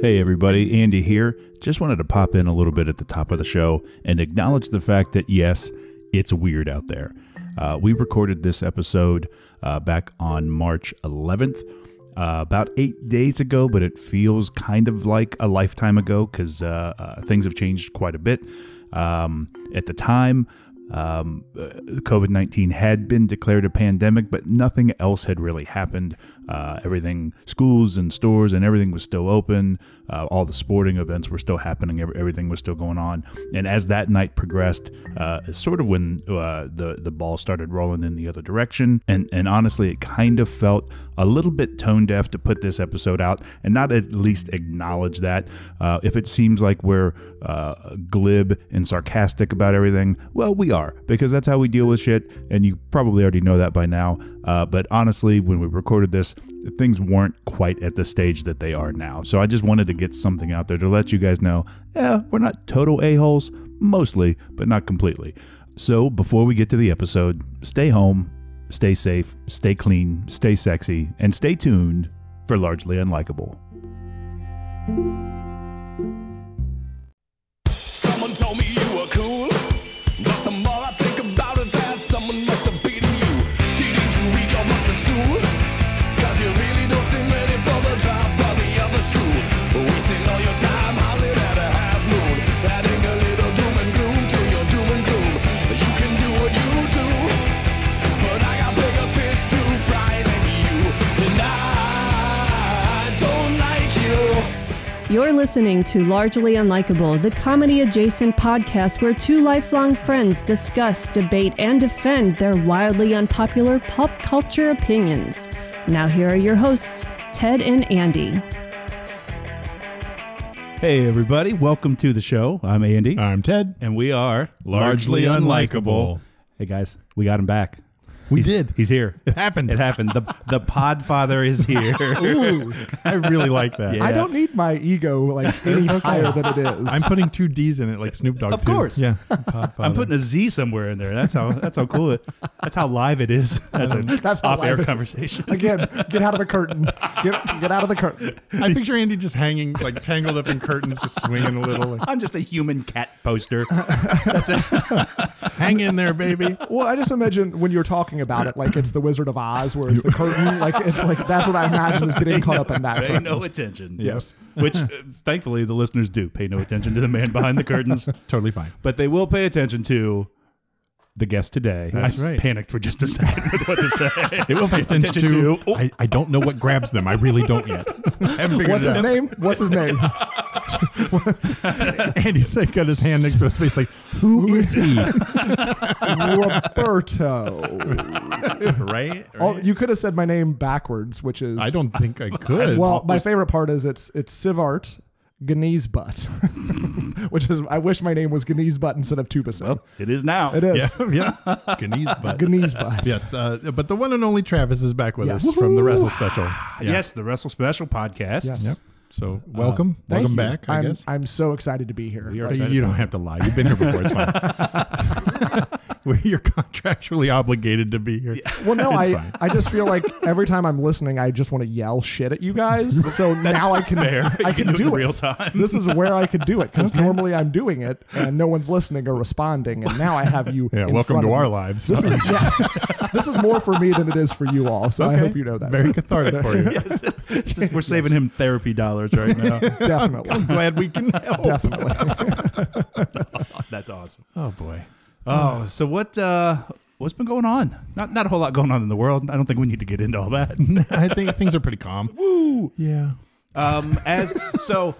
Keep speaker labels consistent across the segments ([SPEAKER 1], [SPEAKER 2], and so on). [SPEAKER 1] Hey everybody, Andy here. Just wanted to pop in a little bit at the top of the show and acknowledge the fact that yes, it's weird out there. Uh, we recorded this episode uh, back on March 11th, uh, about eight days ago, but it feels kind of like a lifetime ago because uh, uh, things have changed quite a bit. Um, at the time, um, COVID 19 had been declared a pandemic, but nothing else had really happened. Uh, everything, schools and stores and everything was still open. Uh, all the sporting events were still happening. Every, everything was still going on. And as that night progressed, uh, is sort of when uh, the, the ball started rolling in the other direction. And, and honestly, it kind of felt a little bit tone deaf to put this episode out and not at least acknowledge that. Uh, if it seems like we're uh, glib and sarcastic about everything, well, we are because that's how we deal with shit. And you probably already know that by now. Uh, but honestly, when we recorded this, things weren't quite at the stage that they are now. So I just wanted to get something out there to let you guys know yeah, we're not total a-holes, mostly, but not completely. So before we get to the episode, stay home, stay safe, stay clean, stay sexy, and stay tuned for Largely Unlikable.
[SPEAKER 2] Someone told me you were cool, but the more I think about it, that someone must have beaten you. Didn't you read your books at school? Cause you really don't seem ready for the drop of the other shoe. Wasting all your time howling at a half moon, adding a little doom and gloom to your doom and gloom. You can do what you do, but I got bigger fish to fry than you, and I don't like you.
[SPEAKER 3] You're listening to Largely Unlikable, the comedy adjacent podcast where two lifelong friends discuss, debate, and defend their wildly unpopular pop culture opinions. Now, here are your hosts, Ted and Andy.
[SPEAKER 1] Hey, everybody, welcome to the show. I'm Andy.
[SPEAKER 4] I'm Ted.
[SPEAKER 1] And we are
[SPEAKER 4] Largely Unlikable.
[SPEAKER 1] Hey, guys, we got him back.
[SPEAKER 4] We did.
[SPEAKER 1] He's here.
[SPEAKER 4] It happened.
[SPEAKER 1] It happened. The, the Podfather is here.
[SPEAKER 4] Ooh, I really like that.
[SPEAKER 1] Yeah.
[SPEAKER 5] I don't need my ego like any higher than it is.
[SPEAKER 4] I'm putting two D's in it, like Snoop Dogg.
[SPEAKER 1] Of
[SPEAKER 4] too.
[SPEAKER 1] course.
[SPEAKER 4] Yeah.
[SPEAKER 1] I'm putting a Z somewhere in there. That's how. That's how cool it. That's how live it is. That's a
[SPEAKER 5] That's how
[SPEAKER 1] off-air
[SPEAKER 5] live it is.
[SPEAKER 1] conversation.
[SPEAKER 5] Again, get out of the curtain. Get, get out of the curtain.
[SPEAKER 4] I picture Andy just hanging, like tangled up in curtains, just swinging a little. Like,
[SPEAKER 1] I'm just a human cat poster.
[SPEAKER 4] Hang in there, baby.
[SPEAKER 5] Well, I just imagine when you're talking about it, like it's the Wizard of Oz, where it's the curtain. Like it's like that's what I imagine is getting caught up in that.
[SPEAKER 1] Pay
[SPEAKER 5] curtain.
[SPEAKER 1] no attention.
[SPEAKER 4] Yes.
[SPEAKER 1] Which, uh, thankfully, the listeners do pay no attention to the man behind the curtains,
[SPEAKER 4] Totally fine.
[SPEAKER 1] but they will pay attention to the guest today.
[SPEAKER 4] That's
[SPEAKER 1] I
[SPEAKER 4] right.
[SPEAKER 1] panicked for just a second with what to say.
[SPEAKER 4] It will pay attention,
[SPEAKER 1] Attention
[SPEAKER 4] to.
[SPEAKER 1] to- Oh.
[SPEAKER 4] I, I don't know what grabs them. I really don't yet. I haven't figured
[SPEAKER 5] What's
[SPEAKER 4] it
[SPEAKER 5] his
[SPEAKER 4] out.
[SPEAKER 5] name? What's his name?
[SPEAKER 4] Andy's like got his hand next to his face, like, who is he?
[SPEAKER 5] Roberto.
[SPEAKER 4] right?
[SPEAKER 5] Oh, you could have said my name backwards, which is
[SPEAKER 4] I don't think I could.
[SPEAKER 5] Well, my favorite part is it's it's Sivart Ganees Butt, which is I wish my name was Ganees Butt instead of Tubison.
[SPEAKER 1] it is now.
[SPEAKER 5] it is
[SPEAKER 4] yeah, yeah. Guinea's butt.
[SPEAKER 5] Ganees Butt.
[SPEAKER 4] Yes, uh, but the one and only Travis is back with
[SPEAKER 5] Yes.
[SPEAKER 4] us from the Wrestle Special. Yeah.
[SPEAKER 1] Yes, the Wrestle Special podcast.
[SPEAKER 5] Yes.
[SPEAKER 4] Yep. So welcome,
[SPEAKER 5] Thank
[SPEAKER 4] welcome
[SPEAKER 5] you.
[SPEAKER 4] back. I
[SPEAKER 5] I'm,
[SPEAKER 4] guess
[SPEAKER 5] I'm so excited to be here.
[SPEAKER 1] We are
[SPEAKER 5] Like,
[SPEAKER 4] you,
[SPEAKER 1] excited.
[SPEAKER 4] you don't have to lie. You've been here before. It's fine. Well, You're contractually obligated to be here.
[SPEAKER 5] Well, no,
[SPEAKER 4] It's
[SPEAKER 5] I,
[SPEAKER 4] fine.
[SPEAKER 5] I just feel like every time I'm listening, I just want to yell shit at you guys. So now I can I can, do
[SPEAKER 1] it in
[SPEAKER 5] it.
[SPEAKER 1] real time.
[SPEAKER 5] This is where I could do it because normally I'm doing it and no one's listening or responding, and now I have you.
[SPEAKER 4] Yeah,
[SPEAKER 5] in
[SPEAKER 4] welcome
[SPEAKER 5] front
[SPEAKER 4] to
[SPEAKER 5] of
[SPEAKER 4] our
[SPEAKER 5] me.
[SPEAKER 4] lives.
[SPEAKER 5] This is yeah, this is more for me than it is for you all. So I
[SPEAKER 4] Okay.
[SPEAKER 5] hope you know that.
[SPEAKER 4] Very cathartic for you.
[SPEAKER 1] Yes. This is- we're saving him therapy dollars right now.
[SPEAKER 5] definitely,
[SPEAKER 4] Glad we can help.
[SPEAKER 5] definitely.
[SPEAKER 1] That's awesome.
[SPEAKER 4] Oh boy.
[SPEAKER 1] Oh, so what? Uh, what's been going on? Not not a whole lot going on in the world. I don't think we need to get into all that.
[SPEAKER 4] I think things are pretty calm. Woo. Yeah.
[SPEAKER 1] Um, as so,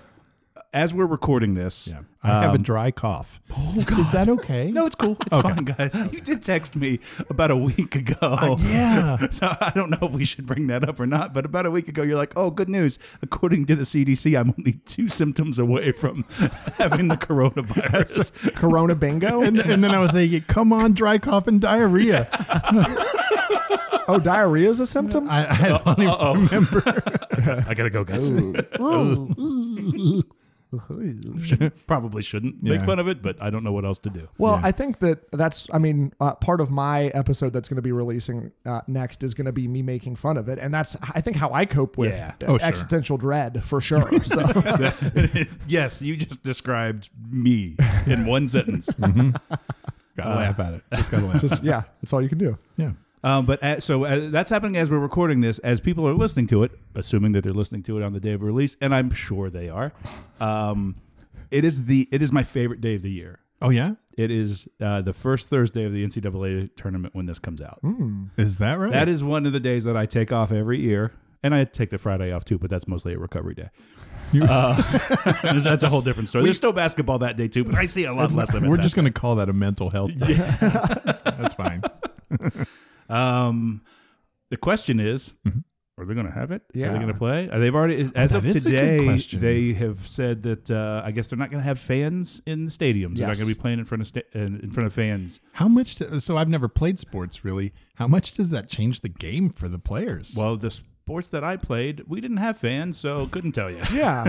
[SPEAKER 1] as we're recording this,
[SPEAKER 4] Yeah. I have a dry cough. Oh God. Is that okay?
[SPEAKER 1] no, it's cool. It's
[SPEAKER 4] Okay.
[SPEAKER 1] fine, guys. You did text me about a week ago.
[SPEAKER 4] yeah.
[SPEAKER 1] So I don't know if we should bring that up or not, but about a week ago, you're like, "Oh, good news! According to the CDC, I'm only two symptoms away from having the coronavirus."
[SPEAKER 5] Corona bingo.
[SPEAKER 4] And, and then I was like, "Come on, dry cough and diarrhea."
[SPEAKER 5] Oh, diarrhea is a symptom.
[SPEAKER 4] I, I don't even remember.
[SPEAKER 1] I gotta go, guys.
[SPEAKER 5] Ooh.
[SPEAKER 1] Probably shouldn't make
[SPEAKER 4] Yeah.
[SPEAKER 1] fun of it, but I don't know what else to do.
[SPEAKER 5] Well, I think that that's, I mean, uh, part of my episode that's going to be releasing uh, next is going to be me making fun of it. And that's, I think, how I cope with
[SPEAKER 1] Yeah.
[SPEAKER 4] Oh, sure.
[SPEAKER 5] existential dread for sure. So,
[SPEAKER 1] yes, you just described me in one sentence.
[SPEAKER 4] Gotta laugh at it. Just gotta laugh.
[SPEAKER 5] just, yeah, that's all you can do.
[SPEAKER 4] yeah.
[SPEAKER 1] Um, but as, so uh that's happening as we're recording this, as people are listening to it, assuming that they're listening to it on the day of release, and I'm sure they are. Um, it is the it is my favorite day of the year.
[SPEAKER 4] Oh yeah.
[SPEAKER 1] It is uh, the first Thursday of the NCAA tournament when this comes out.
[SPEAKER 4] Is that right?
[SPEAKER 1] That is one of the days that I take off every year, and I take the Friday off too. But that's mostly a recovery day. Uh, that's a whole different story. There's still basketball that day too, but I see a lot less of it.
[SPEAKER 4] We're
[SPEAKER 1] that
[SPEAKER 4] just gonna call that a mental health. Day. That's fine.
[SPEAKER 1] Um, the question is, are they going to have it? Are
[SPEAKER 5] Yeah.
[SPEAKER 1] they going to play? Are they've already as
[SPEAKER 4] Mm-hmm. Oh, that
[SPEAKER 1] of
[SPEAKER 4] is a good
[SPEAKER 1] today?
[SPEAKER 4] question.
[SPEAKER 1] They have said that uh, I guess they're not going to have fans in the stadiums. They're not
[SPEAKER 5] Yes.
[SPEAKER 1] going to be playing in front of sta- in in front of fans.
[SPEAKER 4] How much? Do, so I've never played sports really. How much does that change the game for the players?
[SPEAKER 1] Well, the sports that I played, we didn't have fans, so couldn't tell you.
[SPEAKER 5] Yeah.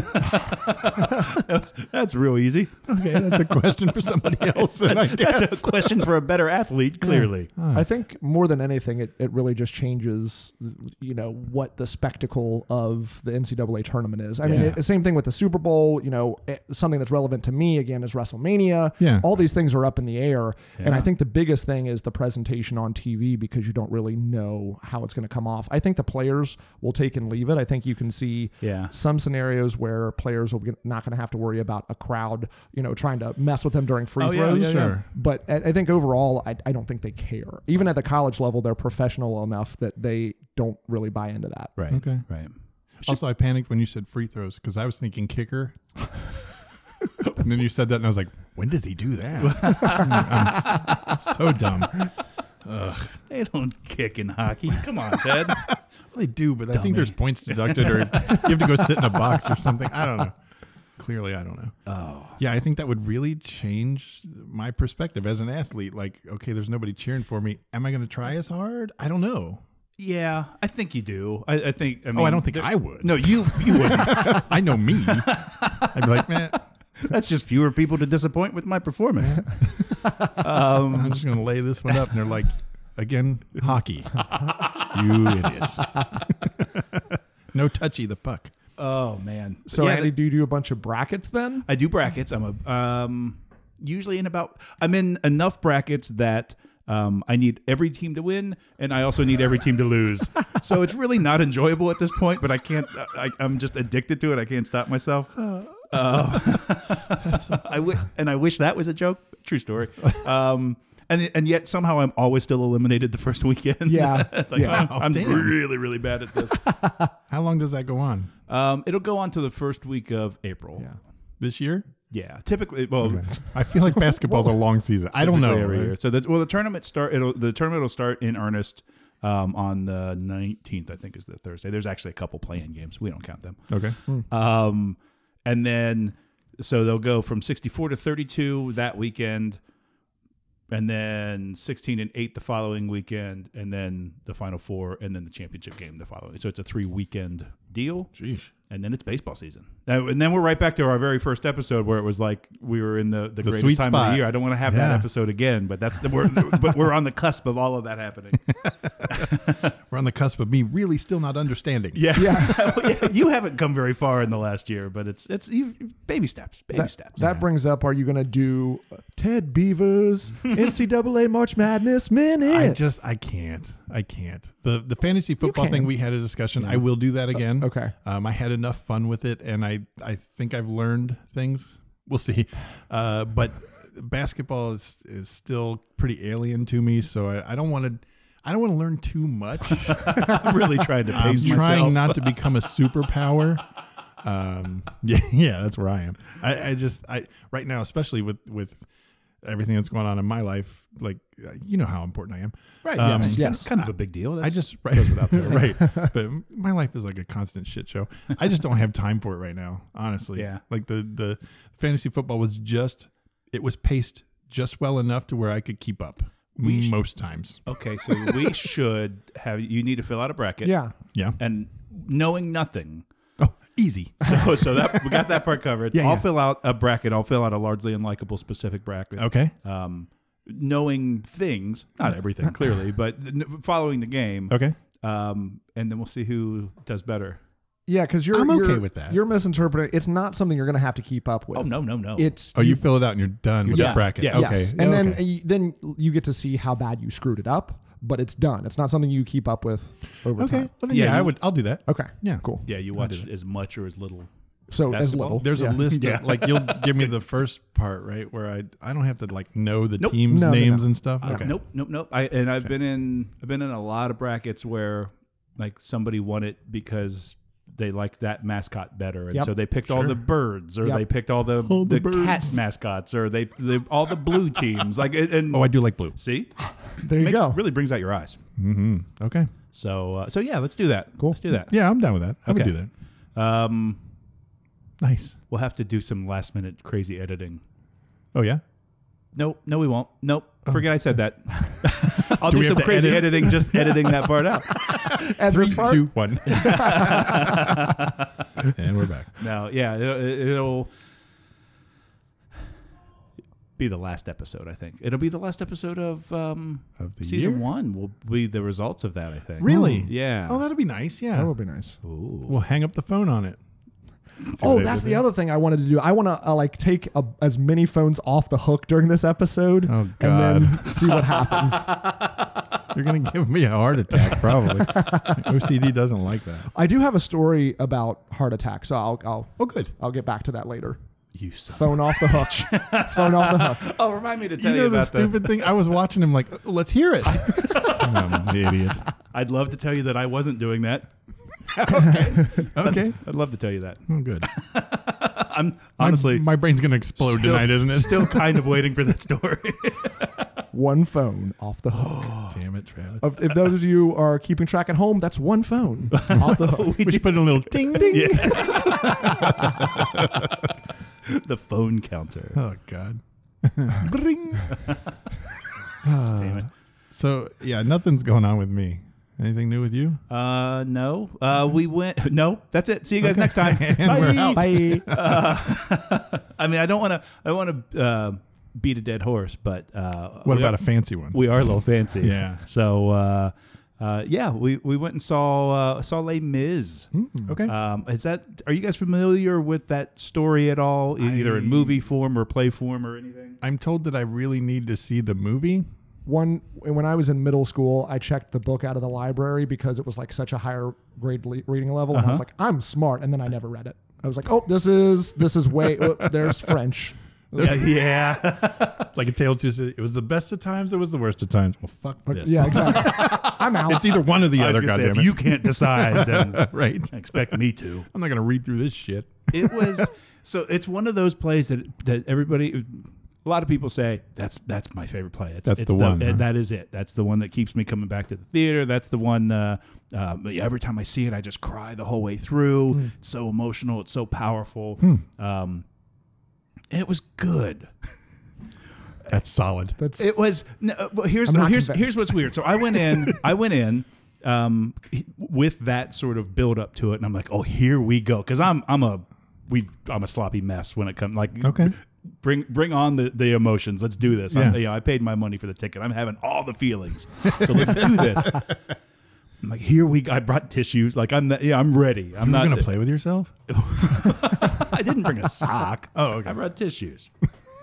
[SPEAKER 1] That's real easy.
[SPEAKER 4] okay, that's a question for somebody else. And I guess.
[SPEAKER 1] That's a question for a better athlete, clearly.
[SPEAKER 4] Hmm.
[SPEAKER 5] I think more than anything, it, it really just changes, you know, what the spectacle of the NCAA tournament is. I mean,
[SPEAKER 4] Yeah.
[SPEAKER 5] it, same thing with the Super Bowl. You know, it, something that's relevant to me again is WrestleMania.
[SPEAKER 4] Yeah.
[SPEAKER 5] all these things are up in the air, and I think the biggest thing is the presentation on TV because you don't really know how it's going to come off. I think the players will take and leave it. I think you can see
[SPEAKER 1] Yeah.
[SPEAKER 5] some scenarios where players will be not going to have to worry about a crowd, you know, trying to mess with them during free
[SPEAKER 4] Oh, yeah,
[SPEAKER 5] throws.
[SPEAKER 4] yeah, sure.
[SPEAKER 5] But I, I think overall, I, I don't think they care. Even at the college level, they're professional enough that they don't really buy into that.
[SPEAKER 1] Right.
[SPEAKER 4] Okay.
[SPEAKER 1] Right.
[SPEAKER 4] Also, I panicked when you said free throws because I was thinking kicker. and then you said that, and I was like, when does he do that? I'm so dumb. Well,
[SPEAKER 1] They don't kick in hockey. Come on, Ted.
[SPEAKER 4] they do, but I think there's points deducted, or you have to go sit in a box or something. I don't know. Clearly, I don't know. Oh. Yeah, I think that would really change my perspective as an athlete. Like, okay, there's nobody cheering for me. Am I going to try as hard? I don't know.
[SPEAKER 1] yeah, I think you do. I, I think. I mean,
[SPEAKER 4] Oh, I don't think
[SPEAKER 1] there-
[SPEAKER 4] I would.
[SPEAKER 1] No, you you wouldn't.
[SPEAKER 4] I know me. I'd be like, man,
[SPEAKER 1] That's just fewer people to disappoint with my performance.
[SPEAKER 4] I'm just going to lay this one up. And they're like, again, hockey. you idiots. no touchy the puck.
[SPEAKER 1] Oh man.
[SPEAKER 5] So,
[SPEAKER 1] Yeah,
[SPEAKER 5] Andy, do you do a bunch of brackets then?
[SPEAKER 1] I do brackets. I'm a um usually in about I'm in enough brackets that um, I need every team to win, and I also need every team to lose. so it's really not enjoyable at this point. But I can't. I, I'm just addicted to it. I can't stop myself. Uh, I w- and I wish that was a joke. True story. Um, and and yet somehow I'm always still eliminated the first weekend.
[SPEAKER 5] Yeah.
[SPEAKER 1] it's like
[SPEAKER 5] Yeah.
[SPEAKER 1] I'm, I'm
[SPEAKER 4] Damn.
[SPEAKER 1] really really bad at this.
[SPEAKER 4] How long does that go on?
[SPEAKER 1] Um, it'll go on to the first week of April. Yeah.
[SPEAKER 4] This year?
[SPEAKER 1] typically, well,
[SPEAKER 4] I feel like basketball's a long season. I don't know.
[SPEAKER 1] every year. So the well, the tournament start. It'll the tournament will start in earnest um, on the nineteenth. I think is the Thursday. There's actually a couple playing games. We don't count them.
[SPEAKER 4] Okay.
[SPEAKER 1] Um, and then so they'll go from sixty four to thirty two that weekend, and then sixteen and eight the following weekend, and then the final four, and then the championship game the following. So it's a three weekend deal.
[SPEAKER 4] Jeez.
[SPEAKER 1] And then it's baseball season. Now- And then we're right back to our very first episode where it was like we were in the, the, greatest
[SPEAKER 4] sweet
[SPEAKER 1] time of
[SPEAKER 4] spot.
[SPEAKER 1] the year. I don't want to have that
[SPEAKER 4] Yeah.
[SPEAKER 1] episode again, but that's the we're, but we're on the cusp of all of that happening.
[SPEAKER 4] We're on the cusp of me really still not understanding.
[SPEAKER 1] Yeah. Yeah. you haven't come very far in the last year, but it's it's you've, baby steps, baby steps.
[SPEAKER 5] That brings up are you going to do uh, Ted Beavers, NCAA March Madness Minute?
[SPEAKER 4] I just I can't. I can't. The the fantasy football
[SPEAKER 5] can.
[SPEAKER 4] thing we had a discussion. I will do that again.
[SPEAKER 5] okay.
[SPEAKER 4] Um, I had enough fun with it, and I I think I've learned things. We'll see. Uh, but basketball is is still pretty alien to me, so I, I don't want to. I don't want to learn too much.
[SPEAKER 1] I'm really trying to
[SPEAKER 4] I'm
[SPEAKER 1] pace myself.
[SPEAKER 4] trying not to become a superpower. Um, yeah, yeah, that's where I am. I, I just, I right now, especially with with everything that's going on in my life, like uh, you know how important I am.
[SPEAKER 1] right.
[SPEAKER 4] Um,
[SPEAKER 1] yes.
[SPEAKER 5] yes.
[SPEAKER 1] Kind of a big deal.
[SPEAKER 4] I
[SPEAKER 1] That's-
[SPEAKER 4] just right, right. But my life is like a constant shit show. I just don't have time for it right now, honestly.
[SPEAKER 1] Yeah.
[SPEAKER 4] Like the the fantasy football was just it was paced just well enough to where I could keep up most times.
[SPEAKER 5] Oh.
[SPEAKER 1] okay. So we should have you need to fill out a bracket.
[SPEAKER 5] yeah.
[SPEAKER 4] Yeah.
[SPEAKER 1] And knowing nothing,
[SPEAKER 4] oh, Easy.
[SPEAKER 1] So, so that we got that part covered.
[SPEAKER 4] Yeah,
[SPEAKER 1] I'll
[SPEAKER 4] yeah.
[SPEAKER 1] fill out a bracket. I'll fill out a largely unlikable specific bracket.
[SPEAKER 4] Okay.
[SPEAKER 5] Uh,
[SPEAKER 1] Um, knowing things, not everything clearly, but n- following the game.
[SPEAKER 4] Okay.
[SPEAKER 1] Um, and then we'll see who does better.
[SPEAKER 5] Yeah, because you're
[SPEAKER 4] I'm okay
[SPEAKER 5] you're-
[SPEAKER 4] with that.
[SPEAKER 5] You're misinterpreting. It's not something you're going to have to keep up with.
[SPEAKER 1] Oh no, no, no.
[SPEAKER 5] It's
[SPEAKER 4] Oh, you fill it out and you're done with
[SPEAKER 1] Yeah.
[SPEAKER 4] that bracket.
[SPEAKER 1] Yeah.
[SPEAKER 4] Okay.
[SPEAKER 5] yes, and then
[SPEAKER 4] Okay.
[SPEAKER 5] you- then you get to see how bad you screwed it up, but it's done. It's not something you keep up with over
[SPEAKER 4] okay.
[SPEAKER 5] time.
[SPEAKER 4] Well, then,
[SPEAKER 1] Yeah,
[SPEAKER 4] yeah, I
[SPEAKER 1] you-
[SPEAKER 4] would. I'll do that.
[SPEAKER 5] Okay.
[SPEAKER 4] Yeah.
[SPEAKER 5] Cool.
[SPEAKER 1] yeah, you watch as much or as little.
[SPEAKER 5] So as
[SPEAKER 1] Basketball?
[SPEAKER 5] little.
[SPEAKER 4] There's
[SPEAKER 5] yeah.
[SPEAKER 4] a list of like you'll give me the first part right where I I don't have to like know the
[SPEAKER 1] Nope.
[SPEAKER 4] teams
[SPEAKER 5] No, no,
[SPEAKER 4] names
[SPEAKER 5] no.
[SPEAKER 4] and stuff.
[SPEAKER 1] Uh, Nope, nope, nope. I and I've been in I've been in a lot of brackets where like somebody won it because they liked that mascot better, and
[SPEAKER 5] Yep.
[SPEAKER 1] so they picked all the birds, or
[SPEAKER 5] Yep.
[SPEAKER 1] they picked all the the, cat mascots, or they, they all the blue teams. Like and- and
[SPEAKER 4] Oh, I do like blue.
[SPEAKER 1] see,
[SPEAKER 5] There you
[SPEAKER 1] Makes-
[SPEAKER 5] go.
[SPEAKER 1] really brings out your eyes.
[SPEAKER 4] Okay.
[SPEAKER 1] So uh, so yeah, let's do that. Cool. Let's do that.
[SPEAKER 4] Yeah, I'm down with that. I would
[SPEAKER 1] Okay.
[SPEAKER 4] do that.
[SPEAKER 1] Um,
[SPEAKER 4] Nice.
[SPEAKER 1] we'll have to do some last minute crazy editing.
[SPEAKER 4] Oh yeah.
[SPEAKER 1] Nope, no, we won't. Nope,
[SPEAKER 4] Oh.
[SPEAKER 1] forget I said that. I'll do,
[SPEAKER 4] we have
[SPEAKER 1] some
[SPEAKER 4] to
[SPEAKER 1] crazy
[SPEAKER 4] edit?
[SPEAKER 1] editing, just editing that part out.
[SPEAKER 5] At
[SPEAKER 4] Three,
[SPEAKER 5] this part,
[SPEAKER 4] two, one. and we're back.
[SPEAKER 1] No, yeah, it'll, it'll be the last episode. I think it'll be the last episode of um
[SPEAKER 4] Of the
[SPEAKER 1] season
[SPEAKER 4] year?
[SPEAKER 1] one. Will be the results of that. I think.
[SPEAKER 4] Really?
[SPEAKER 1] Yeah.
[SPEAKER 4] Oh, that'd be nice. Yeah.
[SPEAKER 5] that would be nice.
[SPEAKER 4] We'll hang up the phone on it.
[SPEAKER 5] Oh, that's the other thing I wanted to do. I want to uh, like take a, as many phones off the hook during this episode,
[SPEAKER 4] Oh,
[SPEAKER 5] and then
[SPEAKER 4] God.
[SPEAKER 5] see what happens.
[SPEAKER 4] You're gonna give me a heart attack, probably. OCD doesn't like that.
[SPEAKER 5] I do have a story about heart attack, so I'll I'll
[SPEAKER 4] Oh, good.
[SPEAKER 5] I'll get back to that later.
[SPEAKER 1] You son.
[SPEAKER 5] Phone off the hook. Phone off the hook.
[SPEAKER 1] Oh, remind me to
[SPEAKER 4] You
[SPEAKER 1] tell you,
[SPEAKER 4] know the
[SPEAKER 1] about
[SPEAKER 4] stupid thing. I was watching him like, "Oh, let's hear it. I'm an idiot.
[SPEAKER 1] I'd love to tell you that I wasn't doing that.
[SPEAKER 4] Okay.
[SPEAKER 1] I'd love to tell you that.
[SPEAKER 4] Oh, good.
[SPEAKER 1] Honestly,
[SPEAKER 4] my, my brain's gonna explode
[SPEAKER 1] still-
[SPEAKER 4] tonight, isn't it?
[SPEAKER 1] Still kind of waiting for that story.
[SPEAKER 5] One phone off the hook.
[SPEAKER 4] Oh, Damn it, Travis.
[SPEAKER 5] If- If those of you are keeping track at home, that's one phone off the hook.
[SPEAKER 4] we just put in a little ding ding.
[SPEAKER 1] the phone counter.
[SPEAKER 4] Oh God. Bring. Uh-huh.
[SPEAKER 1] Damn it.
[SPEAKER 4] So yeah, nothing's going on with me. Anything new with you?
[SPEAKER 1] Uh, no. Uh, we went. No, that's it. See you guys next time.
[SPEAKER 4] we're out.
[SPEAKER 5] Bye.
[SPEAKER 1] I mean, I don't want to. I want to uh, beat a dead horse, but uh,
[SPEAKER 4] what
[SPEAKER 1] we
[SPEAKER 4] about
[SPEAKER 1] are,
[SPEAKER 4] a fancy one?
[SPEAKER 1] We are a little fancy.
[SPEAKER 4] Yeah.
[SPEAKER 1] So, uh, uh, yeah, we, we went and saw uh, saw Les Mis.
[SPEAKER 4] okay.
[SPEAKER 1] Um, is that are you guys familiar with that story at all, e- either in movie form or play form or anything?
[SPEAKER 4] I'm told that I really need to see the movie.
[SPEAKER 5] One when I was in middle school, I checked the book out of the library because it was like such a higher grade le- reading level. And I was like, I'm smart, and then I never read it. I was like, oh, this is this is way. oh, there's French.
[SPEAKER 1] yeah.
[SPEAKER 4] Like a tale of two cities. It was the best of times. It was the worst of times. Well, fuck this.
[SPEAKER 5] Yeah, exactly. I'm out.
[SPEAKER 4] It's either one or the
[SPEAKER 1] I was
[SPEAKER 4] other.
[SPEAKER 1] gonna say,
[SPEAKER 4] Goddamn
[SPEAKER 1] if
[SPEAKER 4] it.
[SPEAKER 1] you can't decide, then
[SPEAKER 4] right.
[SPEAKER 1] expect me to.
[SPEAKER 4] I'm not gonna read through this shit.
[SPEAKER 1] It was so it's one of those plays that that everybody a lot of people say that's that's my favorite play. It's,
[SPEAKER 4] That's
[SPEAKER 1] it's
[SPEAKER 4] the one, huh?
[SPEAKER 1] That is it. That's the one that keeps me coming back to the theater. That's the one. Uh, uh, every time I see it, I just cry the whole way through.
[SPEAKER 4] Hmm.
[SPEAKER 1] It's so emotional. It's so powerful. Um, and it was good.
[SPEAKER 4] That's solid.
[SPEAKER 5] That's
[SPEAKER 1] It was. No, uh, well, here's
[SPEAKER 5] I'm not
[SPEAKER 1] here's
[SPEAKER 5] convinced.
[SPEAKER 1] here's what's weird. So I went in. I went in um, he- with that sort of build up to it, and I'm like, oh, here we go, because I'm I'm a we I'm a sloppy mess when it comes like
[SPEAKER 4] Okay.
[SPEAKER 1] Bring bring on the, the emotions. Let's do this. I'm-
[SPEAKER 4] Yeah.
[SPEAKER 1] you know, I paid my money for the ticket. I'm having all the feelings. So let's do this. I'm like, here we. go. I brought tissues. Like I'm. Not, yeah, I'm ready. I'm
[SPEAKER 4] You're
[SPEAKER 1] not
[SPEAKER 4] gonna play with yourself?
[SPEAKER 1] I didn't bring a sock.
[SPEAKER 4] Oh, okay.
[SPEAKER 1] I brought tissues.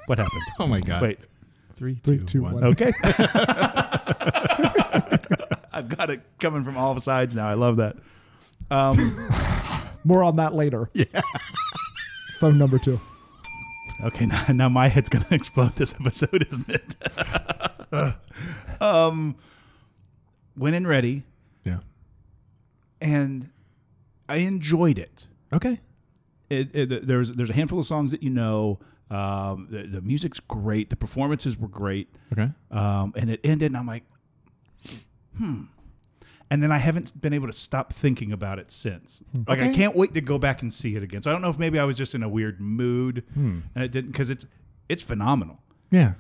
[SPEAKER 1] What happened?
[SPEAKER 4] Oh my god.
[SPEAKER 1] Wait.
[SPEAKER 4] Three,
[SPEAKER 5] Three, two, one.
[SPEAKER 1] Okay. I've got it coming from all sides now. I love that.
[SPEAKER 5] More on that later. Yeah. Phone number two.
[SPEAKER 1] Okay, now, now my head's gonna explode this episode, isn't it? um, went in ready,
[SPEAKER 4] Yeah.
[SPEAKER 1] and I enjoyed it.
[SPEAKER 4] Okay.
[SPEAKER 1] it, it there's there's a handful of songs that you know. Um, the, the music's great. The performances were great.
[SPEAKER 4] Okay.
[SPEAKER 1] Um, and it ended, and I'm like, hmm. And then I haven't been able to stop thinking about it since. Like I
[SPEAKER 4] Okay.
[SPEAKER 1] can't wait to go back and see it again. So I don't know if maybe I was just in a weird mood and it didn't because it's it's phenomenal.
[SPEAKER 4] Yeah.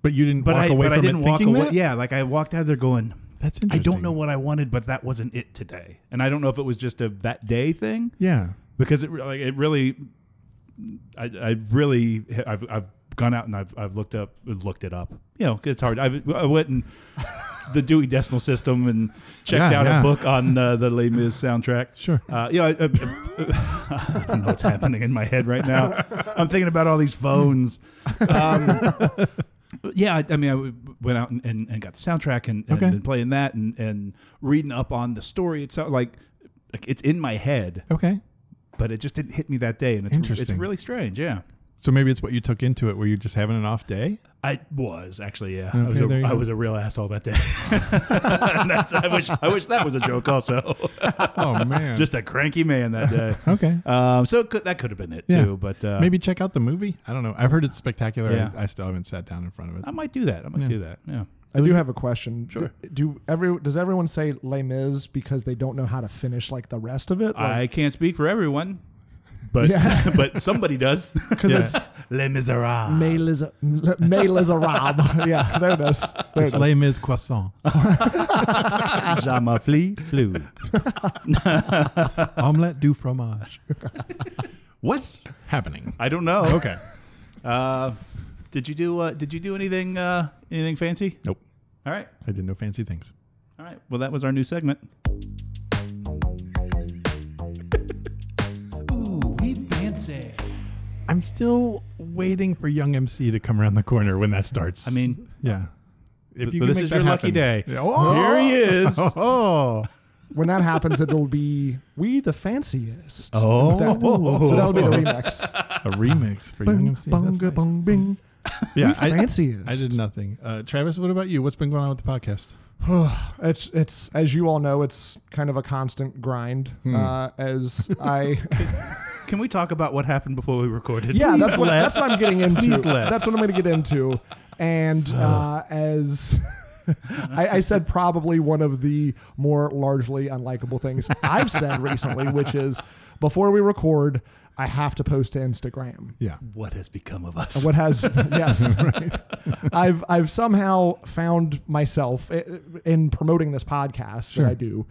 [SPEAKER 4] But you didn't
[SPEAKER 1] But
[SPEAKER 4] walk
[SPEAKER 1] I
[SPEAKER 4] away
[SPEAKER 1] but
[SPEAKER 4] from
[SPEAKER 1] I didn't
[SPEAKER 4] it
[SPEAKER 1] walk
[SPEAKER 4] thinking
[SPEAKER 1] away.
[SPEAKER 4] that?
[SPEAKER 1] Yeah, like I walked out of there going,
[SPEAKER 4] That's
[SPEAKER 1] I
[SPEAKER 4] interesting.
[SPEAKER 1] don't know what I wanted, but that wasn't it today. And I don't know if it was just a that day thing
[SPEAKER 4] Yeah.
[SPEAKER 1] because it re- like it really, I, I really I've I've gone out and I've I've looked up looked it up. You know, 'cause it's hard. I've, I went and the Dewey Decimal System and checked
[SPEAKER 4] Yeah,
[SPEAKER 1] out
[SPEAKER 4] yeah.
[SPEAKER 1] a book on uh, the Les Mis soundtrack.
[SPEAKER 4] Sure.
[SPEAKER 1] Uh, yeah, I, I- I don't know what's happening in my head right now. I'm thinking about all these phones. Um, Yeah, I, I mean, I w- went out and, and, and got the soundtrack and, and
[SPEAKER 4] Okay.
[SPEAKER 1] been playing that and, and reading up on the story itself. Like, like, it's in my head,
[SPEAKER 4] Okay.
[SPEAKER 1] but it just didn't hit me that day, and it's it's
[SPEAKER 4] Interesting.
[SPEAKER 1] really strange. Yeah,
[SPEAKER 4] So maybe it's what you took into it. Were you just having an off day?
[SPEAKER 1] I was actually yeah, I,
[SPEAKER 4] Okay,
[SPEAKER 1] was a,
[SPEAKER 4] there you
[SPEAKER 1] I
[SPEAKER 4] go.
[SPEAKER 1] was a real asshole that day. And that's, I wish I wish that was a joke. Also,
[SPEAKER 4] Oh man.
[SPEAKER 1] just a cranky man that day.
[SPEAKER 4] okay.
[SPEAKER 1] Um, so it could, that could have been it
[SPEAKER 4] Yeah.
[SPEAKER 1] too, but uh,
[SPEAKER 4] maybe check out the movie. I don't know. I've heard it's spectacular.
[SPEAKER 1] Yeah.
[SPEAKER 4] I, I still haven't sat down in front of it.
[SPEAKER 1] I might do that. I might do that. Yeah.
[SPEAKER 5] I do have a question.
[SPEAKER 1] Sure.
[SPEAKER 5] Do, do every does everyone say Les Mis because they don't know how to finish like the rest of it? Like,
[SPEAKER 1] I can't speak for everyone, but
[SPEAKER 5] Yeah.
[SPEAKER 1] but somebody does. Because
[SPEAKER 5] it's-
[SPEAKER 1] Les Miserables.
[SPEAKER 5] May Liz, May Lizarab. yeah, there it is. There it
[SPEAKER 4] It's
[SPEAKER 5] is.
[SPEAKER 4] Les Mis Croissant.
[SPEAKER 1] Jama flea flew.
[SPEAKER 4] Omelette du fromage. What's happening?
[SPEAKER 1] I don't know.
[SPEAKER 4] Okay.
[SPEAKER 1] Uh, did you do uh, Did you do anything uh, Anything fancy?
[SPEAKER 4] Nope.
[SPEAKER 1] All right.
[SPEAKER 4] I didn't know fancy things.
[SPEAKER 1] All right. Well, that was our new segment.
[SPEAKER 4] I'm still waiting for Young MC to come around the corner when that starts.
[SPEAKER 1] I mean,
[SPEAKER 4] yeah. If
[SPEAKER 1] but
[SPEAKER 4] can
[SPEAKER 1] this
[SPEAKER 4] make
[SPEAKER 1] is
[SPEAKER 4] that
[SPEAKER 1] your lucky day.
[SPEAKER 4] Yeah. Oh,
[SPEAKER 1] here he is.
[SPEAKER 4] oh,
[SPEAKER 5] When that happens, it'll be We the Fanciest.
[SPEAKER 4] Oh.
[SPEAKER 5] Instead. So that'll be the remix.
[SPEAKER 4] a remix for Young
[SPEAKER 5] Bung,
[SPEAKER 4] MC. That's
[SPEAKER 5] bunga,
[SPEAKER 4] nice.
[SPEAKER 5] bung, bing.
[SPEAKER 4] Yeah, I,
[SPEAKER 5] fanciest.
[SPEAKER 4] I did nothing. Uh, Travis, what about you? What's been going on with the podcast?
[SPEAKER 5] It's it's as you all know, it's kind of a constant grind.
[SPEAKER 4] Hmm.
[SPEAKER 5] Uh, as I
[SPEAKER 1] Can we talk about what happened before we recorded?
[SPEAKER 5] yeah, that's
[SPEAKER 1] Please
[SPEAKER 5] what
[SPEAKER 1] let's.
[SPEAKER 5] that's what I'm getting into.
[SPEAKER 1] Please let's.
[SPEAKER 5] That's what I'm going to get into. And uh, as I, I said, probably one of the more largely unlikable things I've said recently, which is before we record, I have to post to Instagram.
[SPEAKER 4] Yeah.
[SPEAKER 1] What has become of us?
[SPEAKER 5] What has yes, I've I've somehow found myself i- in promoting this podcast that I do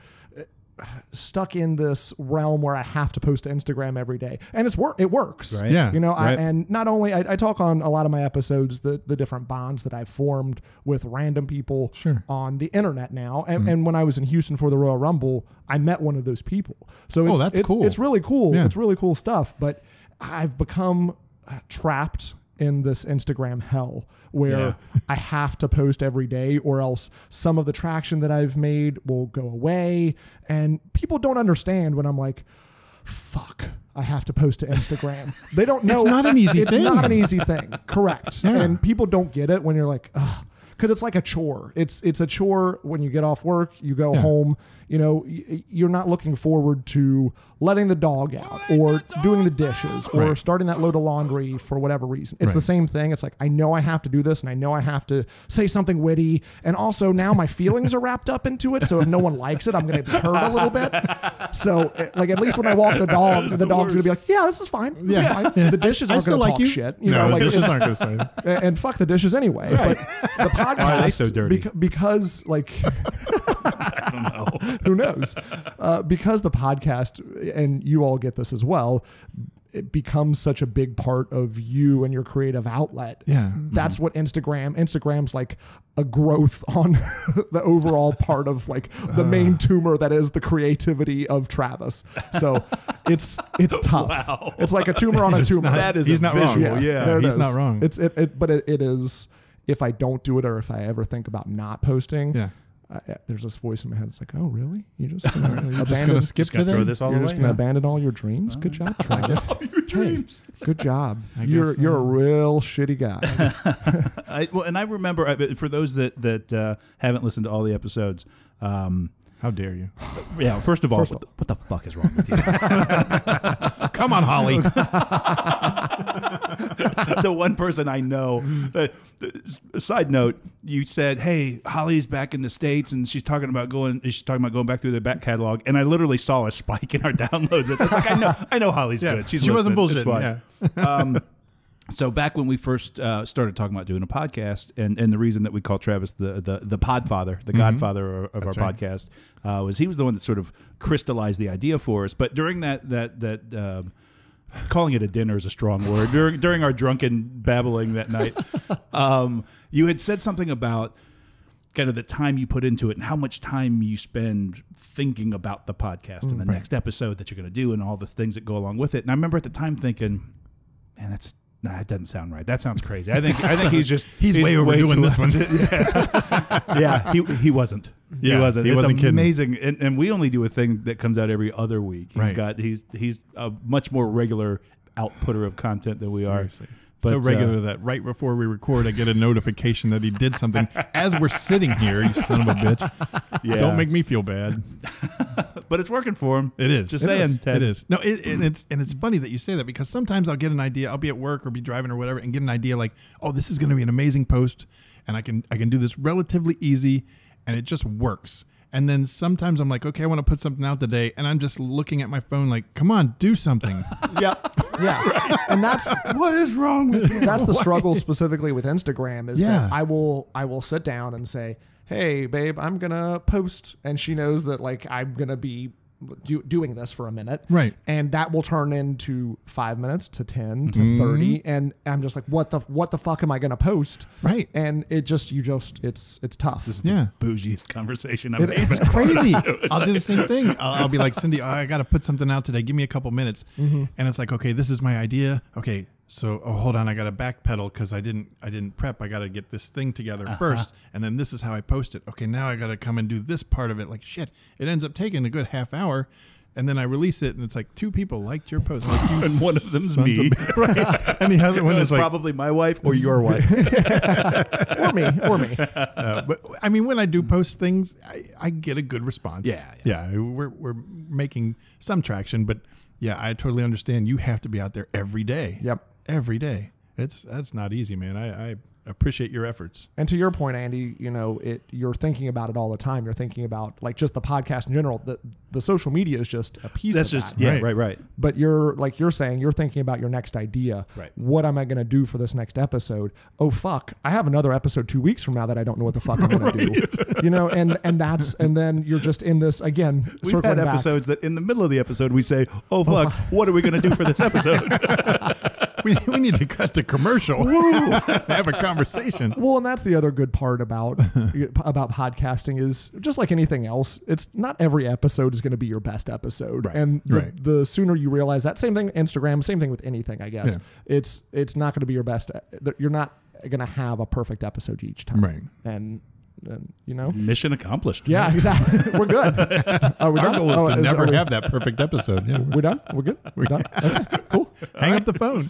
[SPEAKER 5] uh, stuck in this realm where I have to post to Instagram every day, and it's work. It works,
[SPEAKER 1] Right.
[SPEAKER 4] Yeah,
[SPEAKER 5] You know,
[SPEAKER 4] right.
[SPEAKER 5] I, and not only I, I talk on a lot of my episodes the the different bonds that I've formed with random people
[SPEAKER 4] Sure. Mm-hmm.
[SPEAKER 5] on the internet now, and, and when I was in Houston for the Royal Rumble, I met one of those people. So it's,
[SPEAKER 4] Oh, that's
[SPEAKER 5] it's,
[SPEAKER 4] cool.
[SPEAKER 5] It's really cool.
[SPEAKER 4] Yeah.
[SPEAKER 5] It's really cool stuff. But I've become uh, trapped in this Instagram hell where I have to post every day or else some of the traction that I've made will go away. And people don't understand when I'm like, fuck. I have to post to Instagram. They don't know.
[SPEAKER 4] not an easy
[SPEAKER 5] it's
[SPEAKER 4] thing.
[SPEAKER 5] not an easy thing. Correct. And people don't get it when you're like, ugh. Because it's like a chore. It's it's a chore when you get off work, you go home. You know, y- you're not looking forward to letting the dog out or doing the dishes or
[SPEAKER 4] Right.
[SPEAKER 5] starting that load of laundry for whatever reason. It's the
[SPEAKER 4] Right.
[SPEAKER 5] same thing. It's like I know I have to do this and I know I have to say something witty, and also now my feelings are wrapped up into it. So if no one likes it, I'm going to be hurt a little bit. So eh, like at least when I walk the dog, the, dog's going to be like, yeah, this is fine. This is fine. The dishes
[SPEAKER 4] I
[SPEAKER 5] aren't
[SPEAKER 4] still
[SPEAKER 5] going to
[SPEAKER 4] like
[SPEAKER 5] talk
[SPEAKER 4] you.
[SPEAKER 5] shit. You
[SPEAKER 4] no,
[SPEAKER 5] know, like
[SPEAKER 4] the dishes
[SPEAKER 5] it's-
[SPEAKER 4] aren't going to say.
[SPEAKER 5] and and fuck the dishes anyway. But the podcast
[SPEAKER 1] Why are they so dirty?
[SPEAKER 5] beca- because like who knows? Uh, because the podcast and you all get this as well. It becomes such a big part of you and your creative outlet.
[SPEAKER 4] Yeah.
[SPEAKER 5] that's what Instagram. Instagram's like a growth on the overall part of like the main tumor that is the creativity of Travis. So it's it's tough. It's like a tumor on a tumor.
[SPEAKER 1] that is
[SPEAKER 4] He's
[SPEAKER 1] a
[SPEAKER 4] not wrong.
[SPEAKER 1] visual.
[SPEAKER 4] Yeah.
[SPEAKER 1] Yeah.
[SPEAKER 5] there it
[SPEAKER 4] he's
[SPEAKER 5] is.
[SPEAKER 4] not wrong.
[SPEAKER 5] It's it, it but it, it is if I don't do it or if I ever think about not posting.
[SPEAKER 4] Yeah.
[SPEAKER 5] I, I- there's this voice in my head. It's like, oh really? You just gonna, abandon,
[SPEAKER 4] gonna skip
[SPEAKER 5] just gonna
[SPEAKER 4] today?
[SPEAKER 1] throw this all
[SPEAKER 5] You're
[SPEAKER 1] away?
[SPEAKER 5] just gonna
[SPEAKER 1] Yeah.
[SPEAKER 5] abandon all your dreams. Good
[SPEAKER 4] Uh,
[SPEAKER 5] job, Travis. dreams. Good job. You're
[SPEAKER 4] guess, uh,
[SPEAKER 5] you're a real shitty guy.
[SPEAKER 1] I, well, and I remember I- for those that that uh, haven't listened to all the episodes. Um,
[SPEAKER 4] How dare you?
[SPEAKER 1] yeah. First of all,
[SPEAKER 5] First
[SPEAKER 1] what,
[SPEAKER 5] of-
[SPEAKER 1] the, what the fuck is wrong with you?
[SPEAKER 4] Come on, Holly.
[SPEAKER 1] the one person I know. Uh, uh, side note: You said, "Hey, Holly's back in the states, and she's talking about going. She's talking about going back through the back catalog." And I literally saw a spike in our downloads. It's like I know, I know Holly's
[SPEAKER 4] Yeah.
[SPEAKER 1] good. She's
[SPEAKER 4] She wasn't
[SPEAKER 1] listening. It's
[SPEAKER 4] bullshitting,
[SPEAKER 1] fine. um, so back when we first uh, started talking about doing a podcast, and, and the reason that we call Travis the the the Podfather, the Godfather of, of our
[SPEAKER 4] right.
[SPEAKER 1] podcast, uh, was he was the one that sort of crystallized the idea for us. But during that that that um, calling it a dinner is a strong word during during our drunken babbling that night, um, you had said something about kind of the time you put into it and how much time you spend thinking about the podcast
[SPEAKER 4] Mm,
[SPEAKER 1] and the next episode that you're going to do and all the things that go along with it. And I remember at the time thinking, man, that's nah, that doesn't sound right. That sounds crazy. I think I think he's just
[SPEAKER 4] He's way overdoing
[SPEAKER 1] too
[SPEAKER 4] this one.
[SPEAKER 1] yeah. yeah, he he wasn't.
[SPEAKER 4] Yeah,
[SPEAKER 1] he wasn't.
[SPEAKER 4] he
[SPEAKER 1] it's
[SPEAKER 4] wasn't kidding.
[SPEAKER 1] amazing. And, and we only do a thing that comes out every other week. He's
[SPEAKER 4] Right.
[SPEAKER 1] got he's he's a much more regular outputter of content than we are.
[SPEAKER 4] Seriously. so
[SPEAKER 1] But, uh,
[SPEAKER 4] regular that right before we record, I get a notification that he did something as we're sitting here. You son of a bitch!
[SPEAKER 1] Yeah.
[SPEAKER 4] Don't make me feel bad.
[SPEAKER 1] But it's working for him.
[SPEAKER 4] It is.
[SPEAKER 1] Just
[SPEAKER 4] It
[SPEAKER 1] saying,
[SPEAKER 4] is.
[SPEAKER 1] Ted.
[SPEAKER 4] It is. No, it, and it's and it's funny that you say that because sometimes I'll get an idea. I'll be at work or be driving or whatever, and get an idea like, "Oh, this is going to be an amazing post, and I can I can do this relatively easy, and it just works." And then sometimes I'm like, "Okay, I want to put something out today," and I'm just looking at my phone like, "Come on, do something."
[SPEAKER 1] Yeah.
[SPEAKER 5] Yeah. And that's
[SPEAKER 1] what is wrong with you?
[SPEAKER 5] that's the struggle specifically with Instagram is
[SPEAKER 4] Yeah.
[SPEAKER 5] that I will I will sit down and say, "Hey, babe, I'm gonna post," and she knows that like I'm gonna be do, doing this for a minute,
[SPEAKER 4] Right.
[SPEAKER 5] And that will turn into five minutes to ten to
[SPEAKER 4] Mm-hmm.
[SPEAKER 5] thirty, and I'm just like, "What the what the fuck am I gonna post?"
[SPEAKER 4] Right.
[SPEAKER 5] And it just you just it's it's tough.
[SPEAKER 4] yeah.
[SPEAKER 1] Bougiest conversation I've
[SPEAKER 5] It-
[SPEAKER 1] ever.
[SPEAKER 4] It's crazy. I'll do the same thing. I'll, I'll be like, Cindy, I got to put something out today. Give me a couple minutes. And it's like, okay, this is my idea. Okay, so oh, hold on, I got to backpedal because I didn't, I didn't prep. I got to get this thing together first, and then this is how I post it. Okay, now I got to come and do this part of it. Like shit, it ends up taking a good half hour. And then I release it, and it's like two people liked your post, I'm like, you
[SPEAKER 1] And one of them's
[SPEAKER 4] sons
[SPEAKER 1] me.
[SPEAKER 4] of- right? And the other one
[SPEAKER 1] It's
[SPEAKER 4] is like,
[SPEAKER 1] probably my wife or your wife.
[SPEAKER 5] or me, or me.
[SPEAKER 4] Uh, but I mean, when I do post things, I, I get a good response.
[SPEAKER 1] Yeah,
[SPEAKER 4] yeah, We're we're making some traction, but yeah, I totally understand. You have to be out there every day.
[SPEAKER 5] Yep.
[SPEAKER 4] every day. It's that's not easy, man. I, I appreciate your efforts.
[SPEAKER 5] And to your point, Andy, you know, it you're thinking about it all the time. You're thinking about like just the podcast in general. The the social media is just a piece
[SPEAKER 1] That's
[SPEAKER 5] of
[SPEAKER 1] just
[SPEAKER 5] that.
[SPEAKER 1] yeah,
[SPEAKER 4] Right.
[SPEAKER 1] right, right.
[SPEAKER 5] but you're like you're saying you're thinking about your next idea
[SPEAKER 1] Right.
[SPEAKER 5] what am i going to do for this next episode oh fuck i have another episode two weeks from now that i don't know what the fuck i'm going to do you know and and that's and then you're just in this again
[SPEAKER 1] We've had
[SPEAKER 5] circling back.
[SPEAKER 1] episodes that in the middle of the episode we say, "Oh fuck, what are we going to do for this episode?"
[SPEAKER 4] We, we need to cut to commercial. have a conversation.
[SPEAKER 5] well and that's the other good part about about podcasting is just like anything else it's not every episode is going to be your best episode and the,
[SPEAKER 4] Right.
[SPEAKER 5] the sooner you realize that same thing instagram same thing with anything i guess
[SPEAKER 4] Yeah.
[SPEAKER 5] it's it's not going to be your best e, you're not going to have a perfect episode each time
[SPEAKER 4] Right.
[SPEAKER 5] and, and you know
[SPEAKER 1] Mission accomplished.
[SPEAKER 5] yeah exactly we're good are we
[SPEAKER 4] Our
[SPEAKER 5] done?
[SPEAKER 4] goal is
[SPEAKER 5] Oh,
[SPEAKER 4] to
[SPEAKER 5] are
[SPEAKER 4] never
[SPEAKER 5] we-
[SPEAKER 4] have that perfect episode. Yeah.
[SPEAKER 5] we're done we're good we're done okay cool
[SPEAKER 4] Hang up the phone.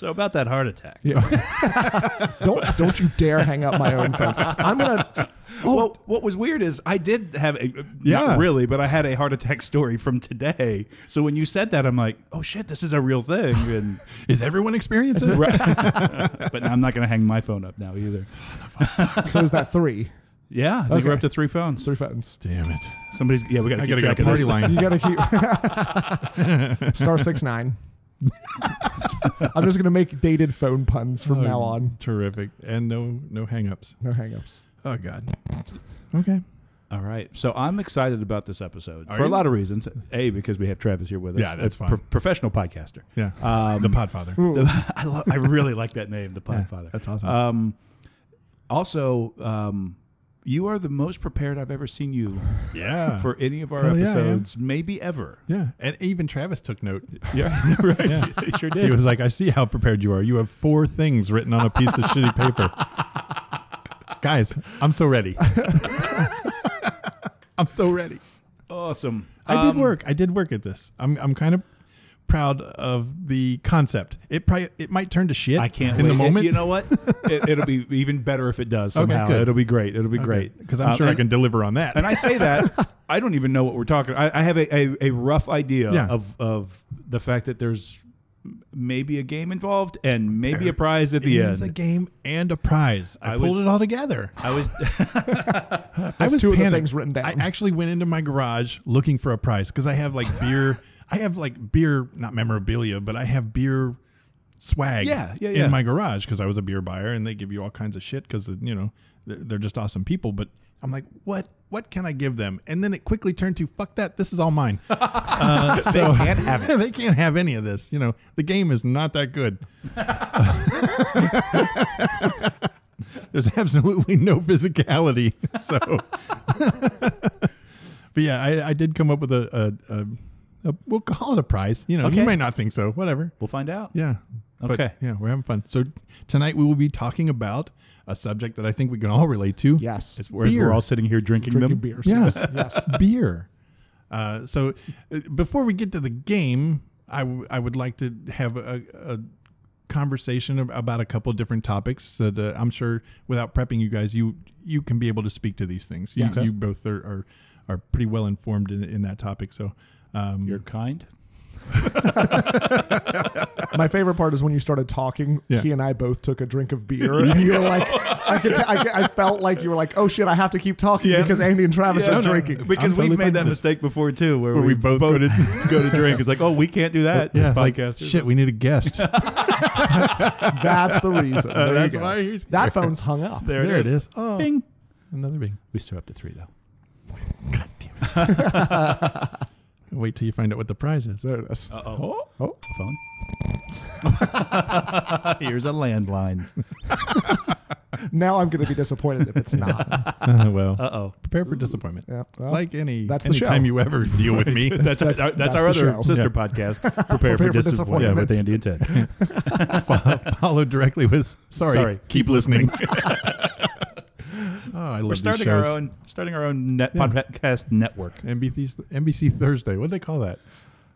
[SPEAKER 1] So about that heart attack.
[SPEAKER 5] don't don't you dare hang up my own phone i'm gonna oh,
[SPEAKER 1] Well, what was weird is I did have a not
[SPEAKER 4] Yeah.
[SPEAKER 1] really, but I had a heart attack story from today. So when you said that, I'm like, "Oh shit, this is a real thing." And
[SPEAKER 4] Is everyone experiencing? it?
[SPEAKER 1] Right. but now I'm not going to hang my phone up now either.
[SPEAKER 5] so is that three
[SPEAKER 1] Yeah, I think we're up to three phones.
[SPEAKER 5] three phones
[SPEAKER 4] Damn it!
[SPEAKER 1] Somebody's yeah, we got to
[SPEAKER 4] I
[SPEAKER 1] keep
[SPEAKER 4] gotta
[SPEAKER 1] track
[SPEAKER 4] get a
[SPEAKER 1] of
[SPEAKER 4] party
[SPEAKER 1] this.
[SPEAKER 4] line.
[SPEAKER 5] You gotta keep star six nine. I'm just gonna make dated phone puns
[SPEAKER 4] Oh.
[SPEAKER 5] from now on.
[SPEAKER 4] Terrific, and no no hangups.
[SPEAKER 5] No hangups.
[SPEAKER 4] Oh God. Okay.
[SPEAKER 1] All right. So I'm excited about this episode
[SPEAKER 4] Are
[SPEAKER 1] for a
[SPEAKER 4] you?
[SPEAKER 1] lot of reasons. A because we have Travis here with us.
[SPEAKER 4] Yeah, that's
[SPEAKER 1] a
[SPEAKER 4] fine.
[SPEAKER 1] professional podcaster.
[SPEAKER 4] Yeah. the Uh, Podfather.
[SPEAKER 1] I, lo- I really like that name, the Podfather.
[SPEAKER 4] That's awesome.
[SPEAKER 1] Um, also, um, you are the most prepared I've ever seen you
[SPEAKER 4] yeah.
[SPEAKER 1] for any of our
[SPEAKER 4] Hell yeah, I am.
[SPEAKER 1] episodes, maybe ever.
[SPEAKER 4] yeah. And even Travis took note.
[SPEAKER 1] Yeah, right. It sure
[SPEAKER 4] He
[SPEAKER 1] did.
[SPEAKER 4] was like, I see how prepared you are. You have four things written on a piece of shitty paper. Guys, I'm so ready. I'm so ready. Um,
[SPEAKER 1] awesome.
[SPEAKER 4] I did work. I did work at this. I'm, I'm kind of proud of the concept. It probably it might turn to shit.
[SPEAKER 1] I can't
[SPEAKER 4] in
[SPEAKER 1] wait.
[SPEAKER 4] the moment.
[SPEAKER 1] You know what? It, it'll be even better if it does
[SPEAKER 4] Okay,
[SPEAKER 1] somehow.
[SPEAKER 4] good.
[SPEAKER 1] it'll be great. It'll be great
[SPEAKER 4] because I'm
[SPEAKER 1] Um,
[SPEAKER 4] sure Uh, I
[SPEAKER 1] and-
[SPEAKER 4] can deliver on that.
[SPEAKER 1] And I say that I don't even know what we're talking. I, I have a, a, a rough idea
[SPEAKER 4] Yeah.
[SPEAKER 1] of of the fact that there's maybe a game involved and maybe a prize at the
[SPEAKER 4] it
[SPEAKER 1] end.
[SPEAKER 4] is a game and a prize. I,
[SPEAKER 1] I
[SPEAKER 4] pulled
[SPEAKER 1] was-
[SPEAKER 4] it all together.
[SPEAKER 1] I was
[SPEAKER 5] That's
[SPEAKER 4] I was
[SPEAKER 5] two of the
[SPEAKER 4] panicked.
[SPEAKER 5] things written down.
[SPEAKER 4] I actually went into my garage looking for a prize because I have like beer. I have like beer, not memorabilia, but I have beer swag
[SPEAKER 1] Yeah, yeah, yeah.
[SPEAKER 4] in my garage because I was a beer buyer and they give you all kinds of shit because, you know, they're, they're just awesome people. But I'm like, what? What can I give them? And then it quickly turned to fuck that. This is all mine. Uh, so, they can't have it. they can't have any of this. You know, the game is not that good. There's absolutely no physicality. So, but yeah, I, I did come up with a, a, a, a we'll call it a prize. You know,
[SPEAKER 1] Okay.
[SPEAKER 4] you may not think so. Whatever.
[SPEAKER 1] We'll find out.
[SPEAKER 4] Yeah.
[SPEAKER 1] Okay.
[SPEAKER 4] yeah, we're having fun. So tonight we will be talking about a subject that I think we can all relate to.
[SPEAKER 5] Yes.
[SPEAKER 1] As- Whereas
[SPEAKER 4] Beer.
[SPEAKER 1] we're all sitting here drinking,
[SPEAKER 5] Drinking
[SPEAKER 1] them.
[SPEAKER 5] beers.
[SPEAKER 4] Yeah.
[SPEAKER 5] Yes.
[SPEAKER 4] beer. Uh, so uh, before we get to the game, I, w- I would like to have a, a conversation ab- about a couple different topics that uh, I'm sure without prepping you guys, you you can be able to speak to these things. You,
[SPEAKER 5] Yes.
[SPEAKER 4] you both are, are are pretty well informed in, in that topic. So um,
[SPEAKER 1] You're kind.
[SPEAKER 5] My favorite part is when you started talking.
[SPEAKER 4] Yeah.
[SPEAKER 5] He and I both took a drink of beer, and you were like, I, could t- I, could- I felt like you were like, "Oh shit, I have to keep talking
[SPEAKER 1] Yeah.
[SPEAKER 5] because Andy and Travis
[SPEAKER 1] Yeah.
[SPEAKER 5] are
[SPEAKER 1] No, no,
[SPEAKER 5] drinking."
[SPEAKER 1] Because
[SPEAKER 4] I'm totally
[SPEAKER 1] we've made
[SPEAKER 4] fine with
[SPEAKER 1] that
[SPEAKER 4] it.
[SPEAKER 1] mistake before too, where,
[SPEAKER 4] we both go
[SPEAKER 1] to go to drink. It's like, oh, we can't do that. as podcasters.
[SPEAKER 4] Shit, we need a guest.
[SPEAKER 5] That's the reason. There you
[SPEAKER 4] That's
[SPEAKER 5] go.
[SPEAKER 4] why he's-
[SPEAKER 5] that phone's hung up.
[SPEAKER 1] There,
[SPEAKER 4] There
[SPEAKER 1] it is.
[SPEAKER 4] Oh,
[SPEAKER 1] Bing.
[SPEAKER 4] another bing.
[SPEAKER 1] We still up to three though.
[SPEAKER 4] Wait till you find out what the prize is.
[SPEAKER 5] There it is.
[SPEAKER 1] Oh,
[SPEAKER 5] Oh.
[SPEAKER 1] phone. Here's a landline.
[SPEAKER 5] Now I'm going to be disappointed if it's not.
[SPEAKER 4] Uh, well,
[SPEAKER 1] oh.
[SPEAKER 4] prepare for disappointment.
[SPEAKER 5] Yeah, well,
[SPEAKER 4] like any
[SPEAKER 5] that's the
[SPEAKER 4] any
[SPEAKER 5] show.
[SPEAKER 4] time you ever deal with me.
[SPEAKER 1] That's that's, that's,
[SPEAKER 5] that's
[SPEAKER 1] our
[SPEAKER 5] the
[SPEAKER 1] other
[SPEAKER 5] show.
[SPEAKER 1] sister
[SPEAKER 4] Yeah.
[SPEAKER 1] podcast. Prepare,
[SPEAKER 5] for
[SPEAKER 1] for, disappointment.
[SPEAKER 5] disappointment.
[SPEAKER 1] Yeah, with Andy and Ted.
[SPEAKER 4] followed directly with sorry.
[SPEAKER 1] Sorry.
[SPEAKER 4] Keep listening. oh, I
[SPEAKER 1] We're
[SPEAKER 4] love these
[SPEAKER 1] starting our
[SPEAKER 4] shows.
[SPEAKER 1] own starting our own net podcast network.
[SPEAKER 4] NBC NBC Thursday. What do they call that?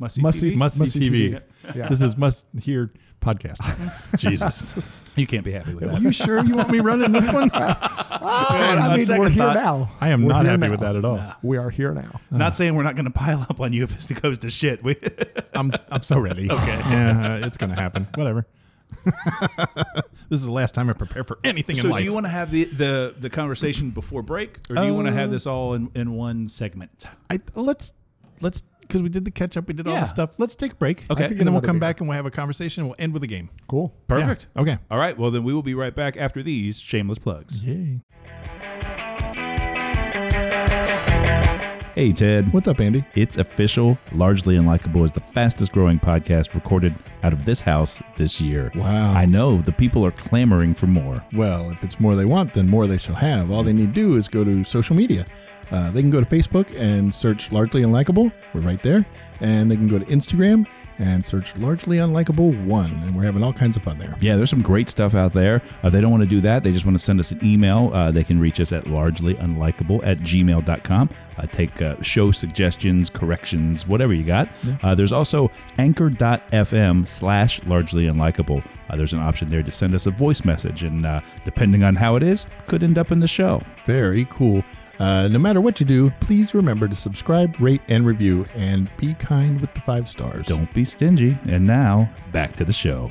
[SPEAKER 1] Must see
[SPEAKER 5] Must see-
[SPEAKER 1] TV?
[SPEAKER 4] Must see
[SPEAKER 5] Must see
[SPEAKER 4] TV.
[SPEAKER 5] TV. Yeah.
[SPEAKER 4] This is must hear podcast. Jesus.
[SPEAKER 1] You can't be happy with that.
[SPEAKER 4] you sure you want me running this one?
[SPEAKER 5] But,
[SPEAKER 1] on
[SPEAKER 5] I mean, we're
[SPEAKER 1] second
[SPEAKER 5] here
[SPEAKER 1] thought,
[SPEAKER 5] now.
[SPEAKER 4] I am
[SPEAKER 5] We're
[SPEAKER 4] not
[SPEAKER 5] here
[SPEAKER 4] happy
[SPEAKER 5] now.
[SPEAKER 4] with that at all.
[SPEAKER 5] We are here now.
[SPEAKER 1] Not saying we're not going to pile up on you if this goes to shit. We,
[SPEAKER 4] I'm I'm so ready. okay. Yeah, uh, it's gonna happen. Whatever. this is the last time I prepare for anything in
[SPEAKER 1] so,
[SPEAKER 4] life.
[SPEAKER 1] do you want to have the, the the conversation before break, or do you want to have this all in, in one segment?
[SPEAKER 4] I let's let's because we did the catch up, we did all
[SPEAKER 1] Yeah.
[SPEAKER 4] the stuff. Let's take a break.
[SPEAKER 1] Okay.
[SPEAKER 4] and then we'll
[SPEAKER 5] another
[SPEAKER 4] come
[SPEAKER 5] beer.
[SPEAKER 4] back and we'll have a conversation. and We'll end with a game.
[SPEAKER 5] Cool.
[SPEAKER 1] Perfect.
[SPEAKER 4] Yeah. Okay.
[SPEAKER 1] All right. Well, then we will be right back after these shameless plugs.
[SPEAKER 4] Yay!
[SPEAKER 6] Hey, Ted.
[SPEAKER 4] What's up, Andy?
[SPEAKER 6] It's official. Largely Unlikable is the fastest growing podcast recorded out of this house this year.
[SPEAKER 4] Wow.
[SPEAKER 6] I know the people are clamoring for more.
[SPEAKER 4] Well, if it's more they want, then more they shall have. All they need to do is go to social media. Uh, they can go to Facebook and search Largely Unlikable. We're right there. And they can go to Instagram and search Largely Unlikable 1. And we're having all kinds of fun there.
[SPEAKER 6] Yeah, there's some great stuff out there. Uh, they don't want to do that. They just want to send us an email. Uh, they can reach us at largelyunlikable at gmail.com. Uh, take uh, show suggestions, corrections, whatever you got. Uh, there's also anchor.fm slash largely unlikable. Uh, there's an option there to send us a voice message. And uh, depending on how it is, could end up in the show.
[SPEAKER 4] Very cool. Uh, no matter what you do, please remember to subscribe, rate, and review. And be kind with the five stars.
[SPEAKER 6] Don't be stingy. And now, back to the show.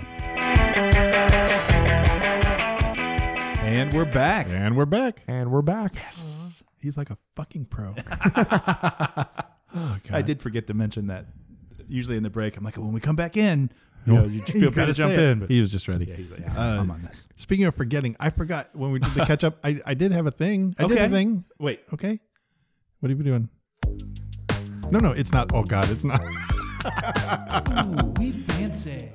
[SPEAKER 1] And we're back.
[SPEAKER 4] And we're back.
[SPEAKER 5] And we're back.
[SPEAKER 4] He's like a fucking pro.
[SPEAKER 1] I did forget to mention that. Usually in the break, I'm like, when we come back in, you, know, you feel free to
[SPEAKER 4] gotta
[SPEAKER 1] jump
[SPEAKER 4] say it.
[SPEAKER 1] in. But
[SPEAKER 4] He was just ready. Uh,
[SPEAKER 1] Yeah, he's like, yeah, I'm on this.
[SPEAKER 4] Speaking of forgetting, I forgot when we did the catch up. I, I did have a thing. I did a thing.
[SPEAKER 1] Wait.
[SPEAKER 4] Okay. What are you doing? No, no, it's not. Oh God, it's not.
[SPEAKER 1] we fancy.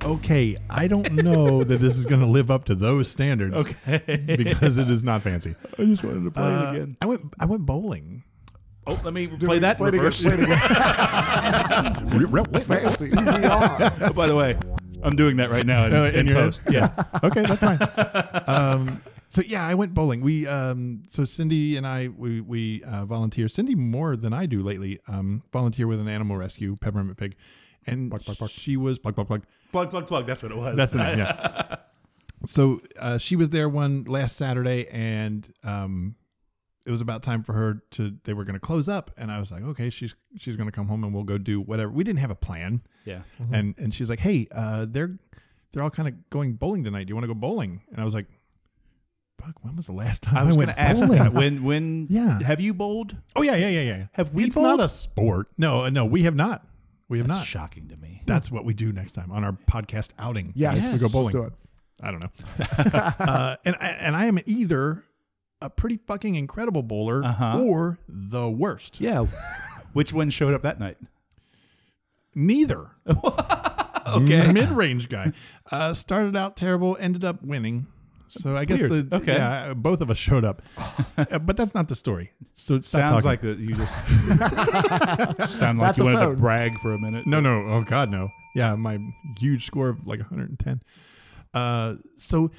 [SPEAKER 4] Okay, I don't know that this is going to live up to those standards. Okay, because it is not fancy. Uh,
[SPEAKER 1] I just wanted to play it again.
[SPEAKER 4] I went. I went bowling.
[SPEAKER 1] Oh, let me play that in reverse.
[SPEAKER 5] Fancy. We are.
[SPEAKER 1] oh, by the way, I'm doing that right now in,
[SPEAKER 4] Oh, in
[SPEAKER 1] in,
[SPEAKER 4] your head?
[SPEAKER 1] post. Yeah.
[SPEAKER 4] okay, that's fine. Um, so yeah, I went bowling. We um, so Cindy and I we we uh, volunteer. Cindy more than I do lately. Um, volunteer with an animal rescue, peppermint pig, and she was plug plug plug.
[SPEAKER 1] plug, plug, plug. That's what it was.
[SPEAKER 4] That's the name. Yeah. so uh, she was there one last Saturday, and um, it was about time for her to. They were going to close up, and I was like, okay, she's she's going to come home, and we'll go do whatever. We didn't have a plan.
[SPEAKER 1] Yeah.
[SPEAKER 4] And and she's like, hey, uh, they're they're all kind of going bowling tonight. Do you want to go bowling? And I was like, fuck, when was the last time
[SPEAKER 1] I was going
[SPEAKER 4] went
[SPEAKER 1] to ask
[SPEAKER 4] bowling?
[SPEAKER 1] that. When, when,
[SPEAKER 4] Yeah.
[SPEAKER 1] have you bowled?
[SPEAKER 4] Oh yeah, yeah, yeah, yeah.
[SPEAKER 1] Have we
[SPEAKER 4] It's
[SPEAKER 1] bowled?
[SPEAKER 4] not a sport. No, no, uh, we have not. We have
[SPEAKER 1] That's
[SPEAKER 4] not.
[SPEAKER 1] shocking to me.
[SPEAKER 4] That's what we do next time on our podcast outing.
[SPEAKER 5] Yes,
[SPEAKER 1] Yes.
[SPEAKER 5] we go bowling.
[SPEAKER 4] Bowling.
[SPEAKER 5] Let's do it.
[SPEAKER 4] I don't know. uh, and I, and I am either a pretty fucking incredible bowler
[SPEAKER 1] Uh-huh.
[SPEAKER 4] or the worst.
[SPEAKER 1] Yeah. Which one showed up that night?
[SPEAKER 4] Neither. okay. Mid range guy. Uh, started out terrible, ended up winning. So I guess
[SPEAKER 1] Weird.
[SPEAKER 4] the
[SPEAKER 1] Okay.
[SPEAKER 4] yeah, both of us showed up, Uh, but that's not the story. So stop
[SPEAKER 1] Sounds
[SPEAKER 4] talking.
[SPEAKER 1] like that you just sound like
[SPEAKER 5] That's
[SPEAKER 1] you
[SPEAKER 5] a
[SPEAKER 1] wanted
[SPEAKER 5] phone.
[SPEAKER 1] to brag for a minute.
[SPEAKER 4] No, no. Oh God, no. Yeah, my huge score of like 110. Uh, so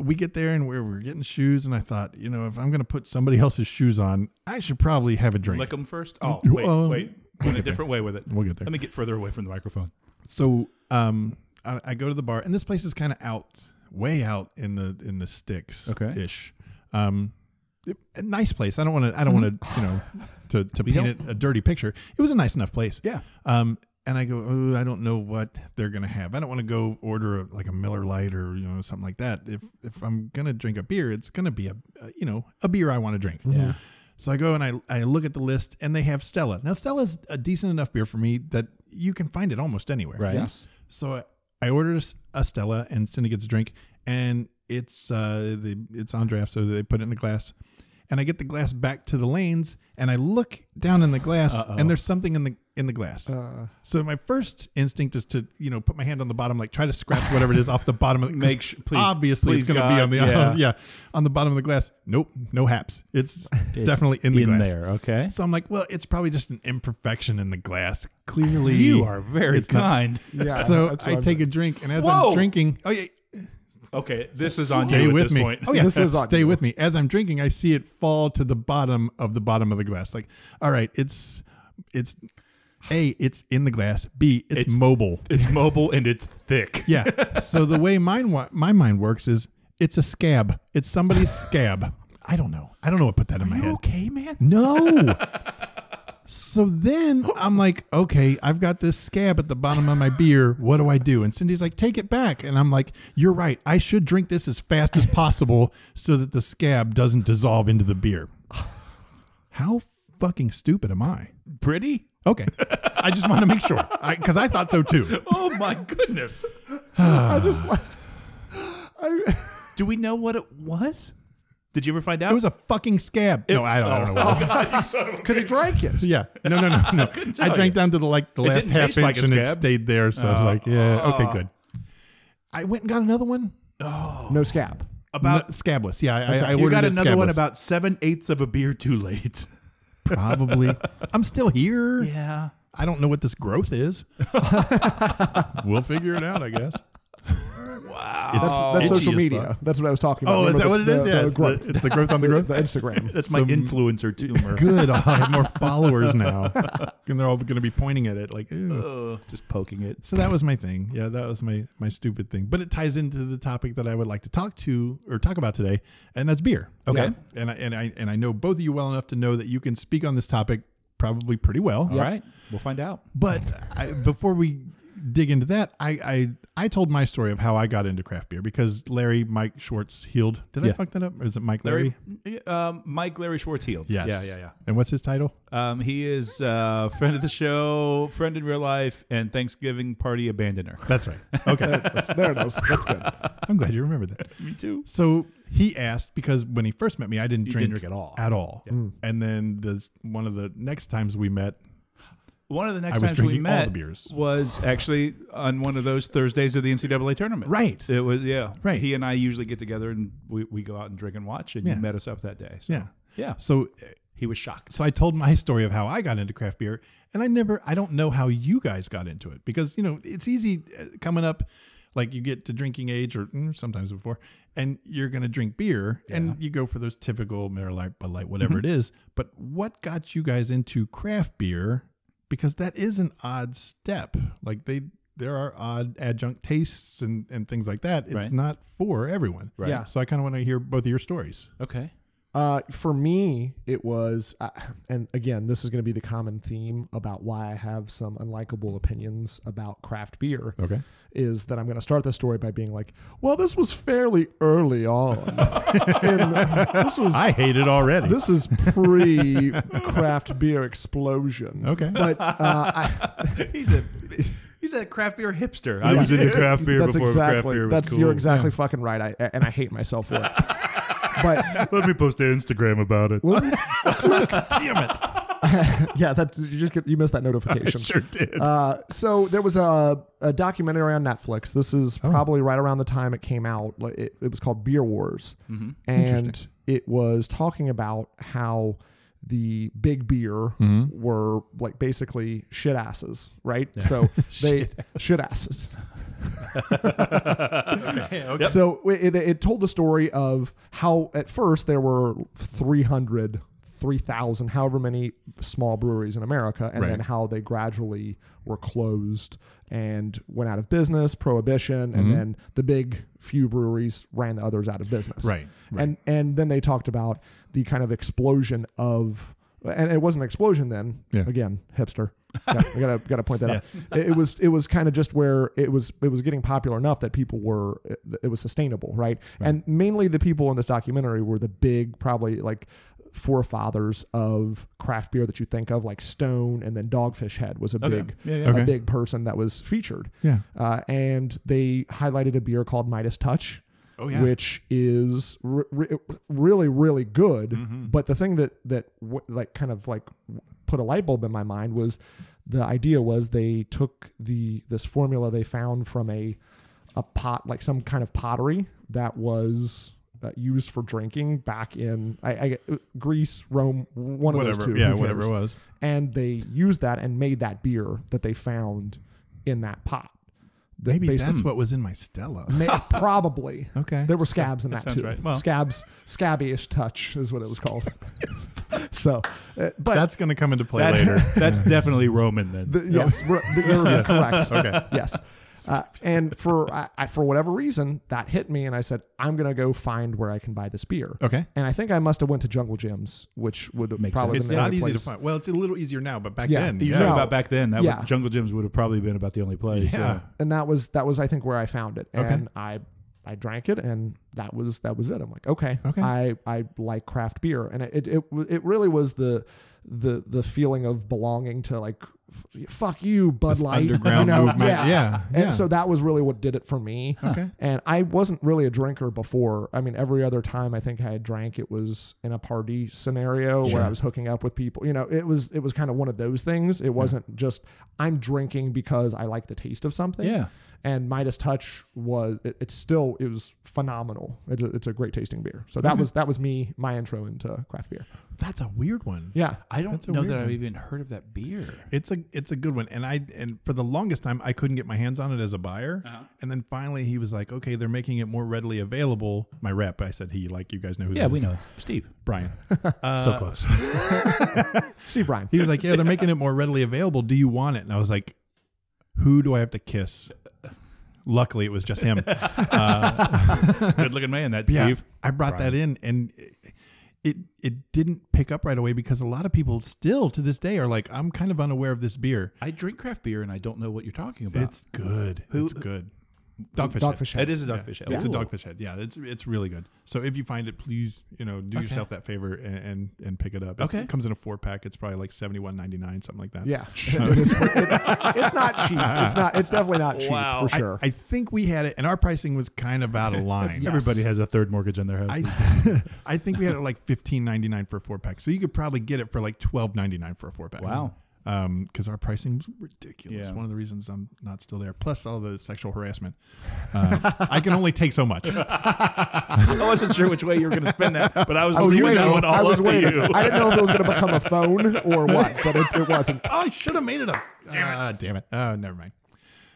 [SPEAKER 4] we get there and we're, we're getting shoes, and I thought, you know, if I'm gonna put somebody else's shoes on, I should probably have a drink.
[SPEAKER 1] Lick them first. Oh, wait,
[SPEAKER 4] Uh,
[SPEAKER 1] wait. Went a different way with it.
[SPEAKER 4] We'll get there.
[SPEAKER 1] Let me get further away from the microphone.
[SPEAKER 4] so um, I, I go to the bar, and this place is kind of out, way out in the in the sticks,
[SPEAKER 1] Okay.
[SPEAKER 4] ish. Um, it- a nice place. I don't want to. I don't want
[SPEAKER 1] Mm-hmm.
[SPEAKER 4] to. You know, to to paint it a dirty picture. It was a nice enough place.
[SPEAKER 1] Yeah.
[SPEAKER 4] Um, and I go, oh, I don't know what they're gonna have. I don't want to go order a, like a Miller Lite or you know something like that. If if I'm gonna drink a beer, it's gonna be a uh, you know a beer I want to drink. Yeah. So I go and I I look at the list and they have Stella. Now Stella's a decent enough beer for me that you can find it almost anywhere.
[SPEAKER 1] Right.
[SPEAKER 5] Yes.
[SPEAKER 4] So I, I ordered a s- a Stella and Cindy gets a drink and it's uh the it's on draft so they put it in a glass. And I get the glass back to the lanes and I look down in the glass and there's something in the in the glass.
[SPEAKER 1] Uh-uh.
[SPEAKER 4] so my first instinct is to, you know, put my hand on the bottom like try to scratch whatever it is off the bottom of 'cause
[SPEAKER 1] Make su- please-
[SPEAKER 4] obviously it's
[SPEAKER 1] please,
[SPEAKER 4] going to be
[SPEAKER 1] God,
[SPEAKER 4] on the
[SPEAKER 1] yeah.
[SPEAKER 4] yeah. on the bottom of the glass. Nope, no haps. It's, definitely in the
[SPEAKER 1] in
[SPEAKER 4] glass.
[SPEAKER 1] there, okay.
[SPEAKER 4] So I'm like, well, it's probably just an imperfection in the glass. Clearly
[SPEAKER 1] You are very
[SPEAKER 4] it's not-
[SPEAKER 1] kind.
[SPEAKER 5] Yeah.
[SPEAKER 4] so
[SPEAKER 5] that's what
[SPEAKER 4] I
[SPEAKER 5] I'm
[SPEAKER 4] take
[SPEAKER 5] doing.
[SPEAKER 4] a drink, and as
[SPEAKER 1] Whoa!
[SPEAKER 4] I'm drinking, oh yeah,
[SPEAKER 1] Okay, this is on
[SPEAKER 4] stay
[SPEAKER 1] you at
[SPEAKER 4] with
[SPEAKER 1] this
[SPEAKER 4] me.
[SPEAKER 1] point.
[SPEAKER 4] Oh yeah,
[SPEAKER 5] This is on
[SPEAKER 4] stay
[SPEAKER 5] you.
[SPEAKER 4] with me. As I'm drinking, I see it fall to the bottom of the bottom of the glass. Like, all right, it's it's a it's in the glass. B it's,
[SPEAKER 1] It's-
[SPEAKER 4] mobile.
[SPEAKER 1] It's mobile and it's thick.
[SPEAKER 4] Yeah. so the way mine wa- my mind works is it's a scab. It's somebody's scab. I don't know. I don't know what put that in my head.
[SPEAKER 1] Okay, man.
[SPEAKER 4] No. so then I'm like, okay, I've got this scab at the bottom of my beer. What do I do? And Cindy's like, take it back. And I'm like, you're right. I should drink this as fast as possible so that the scab doesn't dissolve into the beer. How fucking stupid am I?
[SPEAKER 1] Pretty?
[SPEAKER 4] Okay. I just want to make sure because I, thought so too.
[SPEAKER 1] Oh my goodness.
[SPEAKER 5] I just. I,
[SPEAKER 1] Do we know what it was? Did you ever find out?
[SPEAKER 4] It was a fucking scab. no, I don't, I don't know. What
[SPEAKER 5] because he drank it.
[SPEAKER 4] Yeah. No, no, no, no. I
[SPEAKER 1] tell
[SPEAKER 4] drank
[SPEAKER 1] you.
[SPEAKER 4] down to the like the last
[SPEAKER 1] didn't
[SPEAKER 4] half
[SPEAKER 1] taste
[SPEAKER 4] inch
[SPEAKER 1] like a
[SPEAKER 4] and it
[SPEAKER 1] scab.
[SPEAKER 4] stayed there. So I was like, yeah, okay, good. Oh. I went and got another one.
[SPEAKER 5] No scab.
[SPEAKER 4] About scabless. Yeah, I, I, I
[SPEAKER 1] you
[SPEAKER 4] ordered
[SPEAKER 1] got
[SPEAKER 4] it
[SPEAKER 1] another one
[SPEAKER 4] scabless.
[SPEAKER 1] about seven eighths of a beer too late.
[SPEAKER 4] probably. I'm still here.
[SPEAKER 1] Yeah.
[SPEAKER 4] I don't know what this growth is. we'll figure it out, I guess.
[SPEAKER 5] That's, that's
[SPEAKER 4] Oh. itchy
[SPEAKER 5] social
[SPEAKER 4] as
[SPEAKER 5] media. That's what I was talking about.
[SPEAKER 4] Oh, is that
[SPEAKER 5] Remember
[SPEAKER 4] what it is?
[SPEAKER 5] the-
[SPEAKER 4] Yeah,
[SPEAKER 5] the
[SPEAKER 4] it's
[SPEAKER 5] growth.
[SPEAKER 4] the, it's the growth on the growth.
[SPEAKER 5] The Instagram.
[SPEAKER 1] That's my influencer tumor.
[SPEAKER 4] Good. I have more followers now, and they're all going to be pointing at it like. Ew.
[SPEAKER 1] Just poking it.
[SPEAKER 4] So that was my thing. Yeah, that was my my stupid thing. But it ties into the topic that I would like to talk to or talk about today, and that's beer.
[SPEAKER 1] Okay.
[SPEAKER 4] Yeah. And I and I and I know both of you well enough to know that you can speak on this topic probably pretty well.
[SPEAKER 1] All right. We'll find out.
[SPEAKER 4] But I, before we dig into that, I, I I told my story of how I got into craft beer because Larry Mike Schwartz healed. Did I
[SPEAKER 1] Yeah.
[SPEAKER 4] fuck that up? Or is it Mike Larry?
[SPEAKER 1] Larry, um, Mike Larry Schwartzheil.
[SPEAKER 4] Yes.
[SPEAKER 1] Yeah, yeah,
[SPEAKER 4] And what's his title?
[SPEAKER 1] yeah. Um, he is uh, friend of the show, friend in real life, and Thanksgiving party abandoner.
[SPEAKER 4] That's right. Okay.
[SPEAKER 5] There it is. That's good.
[SPEAKER 4] I'm glad you remember that.
[SPEAKER 1] Me too.
[SPEAKER 4] So he asked because when he first met me, I didn't, drink,
[SPEAKER 1] didn't drink at all. Mm.
[SPEAKER 4] at all. And then this one of the next times we met,
[SPEAKER 1] One of the next
[SPEAKER 4] I was
[SPEAKER 1] times we
[SPEAKER 4] drinking all
[SPEAKER 1] met
[SPEAKER 4] the beers.
[SPEAKER 1] was actually on one of those Thursdays of the NCAA tournament.
[SPEAKER 4] Right.
[SPEAKER 1] It was yeah.
[SPEAKER 4] Right.
[SPEAKER 1] He and I usually get together and we, we go out and drink and watch, and you
[SPEAKER 4] Yeah.
[SPEAKER 1] met us up that day. So,
[SPEAKER 4] yeah,
[SPEAKER 1] Yeah.
[SPEAKER 4] So,
[SPEAKER 1] He was shocked.
[SPEAKER 4] so I told my story of how I got into craft beer, and I never, I don't know how you guys got into it because you know it's easy uh, coming up, like you get to drinking age or mm, sometimes before, and you're gonna drink beer and you go for those typical Miller Lite, Bud Light, whatever it is. But what got you guys into craft beer? because that is an odd step. Like they there are odd adjunct tastes and, and things like that. It's
[SPEAKER 1] Right.
[SPEAKER 4] not for everyone. Right.
[SPEAKER 5] Yeah.
[SPEAKER 4] So I kind of want to hear both of your stories.
[SPEAKER 1] Okay.
[SPEAKER 5] Uh, for me, it was, uh, and again, this is going to be the common theme about why I have some unlikable opinions about craft beer.
[SPEAKER 4] Okay.
[SPEAKER 5] Is that I'm going to start the story by being like, well, this was fairly early on. and this was,
[SPEAKER 4] I hate it already.
[SPEAKER 5] this is pre craft beer explosion.
[SPEAKER 4] Okay.
[SPEAKER 5] But uh, I,
[SPEAKER 1] He's a he's a craft beer hipster. I was in the craft beer
[SPEAKER 5] that's
[SPEAKER 1] before
[SPEAKER 5] exactly,
[SPEAKER 1] craft beer was
[SPEAKER 5] that's,
[SPEAKER 1] cool.
[SPEAKER 5] You're exactly fucking right. I, and I hate myself for it. but
[SPEAKER 1] Let me post an Instagram about it. Damn it!
[SPEAKER 5] yeah, that you just get, you missed that notification.
[SPEAKER 1] Sure did.
[SPEAKER 5] Uh, so there was a, a documentary on Netflix. This is probably right around the time it came out. Like, It, it was called Beer Wars, and it was talking about how the big beer were like basically shit asses, right? So they shit asses. So it, it, it told the story of how at first there were 300, 3,000, however many small breweries in America, and then how they gradually were closed and went out of business, prohibition, and then the big few breweries ran the others out of business.
[SPEAKER 4] Right, right.
[SPEAKER 5] And and then they talked about the kind of explosion of and it wasn't an explosion then.
[SPEAKER 4] Yeah.
[SPEAKER 5] Again, hipster. Yeah, I gotta gotta point that out. It, it was it was kind of just where it was it was getting popular enough that people were it, it was sustainable, right? And mainly the people in this documentary were the big probably like forefathers of craft beer that you think of, like Stone and then Dogfish Head was a big
[SPEAKER 4] Okay.
[SPEAKER 5] a big person that was featured.
[SPEAKER 4] Yeah.
[SPEAKER 5] uh, and they highlighted a beer called Midas Touch.
[SPEAKER 4] Oh, yeah.
[SPEAKER 5] which is re- re- really really good.
[SPEAKER 4] Mm-hmm.
[SPEAKER 5] But the thing that that w- like kind of like w- put a light bulb in my mind was the idea was they took the this formula they found from a a pot like some kind of pottery that was. Uh, used for drinking back in I, I uh, Greece, Rome, one of those
[SPEAKER 4] whatever.
[SPEAKER 5] two.
[SPEAKER 4] Yeah,
[SPEAKER 5] who
[SPEAKER 4] whatever it
[SPEAKER 5] cares?
[SPEAKER 4] was.
[SPEAKER 5] and they used that and made that beer that they found in that pot. That
[SPEAKER 4] Maybe
[SPEAKER 5] based-
[SPEAKER 4] that's what was in my Stella.
[SPEAKER 5] Ma- probably
[SPEAKER 4] Okay.
[SPEAKER 5] There were scabs in that,
[SPEAKER 1] sounds
[SPEAKER 5] too.
[SPEAKER 1] right. Well-
[SPEAKER 5] Scabs, scabby-ish touch is what it was called. so, uh, but
[SPEAKER 4] that's going to come into play
[SPEAKER 1] That-
[SPEAKER 4] later.
[SPEAKER 1] That's definitely Roman then.
[SPEAKER 5] the, yes, we're- the- you're correct. Okay. Yes. Uh, and for I, I, for whatever reason, that hit me, and I said, "I'm gonna go find where I can buy this beer."
[SPEAKER 4] Okay.
[SPEAKER 5] And I think I must have went to Jungle Gyms, which would probably
[SPEAKER 4] It's
[SPEAKER 5] been the
[SPEAKER 4] not
[SPEAKER 5] only
[SPEAKER 4] easy to
[SPEAKER 5] place.
[SPEAKER 4] find. Well, it's a little easier now, but back
[SPEAKER 5] Yeah.
[SPEAKER 4] then,
[SPEAKER 5] You
[SPEAKER 4] yeah.
[SPEAKER 5] know,
[SPEAKER 1] about back then, that
[SPEAKER 5] Yeah.
[SPEAKER 1] would, Jungle Gyms would have probably been about the only place.
[SPEAKER 4] yeah.
[SPEAKER 5] and that was that was I think where I found it, and I I drank it, and that was that was it. I'm like, okay,
[SPEAKER 4] Okay.
[SPEAKER 5] I I like craft beer, and it it it, it really was the the the feeling of belonging to like f- fuck you Bud Light
[SPEAKER 4] underground
[SPEAKER 5] you know?
[SPEAKER 4] movement.
[SPEAKER 5] yeah
[SPEAKER 4] Yeah, yeah.
[SPEAKER 5] and so that was really what did it for me okay and I wasn't really a drinker before I mean every other time I think I had drank it was in a party scenario where I was hooking up with people you know it was it was kind of one of those things it wasn't just I'm drinking because I like the taste of something
[SPEAKER 1] Yeah.
[SPEAKER 5] and Midas Touch was it, it's still it was phenomenal. It's a, it's a great tasting beer. So that was that was me my intro into craft beer.
[SPEAKER 4] That's a weird one.
[SPEAKER 5] Yeah,
[SPEAKER 1] I don't
[SPEAKER 4] That's a
[SPEAKER 1] know
[SPEAKER 4] weird
[SPEAKER 1] that I've
[SPEAKER 4] one.
[SPEAKER 1] even heard of that beer.
[SPEAKER 4] It's a it's a good one, and I and for the longest time I couldn't get my hands on it as a buyer, and then finally he was like, "Okay, they're making it more readily available." My rep, I said, "He like you guys know who?"
[SPEAKER 1] Yeah,
[SPEAKER 4] this
[SPEAKER 1] we
[SPEAKER 4] is.
[SPEAKER 1] know. Steve.
[SPEAKER 4] Brian.
[SPEAKER 1] so close.
[SPEAKER 5] Steve Bryan.
[SPEAKER 4] He was like, "Yeah, they're making it more readily available. Do you want it?" And I was like, "Who do I have to kiss?" Luckily, it was just him.
[SPEAKER 1] Good looking man, that
[SPEAKER 4] Yeah,
[SPEAKER 1] Steve.
[SPEAKER 4] I brought that in, and it it didn't pick up right away because a lot of people still to this day are like, "I'm kind of unaware of this beer.
[SPEAKER 1] I drink craft beer and I don't know what you're talking about.
[SPEAKER 4] It's good. it's good." Dogfish. Head.
[SPEAKER 5] Dogfish Head.
[SPEAKER 1] it is a dogfish. ale.
[SPEAKER 4] It's a
[SPEAKER 1] Ooh.
[SPEAKER 4] dogfish head. Yeah, it's it's really good. So if you find it, please you know do yourself that favor and and, and pick it up. It's-
[SPEAKER 1] Okay.
[SPEAKER 4] it comes in a four pack. It's probably like seventy one ninety nine, something like that.
[SPEAKER 5] Yeah, It is- it- it's not cheap. It's not. It's definitely not cheap for
[SPEAKER 4] I-
[SPEAKER 5] sure.
[SPEAKER 4] I, think we had it, and our pricing was kind of out of line.
[SPEAKER 1] Everybody has a third mortgage on their house.
[SPEAKER 4] I, I think we had it like fifteen ninety nine for a four pack. So you could probably get it for like twelve ninety nine for a four pack.
[SPEAKER 1] Wow.
[SPEAKER 4] Um, because our pricing was ridiculous.
[SPEAKER 1] Yeah.
[SPEAKER 4] One of the reasons I'm not still there. Plus all the sexual harassment. Uh, I can only take so much.
[SPEAKER 1] I wasn't sure which way you were going to spend that, but I was
[SPEAKER 5] I was
[SPEAKER 1] leaving
[SPEAKER 5] waiting.
[SPEAKER 1] that one all
[SPEAKER 5] Oh, I was
[SPEAKER 1] up to
[SPEAKER 5] waiting.
[SPEAKER 1] you.
[SPEAKER 5] I didn't know if it was going to become a phone or what, but it, it wasn't.
[SPEAKER 4] Oh, I should have made it up. Damn it. damn it. Oh, never mind.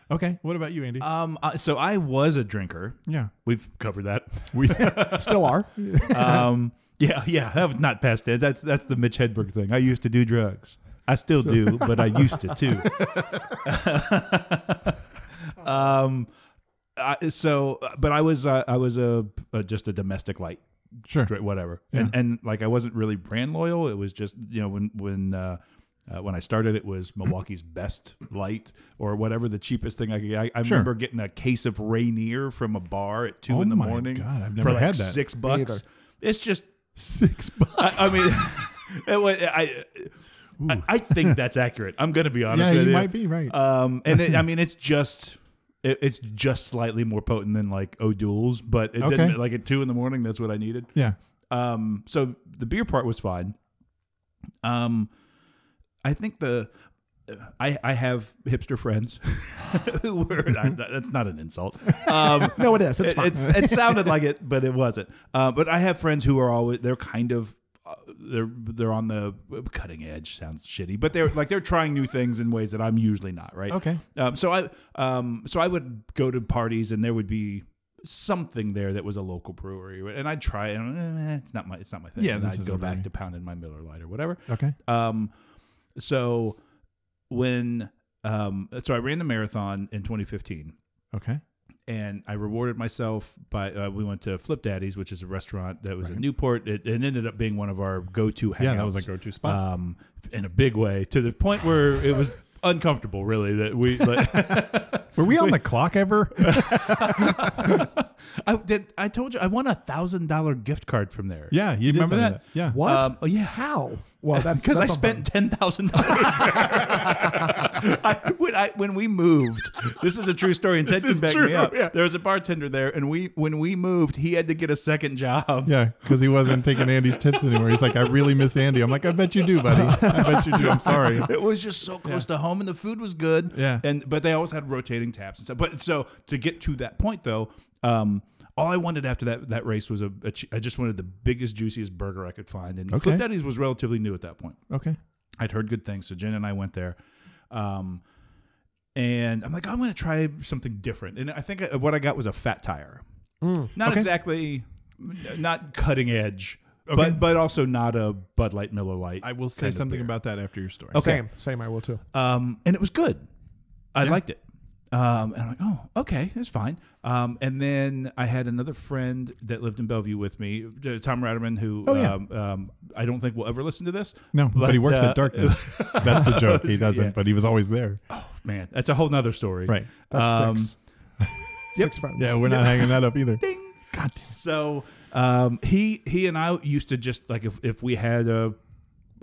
[SPEAKER 4] Okay. What about you, Andy?
[SPEAKER 1] Um, uh, so I was a drinker.
[SPEAKER 4] Yeah.
[SPEAKER 1] we've covered that. We,
[SPEAKER 5] Still are.
[SPEAKER 1] um, yeah, yeah, that was not past tense. That's that's the Mitch Hedberg thing. I used to do drugs. I still do, but I used to too. um, I, so, but I was uh, I was a, a just a domestic light
[SPEAKER 4] Sure.
[SPEAKER 1] dra- whatever. And and like I wasn't really brand loyal. It was just you know when when uh, uh, when I started, it was Milwaukee's best light or whatever the cheapest thing I could. get. I, I remember getting a case of Rainier from a bar at two
[SPEAKER 4] Oh
[SPEAKER 1] in the
[SPEAKER 4] my
[SPEAKER 1] morning
[SPEAKER 4] God, I've
[SPEAKER 1] for
[SPEAKER 4] never
[SPEAKER 1] like
[SPEAKER 4] had that.
[SPEAKER 1] six bucks. It's just
[SPEAKER 4] Six bucks.
[SPEAKER 1] I, I mean, it was, I, I I think that's accurate. I'm going to be honest
[SPEAKER 4] Yeah,
[SPEAKER 1] with
[SPEAKER 4] you
[SPEAKER 1] you.
[SPEAKER 4] might be right.
[SPEAKER 1] Um, and it, I mean, it's just it, it's just slightly more potent than like O'Doul's, but it
[SPEAKER 4] Okay.
[SPEAKER 1] didn't like at two in the morning. That's what I needed.
[SPEAKER 4] Yeah.
[SPEAKER 1] Um, so the beer part was fine. Um, I think the I I have hipster friends who were not, that's not an insult. Um,
[SPEAKER 5] No, Oh, it is. It's fine.
[SPEAKER 1] it, it, it sounded like it, but it wasn't. Uh, but I have friends who are always they're kind of uh, they're they're on the cutting edge. Sounds shitty, but they're like they're trying new things in ways that I'm usually not. Right.
[SPEAKER 4] Okay.
[SPEAKER 1] Um, so I um, so I would go to parties and there would be something there that was a local brewery, and I'd try it. And, eh, it's not my it's not my thing.
[SPEAKER 4] Yeah,
[SPEAKER 1] and
[SPEAKER 4] this
[SPEAKER 1] I'd
[SPEAKER 4] isn't
[SPEAKER 1] go back
[SPEAKER 4] really-
[SPEAKER 1] to pounding my Miller Lite or whatever.
[SPEAKER 4] Okay.
[SPEAKER 1] Um, so when um, so I ran the marathon in 2015
[SPEAKER 4] Okay.
[SPEAKER 1] and I rewarded myself by uh, we went to Flip Daddy's, which is a restaurant that was in Newport. It, it ended up being one of our go-to hangouts.
[SPEAKER 4] Yeah, that was our go-to spot.
[SPEAKER 1] um, in a big way to the point where it was uncomfortable. Really, that we like,
[SPEAKER 4] Were we on the clock ever?
[SPEAKER 1] I did. I told you I won a thousand dollar gift card from there.
[SPEAKER 4] Yeah, you did
[SPEAKER 1] remember
[SPEAKER 4] tell me
[SPEAKER 1] that?
[SPEAKER 4] that. Yeah.
[SPEAKER 5] What?
[SPEAKER 1] Um, oh, yeah.
[SPEAKER 5] How? Well, that's
[SPEAKER 1] Because I
[SPEAKER 5] that's
[SPEAKER 1] spent ten thousand dollars I, when I when we moved. This is a true story, and Ted can back me
[SPEAKER 4] true,
[SPEAKER 1] up.
[SPEAKER 4] yeah.
[SPEAKER 1] There was a bartender there, and we when we moved, he had to get a second job.
[SPEAKER 4] Yeah, because he wasn't taking Andy's tips anymore. He's like, I really miss Andy. I'm like, I bet you do, buddy. I bet you do. I'm sorry.
[SPEAKER 1] It was just so close to home, and the food was good.
[SPEAKER 4] Yeah.
[SPEAKER 1] and but they always had rotating taps and stuff. But so to get to that point, though, um, all I wanted after that that race was a, a ch- I just wanted the biggest, juiciest burger I could find, and Flip Daddy's was relatively new at that point.
[SPEAKER 4] Okay.
[SPEAKER 1] I'd heard good things, so Jen and I went there. Um, and I'm like, I'm going to try something different. And I think I, what I got was a fat tire,
[SPEAKER 4] Mm.
[SPEAKER 1] not exactly, not cutting edge, but but also not a Bud Light Miller Light.
[SPEAKER 4] I will say
[SPEAKER 1] kind of
[SPEAKER 4] something
[SPEAKER 1] beer.
[SPEAKER 4] about that after your story.
[SPEAKER 1] Okay.
[SPEAKER 5] Same. Same. I will too.
[SPEAKER 1] Um, and it was good. I liked it. Um, and I'm like, oh, okay, that's fine. Um, and then I had another friend that lived in Bellevue with me, uh, Tom Ratterman, who
[SPEAKER 4] Oh, yeah.
[SPEAKER 1] um, um, I don't think will ever listen to this.
[SPEAKER 4] No, but, he works
[SPEAKER 1] uh,
[SPEAKER 4] at darkness. That's the joke. He doesn't,
[SPEAKER 1] Yeah.
[SPEAKER 4] but he was always there.
[SPEAKER 1] Man, that's a whole nother story.
[SPEAKER 4] Right.
[SPEAKER 5] That's
[SPEAKER 1] Um,
[SPEAKER 5] six. Six friends.
[SPEAKER 4] Yeah, we're not hanging that up either.
[SPEAKER 1] So um, he he and I used to just like if, if we had a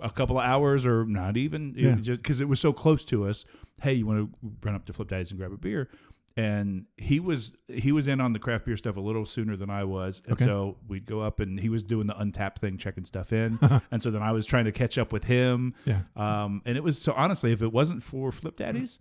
[SPEAKER 1] a couple of hours or not even
[SPEAKER 4] Yeah.
[SPEAKER 1] just because it was so close to us. Hey, you want to run up to Flip Daddy's and grab a beer? And he was he was in on the craft beer stuff a little sooner than I was, and so we'd go up and he was doing the untapped thing, checking stuff in, and so then I was trying to catch up with him.
[SPEAKER 4] Yeah.
[SPEAKER 1] Um, and it was so honestly, if it wasn't for Flip Daddy's,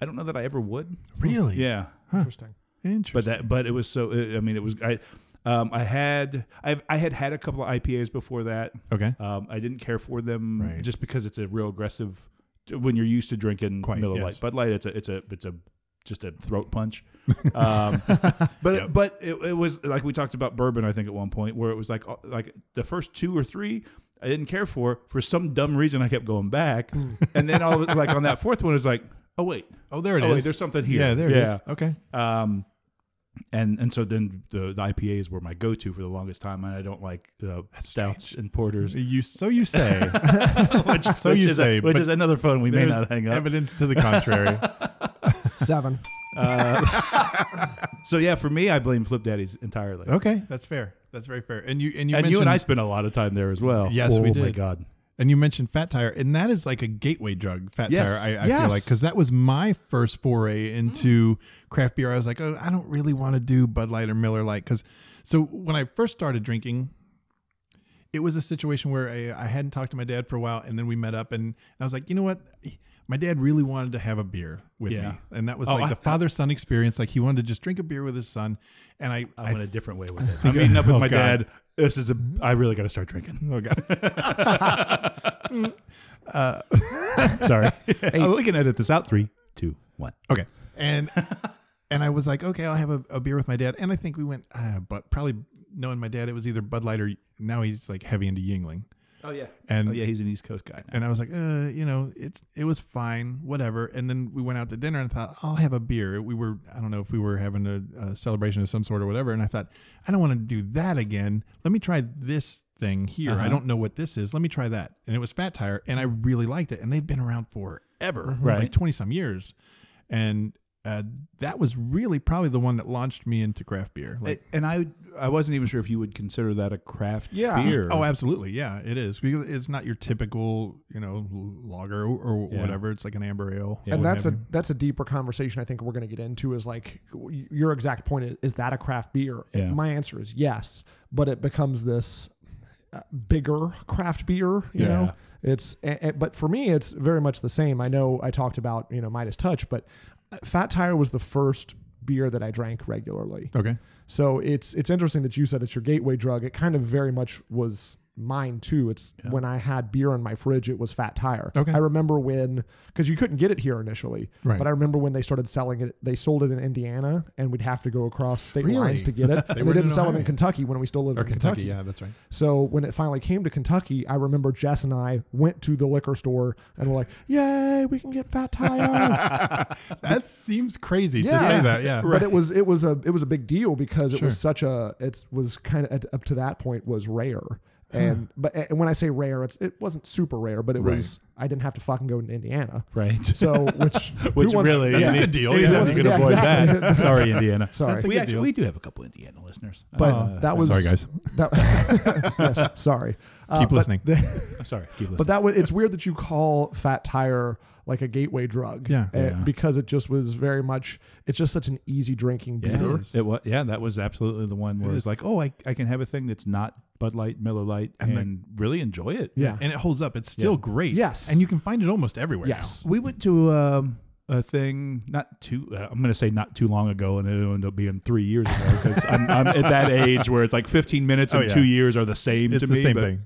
[SPEAKER 1] I don't know that I ever would.
[SPEAKER 4] Really?
[SPEAKER 1] Yeah.
[SPEAKER 5] Interesting.
[SPEAKER 4] Interesting.
[SPEAKER 1] But that, but it was so. I mean, it was. I, um, I had, I've, I had had a couple of IPAs before that.
[SPEAKER 4] Okay.
[SPEAKER 1] Um, I didn't care for them
[SPEAKER 4] Right.
[SPEAKER 1] just because it's a real aggressive. When you're used to drinking
[SPEAKER 4] Quite,
[SPEAKER 1] Miller
[SPEAKER 4] yes.
[SPEAKER 1] Lite, Bud Light, it's a, it's a, it's a, just a throat punch. Um, but but it, it was like we talked about bourbon. I think at one point where it was like uh, like the first two or three. I didn't care for for some dumb reason. I kept going back,
[SPEAKER 4] Hmm.
[SPEAKER 1] and then all like on that fourth one, it was like, oh wait,
[SPEAKER 4] oh, there it is.
[SPEAKER 1] Oh, wait, there's something here.
[SPEAKER 4] Yeah, there it
[SPEAKER 1] Yeah.
[SPEAKER 4] is. Okay.
[SPEAKER 1] um, and and so then the, the IPAs were my go to for the longest time, and I don't like uh, stouts and porters,
[SPEAKER 4] You so you say.
[SPEAKER 1] which,
[SPEAKER 4] So
[SPEAKER 1] which
[SPEAKER 4] you
[SPEAKER 1] is
[SPEAKER 4] say,
[SPEAKER 1] a, which
[SPEAKER 4] but
[SPEAKER 1] is another phone we may
[SPEAKER 4] There's
[SPEAKER 1] not hang up.
[SPEAKER 4] Evidence to the contrary.
[SPEAKER 5] Seven.
[SPEAKER 1] So yeah, for me, I blame Flip Daddies entirely,
[SPEAKER 4] okay, that's fair. That's very fair. And you and you
[SPEAKER 1] and
[SPEAKER 4] mentioned
[SPEAKER 1] you and I spent a lot of time there as well.
[SPEAKER 4] Yes,
[SPEAKER 1] oh,
[SPEAKER 4] we
[SPEAKER 1] my
[SPEAKER 4] did.
[SPEAKER 1] god,
[SPEAKER 4] And you mentioned Fat Tire, and that is like a gateway drug. Fat
[SPEAKER 1] Yes.
[SPEAKER 4] Tire, I, I
[SPEAKER 1] Yes.
[SPEAKER 4] feel like, because that was my first foray into craft beer. I was like, oh, I don't really want to do Bud Light or Miller Lite, because so when I first started drinking, it was a situation where I, I hadn't talked to my dad for a while, and then we met up, and I was like, you know what, my dad really wanted to have a beer with
[SPEAKER 1] Yeah.
[SPEAKER 4] me, and that was
[SPEAKER 1] Oh,
[SPEAKER 4] like
[SPEAKER 1] I-
[SPEAKER 4] the father son experience. Like he wanted to just drink a beer with his son, and I,
[SPEAKER 1] I went a different way with it. I'm meeting up with
[SPEAKER 4] Oh,
[SPEAKER 1] my
[SPEAKER 4] God.
[SPEAKER 1] dad. This is a. I really got to start drinking.
[SPEAKER 4] oh god,
[SPEAKER 1] Sorry, Oh, we can edit this out. Three, two, one.
[SPEAKER 4] Okay. And and I was like, okay, I'll have a, a beer with my dad. And I think we went, uh, but probably knowing my dad, it was either Bud Light or now he's like heavy into Yingling.
[SPEAKER 1] Oh yeah.
[SPEAKER 4] And
[SPEAKER 1] oh yeah, he's an East Coast guy. Now.
[SPEAKER 4] and I was like, uh, you know, it's it was fine, whatever. And then we went out to dinner and I thought, I'll have a beer. We were, I don't know if we were having a, a celebration of some sort or whatever. And I thought, I don't want to do that again. Let me try this thing here. I don't know what this is. Let me try that. And it was Fat Tire, and I really liked it. And they've been around forever,
[SPEAKER 1] Right.
[SPEAKER 4] like twenty some years, and. Uh, that was really probably the one that launched me into craft beer. Like,
[SPEAKER 1] And I I wasn't even sure if you would consider that a craft
[SPEAKER 5] Yeah.
[SPEAKER 1] beer.
[SPEAKER 4] Oh, absolutely. Yeah, it is. Because it's not your typical, you know, lager or whatever. It's like an amber ale.
[SPEAKER 5] and that's a that's a deeper conversation I think we're going to get into is like y- your exact point is, is that a craft beer?
[SPEAKER 1] Yeah.
[SPEAKER 5] My answer is yes, but it becomes this uh, bigger craft beer, you know. It's a- a- but for me it's very much the same. I know I talked about, you know, Midas Touch, but uh, Fat Tire was the first beer that I drank regularly.
[SPEAKER 4] Okay.
[SPEAKER 5] So it's it's interesting that you said it's your gateway drug. It kind of very much was mine too. It's when I had beer in my fridge, it was Fat Tire.
[SPEAKER 4] Okay.
[SPEAKER 5] I remember when because you couldn't get it here initially,
[SPEAKER 4] Right.
[SPEAKER 5] but I remember when they started selling it. They sold it in Indiana, and we'd have to go across state
[SPEAKER 4] Really?
[SPEAKER 5] lines to get it. they and they
[SPEAKER 4] weren't
[SPEAKER 5] didn't
[SPEAKER 4] in
[SPEAKER 5] sell it in
[SPEAKER 4] Ohio.
[SPEAKER 5] Kentucky when we still lived
[SPEAKER 4] Or
[SPEAKER 5] in
[SPEAKER 4] Kentucky.
[SPEAKER 5] Kentucky.
[SPEAKER 4] Yeah, that's right.
[SPEAKER 5] So when it finally came to Kentucky, I remember Jess and I went to the liquor store and were like, "Yay, we can get Fat Tire!"
[SPEAKER 4] That seems crazy
[SPEAKER 5] Yeah.
[SPEAKER 4] to say that. Yeah.
[SPEAKER 5] but it was it was a it was a big deal because it was such a it was kind of up to that point was rare and but and when I say rare it's it wasn't super rare but it was I didn't have to fucking go to Indiana
[SPEAKER 1] Right.
[SPEAKER 5] so which who
[SPEAKER 1] Which
[SPEAKER 5] wants-
[SPEAKER 1] really
[SPEAKER 4] That's a
[SPEAKER 1] yeah.
[SPEAKER 4] good deal.
[SPEAKER 1] Anytime
[SPEAKER 4] Yeah.
[SPEAKER 1] you can
[SPEAKER 5] Yeah,
[SPEAKER 1] avoid
[SPEAKER 5] exactly.
[SPEAKER 1] that. Sorry, Indiana.
[SPEAKER 5] sorry
[SPEAKER 1] we actually we do have a couple Indiana listeners.
[SPEAKER 5] but
[SPEAKER 1] Uh,
[SPEAKER 5] that was
[SPEAKER 4] sorry, guys.
[SPEAKER 5] that, yes, sorry Uh,
[SPEAKER 4] Keep
[SPEAKER 5] but-
[SPEAKER 4] listening.
[SPEAKER 1] I'm sorry. Keep listening.
[SPEAKER 5] but that was it's weird that you call fat tire like a gateway drug
[SPEAKER 4] Yeah.
[SPEAKER 5] uh, because it just was very much it's just such an easy drinking beer
[SPEAKER 1] Yeah, it was. Yeah, that was absolutely the one where it's like, oh, I, I can have a thing that's not Bud Light, Miller Light, and, really enjoy it.
[SPEAKER 5] Yeah.
[SPEAKER 4] And it holds up. It's still great.
[SPEAKER 5] Yes.
[SPEAKER 4] And you can find it almost everywhere.
[SPEAKER 5] yes
[SPEAKER 1] We went to um, a thing not too, uh, I'm going to say not too long ago, and it'll end up being three years ago because I'm, I'm at that age where it's like 15 minutes and
[SPEAKER 4] Oh, yeah.
[SPEAKER 1] two years are the same
[SPEAKER 4] Now. It's
[SPEAKER 1] to
[SPEAKER 4] the
[SPEAKER 1] me.
[SPEAKER 4] same
[SPEAKER 1] but,
[SPEAKER 4] thing.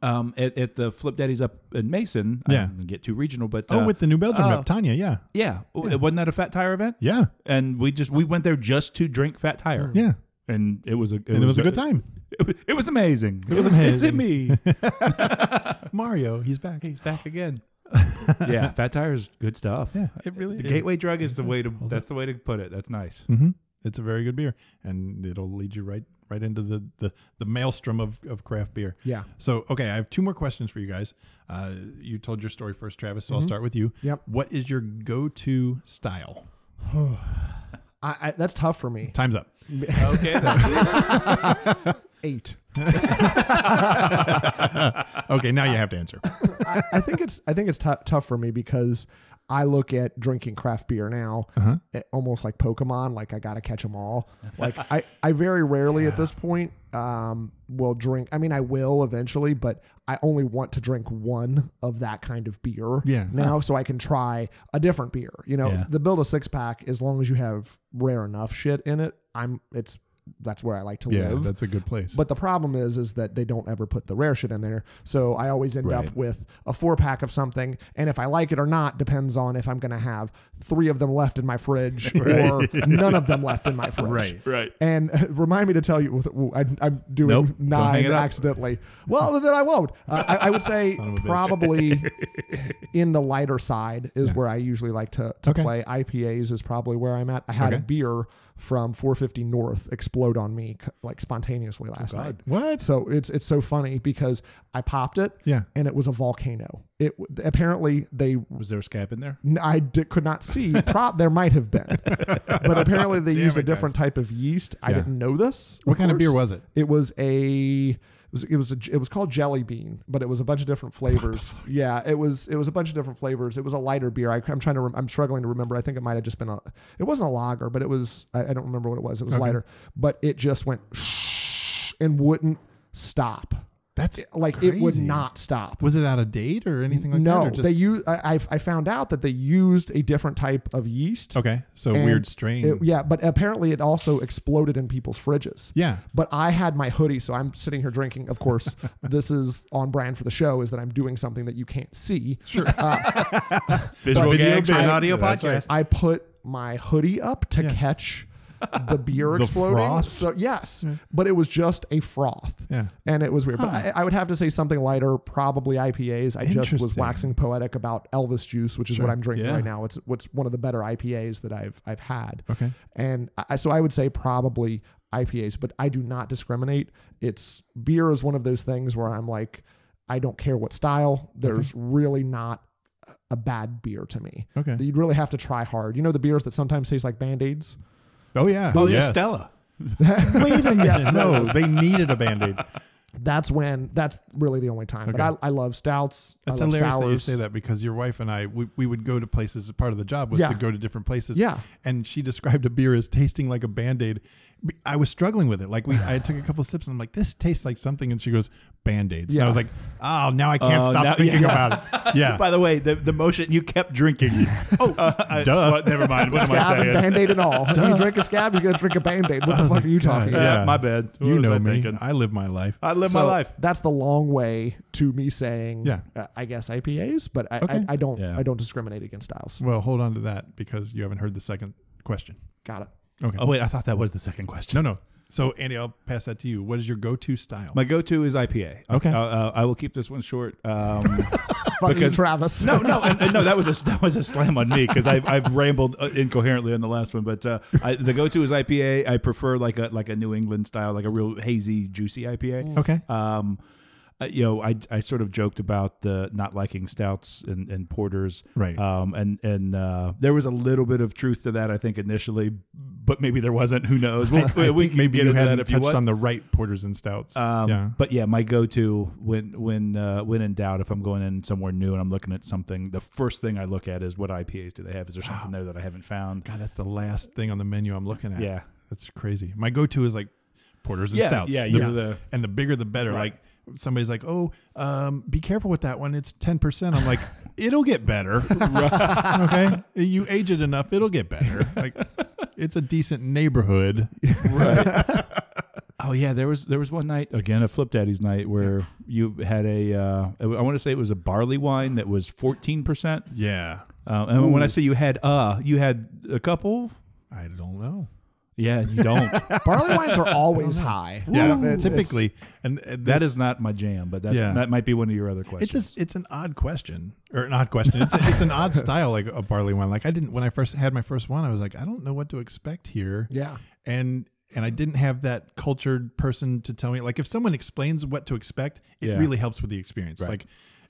[SPEAKER 1] Um, at, at the Flip Daddy's up in Mason, I
[SPEAKER 4] Yeah.
[SPEAKER 1] don't get too regional, but.
[SPEAKER 4] Oh,
[SPEAKER 1] uh,
[SPEAKER 4] with the New Belgium
[SPEAKER 1] uh,
[SPEAKER 4] rep, Tanya. Yeah.
[SPEAKER 1] yeah, W- wasn't that a Fat Tire event?
[SPEAKER 4] Yeah.
[SPEAKER 1] and we just we went there just to drink Fat Tire.
[SPEAKER 4] Yeah.
[SPEAKER 1] and it was a it,
[SPEAKER 4] And it was a good time.
[SPEAKER 1] It was, it was amazing. It, was, It's hit me.
[SPEAKER 4] Mario, he's back.
[SPEAKER 1] back again. yeah, fat tire is good stuff. Yeah,
[SPEAKER 4] it really
[SPEAKER 1] the
[SPEAKER 4] is.
[SPEAKER 1] gateway drug is the way to. That's the way to put it. Mm-hmm. That's nice.
[SPEAKER 4] It's a very good beer, and it'll lead you right right into the the, the maelstrom of, of craft beer.
[SPEAKER 5] Yeah.
[SPEAKER 4] So okay, I have two more questions for you guys. Uh, you told your story first, Travis. So I'll start with you.
[SPEAKER 5] Mm-hmm. Yep.
[SPEAKER 4] What is your go to style?
[SPEAKER 5] I, I, that's tough for me
[SPEAKER 4] Time's up.
[SPEAKER 1] Okay,
[SPEAKER 5] eight
[SPEAKER 4] Okay, now you have to answer.
[SPEAKER 5] I, I think it's I think it's tou- tough for me because I look at drinking craft beer now eh, almost like Pokemon, like I gotta catch them all. Like I, I very rarely at this point um, will drink. I mean, I will eventually, but I only want to drink one of that kind of beer
[SPEAKER 4] Yeah.
[SPEAKER 5] now, so I can try a different beer. You know,
[SPEAKER 1] Yeah.
[SPEAKER 5] the build a six pack as long as you have rare enough shit in it. I'm it's that's where I like to live.
[SPEAKER 4] a good place.
[SPEAKER 5] But the problem is, is that they don't ever put the rare shit in there. So I always end up
[SPEAKER 1] Right.
[SPEAKER 5] with a four pack of something, and if I like it or not depends on if I'm going to have three of them left in my fridge or none of them left in my fridge.
[SPEAKER 4] Right,
[SPEAKER 1] right.
[SPEAKER 5] And remind me to tell you, I, I'm doing
[SPEAKER 1] Nope, don't hang
[SPEAKER 5] nine
[SPEAKER 1] it up.
[SPEAKER 5] accidentally. Well, then I won't. Uh, I, I would say probably in the lighter side is where I usually like to, to
[SPEAKER 4] Okay.
[SPEAKER 5] play. IPAs is probably where I'm at. I had a
[SPEAKER 4] Okay.
[SPEAKER 5] beer from 450 North explode on me c- like spontaneously last night.
[SPEAKER 4] Oh, What?
[SPEAKER 5] So it's it's so funny because I popped it,
[SPEAKER 4] Yeah.
[SPEAKER 5] and it was a volcano. It w- apparently they
[SPEAKER 1] was there a scab in there?
[SPEAKER 5] n- I di- could not see. Prop there might have been, but apparently they used a
[SPEAKER 4] it, guys.
[SPEAKER 5] different type of yeast. I
[SPEAKER 4] Yeah.
[SPEAKER 5] didn't know this.
[SPEAKER 4] What kind of beer
[SPEAKER 5] course.
[SPEAKER 4] was it?
[SPEAKER 5] It was a it was it was a, it was called Jelly Bean, but it was a bunch of different flavors. Yeah, it was it was a bunch of different flavors. It was a lighter beer. I, I'm trying to rem- I'm struggling to remember. I think it might have just been a it wasn't a lager, but it was I, I don't remember what it was. It was lighter, but it just went and wouldn't stop.
[SPEAKER 4] That's
[SPEAKER 5] Like it would
[SPEAKER 4] crazy.
[SPEAKER 5] not stop
[SPEAKER 4] Was it out of date or anything like that?
[SPEAKER 5] no,
[SPEAKER 4] or just-
[SPEAKER 5] they use. I, I I found out that they used a different type of yeast.
[SPEAKER 4] okay. So
[SPEAKER 5] and
[SPEAKER 4] weird strain.
[SPEAKER 5] it- yeah, but apparently it also exploded in people's fridges.
[SPEAKER 4] Yeah.
[SPEAKER 5] But I had my hoodie, so I'm sitting here drinking. Of course, this is on brand for the show. Is that I'm doing something that you can't see. Sure.
[SPEAKER 1] Visual
[SPEAKER 4] video
[SPEAKER 1] gags for an
[SPEAKER 4] bag.
[SPEAKER 1] audio
[SPEAKER 4] That's
[SPEAKER 1] podcast.
[SPEAKER 5] I put my hoodie up to catch the beer exploding.
[SPEAKER 4] froth?
[SPEAKER 5] So yes, but it was just a froth.
[SPEAKER 4] Yeah.
[SPEAKER 5] and it was weird. But I, I would have to say something lighter, probably IPAs. I just was
[SPEAKER 4] Interesting.
[SPEAKER 5] waxing poetic about Elvis juice, which is what I'm drinking
[SPEAKER 4] Yeah.
[SPEAKER 5] right now. It's what's one of the better IPAs that I've I've had.
[SPEAKER 4] Okay.
[SPEAKER 5] and I, so I would say probably IPAs, but I do not discriminate. It's beer is one of those things where I'm like, I don't care what style. There's really not a bad beer to me.
[SPEAKER 4] Okay.
[SPEAKER 5] You'd really have to try hard. You know the beers that sometimes taste like band-aids?
[SPEAKER 4] Oh yeah.
[SPEAKER 1] Oh, yeah,
[SPEAKER 4] Yes.
[SPEAKER 1] Stella.
[SPEAKER 5] Wait a minute.
[SPEAKER 4] No, they needed a band aid.
[SPEAKER 5] That's when that's really the only time. But I, I love stouts.
[SPEAKER 4] That's
[SPEAKER 5] I love
[SPEAKER 4] hilarious that you
[SPEAKER 5] sours.
[SPEAKER 4] say that because your wife and I, we, we would go to places. Part of the job was
[SPEAKER 5] Yeah.
[SPEAKER 4] to go to different places.
[SPEAKER 5] Yeah.
[SPEAKER 4] And she described a beer as tasting like a band aid. I was struggling with it. Like we, I took a couple sips and I'm like, this tastes like something. And she goes, band aids. And
[SPEAKER 5] Yeah.
[SPEAKER 4] I was like, oh, now I can't
[SPEAKER 1] Oh,
[SPEAKER 4] stop
[SPEAKER 1] now-
[SPEAKER 4] thinking
[SPEAKER 1] yeah.
[SPEAKER 4] about it. Yeah.
[SPEAKER 1] By the way, the, the motion you kept drinking. oh,
[SPEAKER 4] duh.
[SPEAKER 1] never mind. What am I
[SPEAKER 5] Scab and
[SPEAKER 1] saying?
[SPEAKER 5] band-aid and all. you drink a scab, you're gonna drink a band-aid.
[SPEAKER 4] Oh
[SPEAKER 5] What the fuck are you talking about?
[SPEAKER 1] Yeah, Uh, my bad. What
[SPEAKER 4] you
[SPEAKER 1] was
[SPEAKER 4] know
[SPEAKER 1] I
[SPEAKER 4] me.
[SPEAKER 1] thinking?
[SPEAKER 4] I live my life.
[SPEAKER 1] I live my
[SPEAKER 5] So
[SPEAKER 1] life.
[SPEAKER 5] That's the long way to me saying,
[SPEAKER 4] Yeah.
[SPEAKER 5] uh, I guess IPAs, but I,
[SPEAKER 4] Okay.
[SPEAKER 5] I, I don't,
[SPEAKER 1] Yeah.
[SPEAKER 5] I don't discriminate against styles.
[SPEAKER 4] well, hold on to that because you haven't heard the second question.
[SPEAKER 5] Got it.
[SPEAKER 4] Okay.
[SPEAKER 1] Oh, wait, I thought that was the second question.
[SPEAKER 4] No, no. So Andy, I'll pass that to you. What is your go-to style?
[SPEAKER 1] My go-to is IPA.
[SPEAKER 4] Okay.
[SPEAKER 1] Uh, uh, I will keep this one short. Um,
[SPEAKER 5] Fuck you,
[SPEAKER 1] Because-
[SPEAKER 5] Travis.
[SPEAKER 1] no, Oh, no, and- and no. That was a that was a slam on me because I've, I've rambled uh, incoherently on the last one. But uh, I, the go-to is IPA. I prefer like a like a New England style, like a real hazy, juicy IPA.
[SPEAKER 4] okay.
[SPEAKER 1] Um, uh, you know, I, I sort of joked about the not liking stouts and, and porters,
[SPEAKER 4] Right.
[SPEAKER 1] Um, and and uh, there was a little bit of truth to that, I think initially, but maybe there wasn't. Who knows? We'll,
[SPEAKER 4] I
[SPEAKER 1] we
[SPEAKER 4] think
[SPEAKER 1] can
[SPEAKER 4] maybe
[SPEAKER 1] get
[SPEAKER 4] you
[SPEAKER 1] into
[SPEAKER 4] hadn't
[SPEAKER 1] that if you
[SPEAKER 4] touched
[SPEAKER 1] want.
[SPEAKER 4] on the right porters and stouts.
[SPEAKER 1] Um,
[SPEAKER 4] yeah.
[SPEAKER 1] But yeah, my go-to when when uh, when in doubt, if I'm going in somewhere new and I'm looking at something, the first thing I look at is what IPAs do they have? Is there something there that I haven't found?
[SPEAKER 4] God, that's the last thing on the menu I'm looking at.
[SPEAKER 1] Yeah.
[SPEAKER 4] That's crazy. My go to is like porters and
[SPEAKER 1] Yeah,
[SPEAKER 4] stouts.
[SPEAKER 1] yeah,
[SPEAKER 4] The-
[SPEAKER 1] you're the-
[SPEAKER 4] and the bigger the better.
[SPEAKER 1] Right.
[SPEAKER 4] Like somebody's like, oh, um, be careful with that one. It's 10%. I'm like, it'll get better. okay. You age it enough, it'll get better. Like, it's a decent neighborhood.
[SPEAKER 1] Oh yeah, there was there was one night again a Flip Daddy's night where you had a uh, I want to say it was a barley wine that was fourteen percent.
[SPEAKER 4] Yeah.
[SPEAKER 1] Uh, and when I say you had uh, you had a couple.
[SPEAKER 4] I don't know.
[SPEAKER 1] Yeah, you don't.
[SPEAKER 5] Barley wines are always high.
[SPEAKER 4] Yeah.
[SPEAKER 5] It- it's-
[SPEAKER 4] typically. And uh,
[SPEAKER 1] that
[SPEAKER 4] this-
[SPEAKER 1] is not my jam, but that's,
[SPEAKER 4] Yeah.
[SPEAKER 1] that might be one of your other questions.
[SPEAKER 4] It's a, it's an odd question or an odd question. It's a, it's an odd style like a barley wine. Like I didn't when I first had my first one, I was like, I don't know what to expect here.
[SPEAKER 5] Yeah.
[SPEAKER 4] and and I didn't have that cultured person to tell me. Like if someone explains what to expect, it
[SPEAKER 1] Yeah.
[SPEAKER 4] really helps with the experience. Like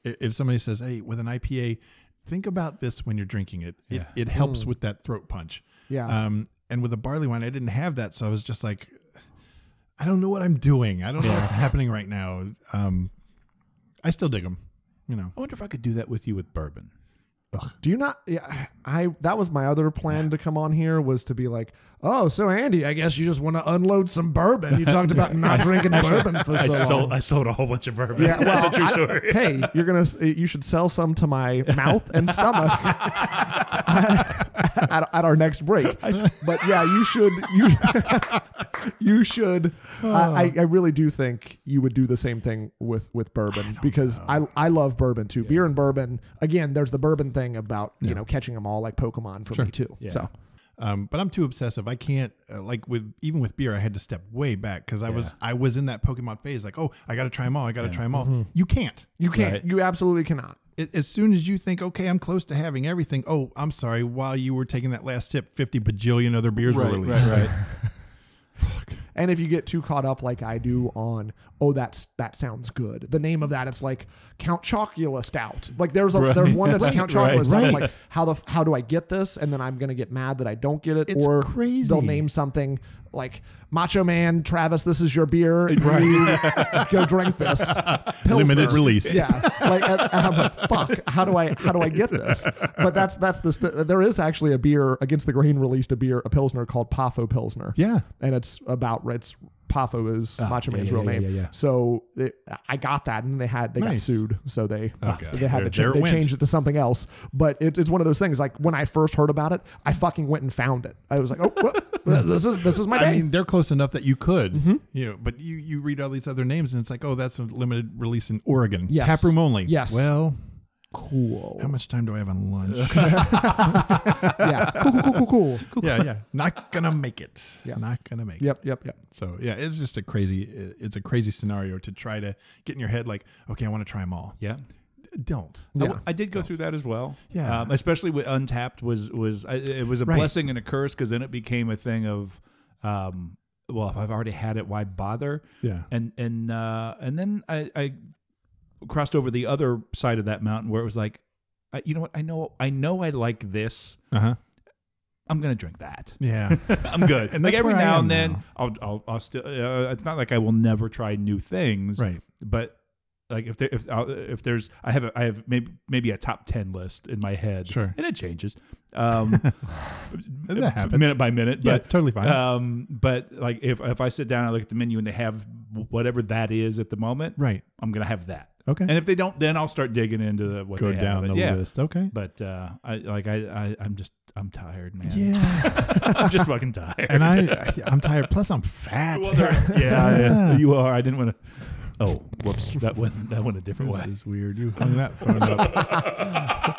[SPEAKER 4] i- if somebody says, "Hey, with an IPA, think about this when you're drinking it. It it
[SPEAKER 1] Mm.
[SPEAKER 4] helps with that throat punch."
[SPEAKER 5] Yeah.
[SPEAKER 4] Um, and with a barley wine, I didn't have that, so I was just like, I don't know what I'm doing. I don't know what's happening right now. Um, I still dig them. You know.
[SPEAKER 1] I wonder if I could do that with you with bourbon.
[SPEAKER 5] Do you not? Yeah, I. That was my other plan to come on here was to be like, oh, so Andy, I guess you just want to unload some bourbon. You talked about not drinking bourbon for so long.
[SPEAKER 1] I sold a whole bunch of bourbon.
[SPEAKER 5] Yeah, well, I- hey, you're gonna. You should sell some to my mouth and stomach at, at our next break. But yeah, you should. You you should. I, I- I really do think you would do the same thing with with bourbon because I I love bourbon too. Beer and bourbon. Again, there's the bourbon thing about you know catching them all like Pokemon for me too. So
[SPEAKER 4] um, but I'm too obsessive. I can't uh, like with even with beer. I had to step way back because I was I was in that Pokemon phase. Like, oh, I got to try them all. I got to try them all.
[SPEAKER 5] Mm-hmm.
[SPEAKER 4] You can't.
[SPEAKER 5] you can't. You absolutely cannot.
[SPEAKER 4] A- As soon as you think, okay, I'm close to having everything. Oh, I'm sorry. While you were taking that last sip, fifty bajillion other beers were
[SPEAKER 1] Right,
[SPEAKER 4] released.
[SPEAKER 1] right, right.
[SPEAKER 5] And if you get too caught up like I do on, oh, that's that sounds good. The name of that, it's like Count Chocula Stout. Like there's a there's one that's Count Chocula
[SPEAKER 1] right,
[SPEAKER 5] Stout.
[SPEAKER 1] right.
[SPEAKER 5] Like how the f- how do I get this? And then I'm gonna get mad that I don't get it.
[SPEAKER 4] It's
[SPEAKER 5] or
[SPEAKER 4] crazy.
[SPEAKER 5] they'll name something like Macho Man Travis. This is your beer. You go drink this.
[SPEAKER 4] Limited
[SPEAKER 5] Pilsner.
[SPEAKER 4] release.
[SPEAKER 5] Yeah. Like and, and I'm like, fuck. How do I how do I get this? But that's that's the st- there is actually a beer against the grain released a beer a pilsner called Pafo Pilsner
[SPEAKER 4] Yeah. Ah,
[SPEAKER 5] and it's about it's Poffo is Macho
[SPEAKER 1] yeah,
[SPEAKER 5] Man's
[SPEAKER 1] yeah,
[SPEAKER 5] real
[SPEAKER 1] yeah,
[SPEAKER 5] name.
[SPEAKER 1] yeah, yeah.
[SPEAKER 5] So it, I got that, and they had they got
[SPEAKER 4] Nice.
[SPEAKER 5] sued, so they
[SPEAKER 4] Okay.
[SPEAKER 5] they had
[SPEAKER 4] There-
[SPEAKER 5] to cha-
[SPEAKER 4] there it
[SPEAKER 5] they
[SPEAKER 4] went.
[SPEAKER 5] changed it to something else. But it, it's one of those things. Like when I first heard about it, I fucking went and found it. I was like, oh, well, this is this is my day.
[SPEAKER 4] I mean, they're close enough that you could, you know. But you you read all these other names, and it's like, oh, that's a limited release in Oregon,
[SPEAKER 5] Yes.
[SPEAKER 4] taproom only.
[SPEAKER 5] Yes.
[SPEAKER 4] Well,
[SPEAKER 5] Cool.
[SPEAKER 4] How much time do I have on lunch?
[SPEAKER 5] yeah. Cool, cool, cool, cool, cool.
[SPEAKER 4] yeah, yeah. Not gonna make it.
[SPEAKER 5] Yeah.
[SPEAKER 4] Not gonna make it.
[SPEAKER 5] Yep, yep, yep.
[SPEAKER 4] So yeah, it's just a crazy. It's a crazy scenario to try to get in your head. Like, okay, I want to try them all.
[SPEAKER 1] Yeah.
[SPEAKER 4] Don't.
[SPEAKER 1] I-
[SPEAKER 5] Yeah.
[SPEAKER 1] I, did go through that as well.
[SPEAKER 4] Yeah.
[SPEAKER 1] um, especially with Untapped was was I, it was a
[SPEAKER 4] Right.
[SPEAKER 1] blessing and a curse because then it became a thing of, um, well, if I've already had it, why bother?
[SPEAKER 4] Yeah.
[SPEAKER 1] and and uh, and then I, I crossed over the other side of that mountain where it was like, I, you know what? I know I know I like this.
[SPEAKER 4] Uh huh.
[SPEAKER 1] I'm gonna drink that.
[SPEAKER 4] Yeah.
[SPEAKER 1] I'm good.
[SPEAKER 4] And
[SPEAKER 1] like
[SPEAKER 4] that's
[SPEAKER 1] every
[SPEAKER 4] where I
[SPEAKER 1] now
[SPEAKER 4] am
[SPEAKER 1] and then,
[SPEAKER 4] now.
[SPEAKER 1] I'll I'll, I'll still. Uh, it's not like I will never try new things,
[SPEAKER 4] Right.
[SPEAKER 1] But like if there, if I'll, if there's I have a, I have maybe maybe a top ten list in my head,
[SPEAKER 4] Sure.
[SPEAKER 1] and it changes, um,
[SPEAKER 4] that happens.
[SPEAKER 1] minute by minute.
[SPEAKER 4] Yeah,
[SPEAKER 1] but
[SPEAKER 4] totally fine.
[SPEAKER 1] Um, but like if if I sit down and I look at the menu and they have whatever that is at the moment,
[SPEAKER 4] Right.
[SPEAKER 1] I'm gonna have that.
[SPEAKER 4] Okay.
[SPEAKER 1] and if they don't, then I'll start digging into the what
[SPEAKER 4] Go
[SPEAKER 1] they have.
[SPEAKER 4] down
[SPEAKER 1] But
[SPEAKER 4] the
[SPEAKER 1] yeah.
[SPEAKER 4] list. Okay.
[SPEAKER 1] But uh, I like I, I I'm just I'm tired, man.
[SPEAKER 4] yeah.
[SPEAKER 1] I'm just fucking tired.
[SPEAKER 4] and I, I, I'm tired. Plus, I'm fat.
[SPEAKER 1] Well, there- yeah, yeah, you are. I didn't want to. Oh, whoops! That went that went a different
[SPEAKER 4] this
[SPEAKER 1] way.
[SPEAKER 4] is weird. You hung that phone up.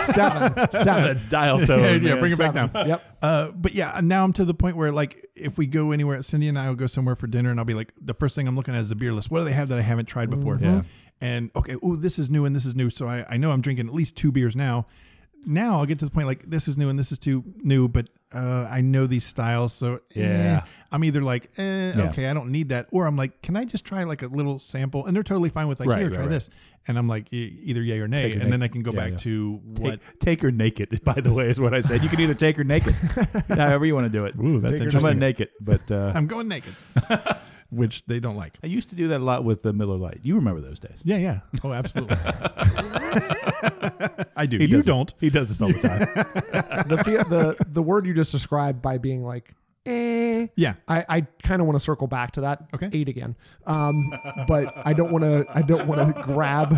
[SPEAKER 5] Seven. Seven.
[SPEAKER 1] It's a dial tone.
[SPEAKER 4] yeah, yeah,
[SPEAKER 1] man.
[SPEAKER 4] bring it back down.
[SPEAKER 5] Yep.
[SPEAKER 4] Uh, but yeah, now I'm to the point where like if we go anywhere, Cindy and I will go somewhere for dinner, and I'll be like, the first thing I'm looking at is the beer list. What do they have that I haven't tried before?
[SPEAKER 1] Mm-hmm. Yeah.
[SPEAKER 4] And okay, oh, this is new and this is new. So I, I know I'm drinking at least two beers now. Now I'll get to the point like this is new and this is too new, but uh, I know these styles, so eh,
[SPEAKER 1] Yeah.
[SPEAKER 4] I'm either like, eh,
[SPEAKER 1] Yeah.
[SPEAKER 4] okay, I don't need that, or I'm like, can I just try like a little sample? And they're totally fine with like,
[SPEAKER 1] Right,
[SPEAKER 4] here,
[SPEAKER 1] right,
[SPEAKER 4] try
[SPEAKER 1] right.
[SPEAKER 4] this, and I'm like, e- either yay or nay,
[SPEAKER 1] Take it
[SPEAKER 4] and
[SPEAKER 1] nay.
[SPEAKER 4] then I can go
[SPEAKER 1] Yeah,
[SPEAKER 4] back
[SPEAKER 1] yeah.
[SPEAKER 4] to what.
[SPEAKER 1] Take, take her naked. By the way, is what I said. You can either take her naked, however you want to do it. Ooh,
[SPEAKER 4] that's
[SPEAKER 1] I'm gonna
[SPEAKER 4] interesting.
[SPEAKER 1] naked, but uh,
[SPEAKER 4] I'm going naked, which they don't like.
[SPEAKER 1] I used to do that a lot with the Miller Lite. You remember those days?
[SPEAKER 4] Yeah, yeah. Oh, absolutely. I do.
[SPEAKER 1] He
[SPEAKER 4] you
[SPEAKER 1] does it.
[SPEAKER 4] don't.
[SPEAKER 1] He does this all the time.
[SPEAKER 5] The, fe- the the word you just described by being like, eh.
[SPEAKER 4] Yeah.
[SPEAKER 5] I, I kind of want to circle back to that.
[SPEAKER 4] Okay.
[SPEAKER 5] Eight again. Um, but I don't want to. I don't want to grab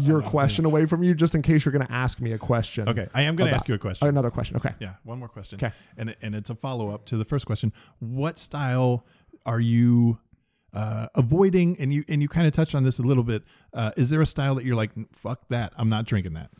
[SPEAKER 5] your question away from you, just in case you're going to ask me a question.
[SPEAKER 4] Okay, I am going to
[SPEAKER 5] about-
[SPEAKER 4] ask you a question.
[SPEAKER 5] Another question. Okay.
[SPEAKER 4] yeah, one more question.
[SPEAKER 5] 'Kay.
[SPEAKER 4] And and it's a follow up to the first question. What style are you uh, avoiding? And you and you kind of touched on this a little bit. Uh, is there a style that you're like, fuck that, I'm not drinking that?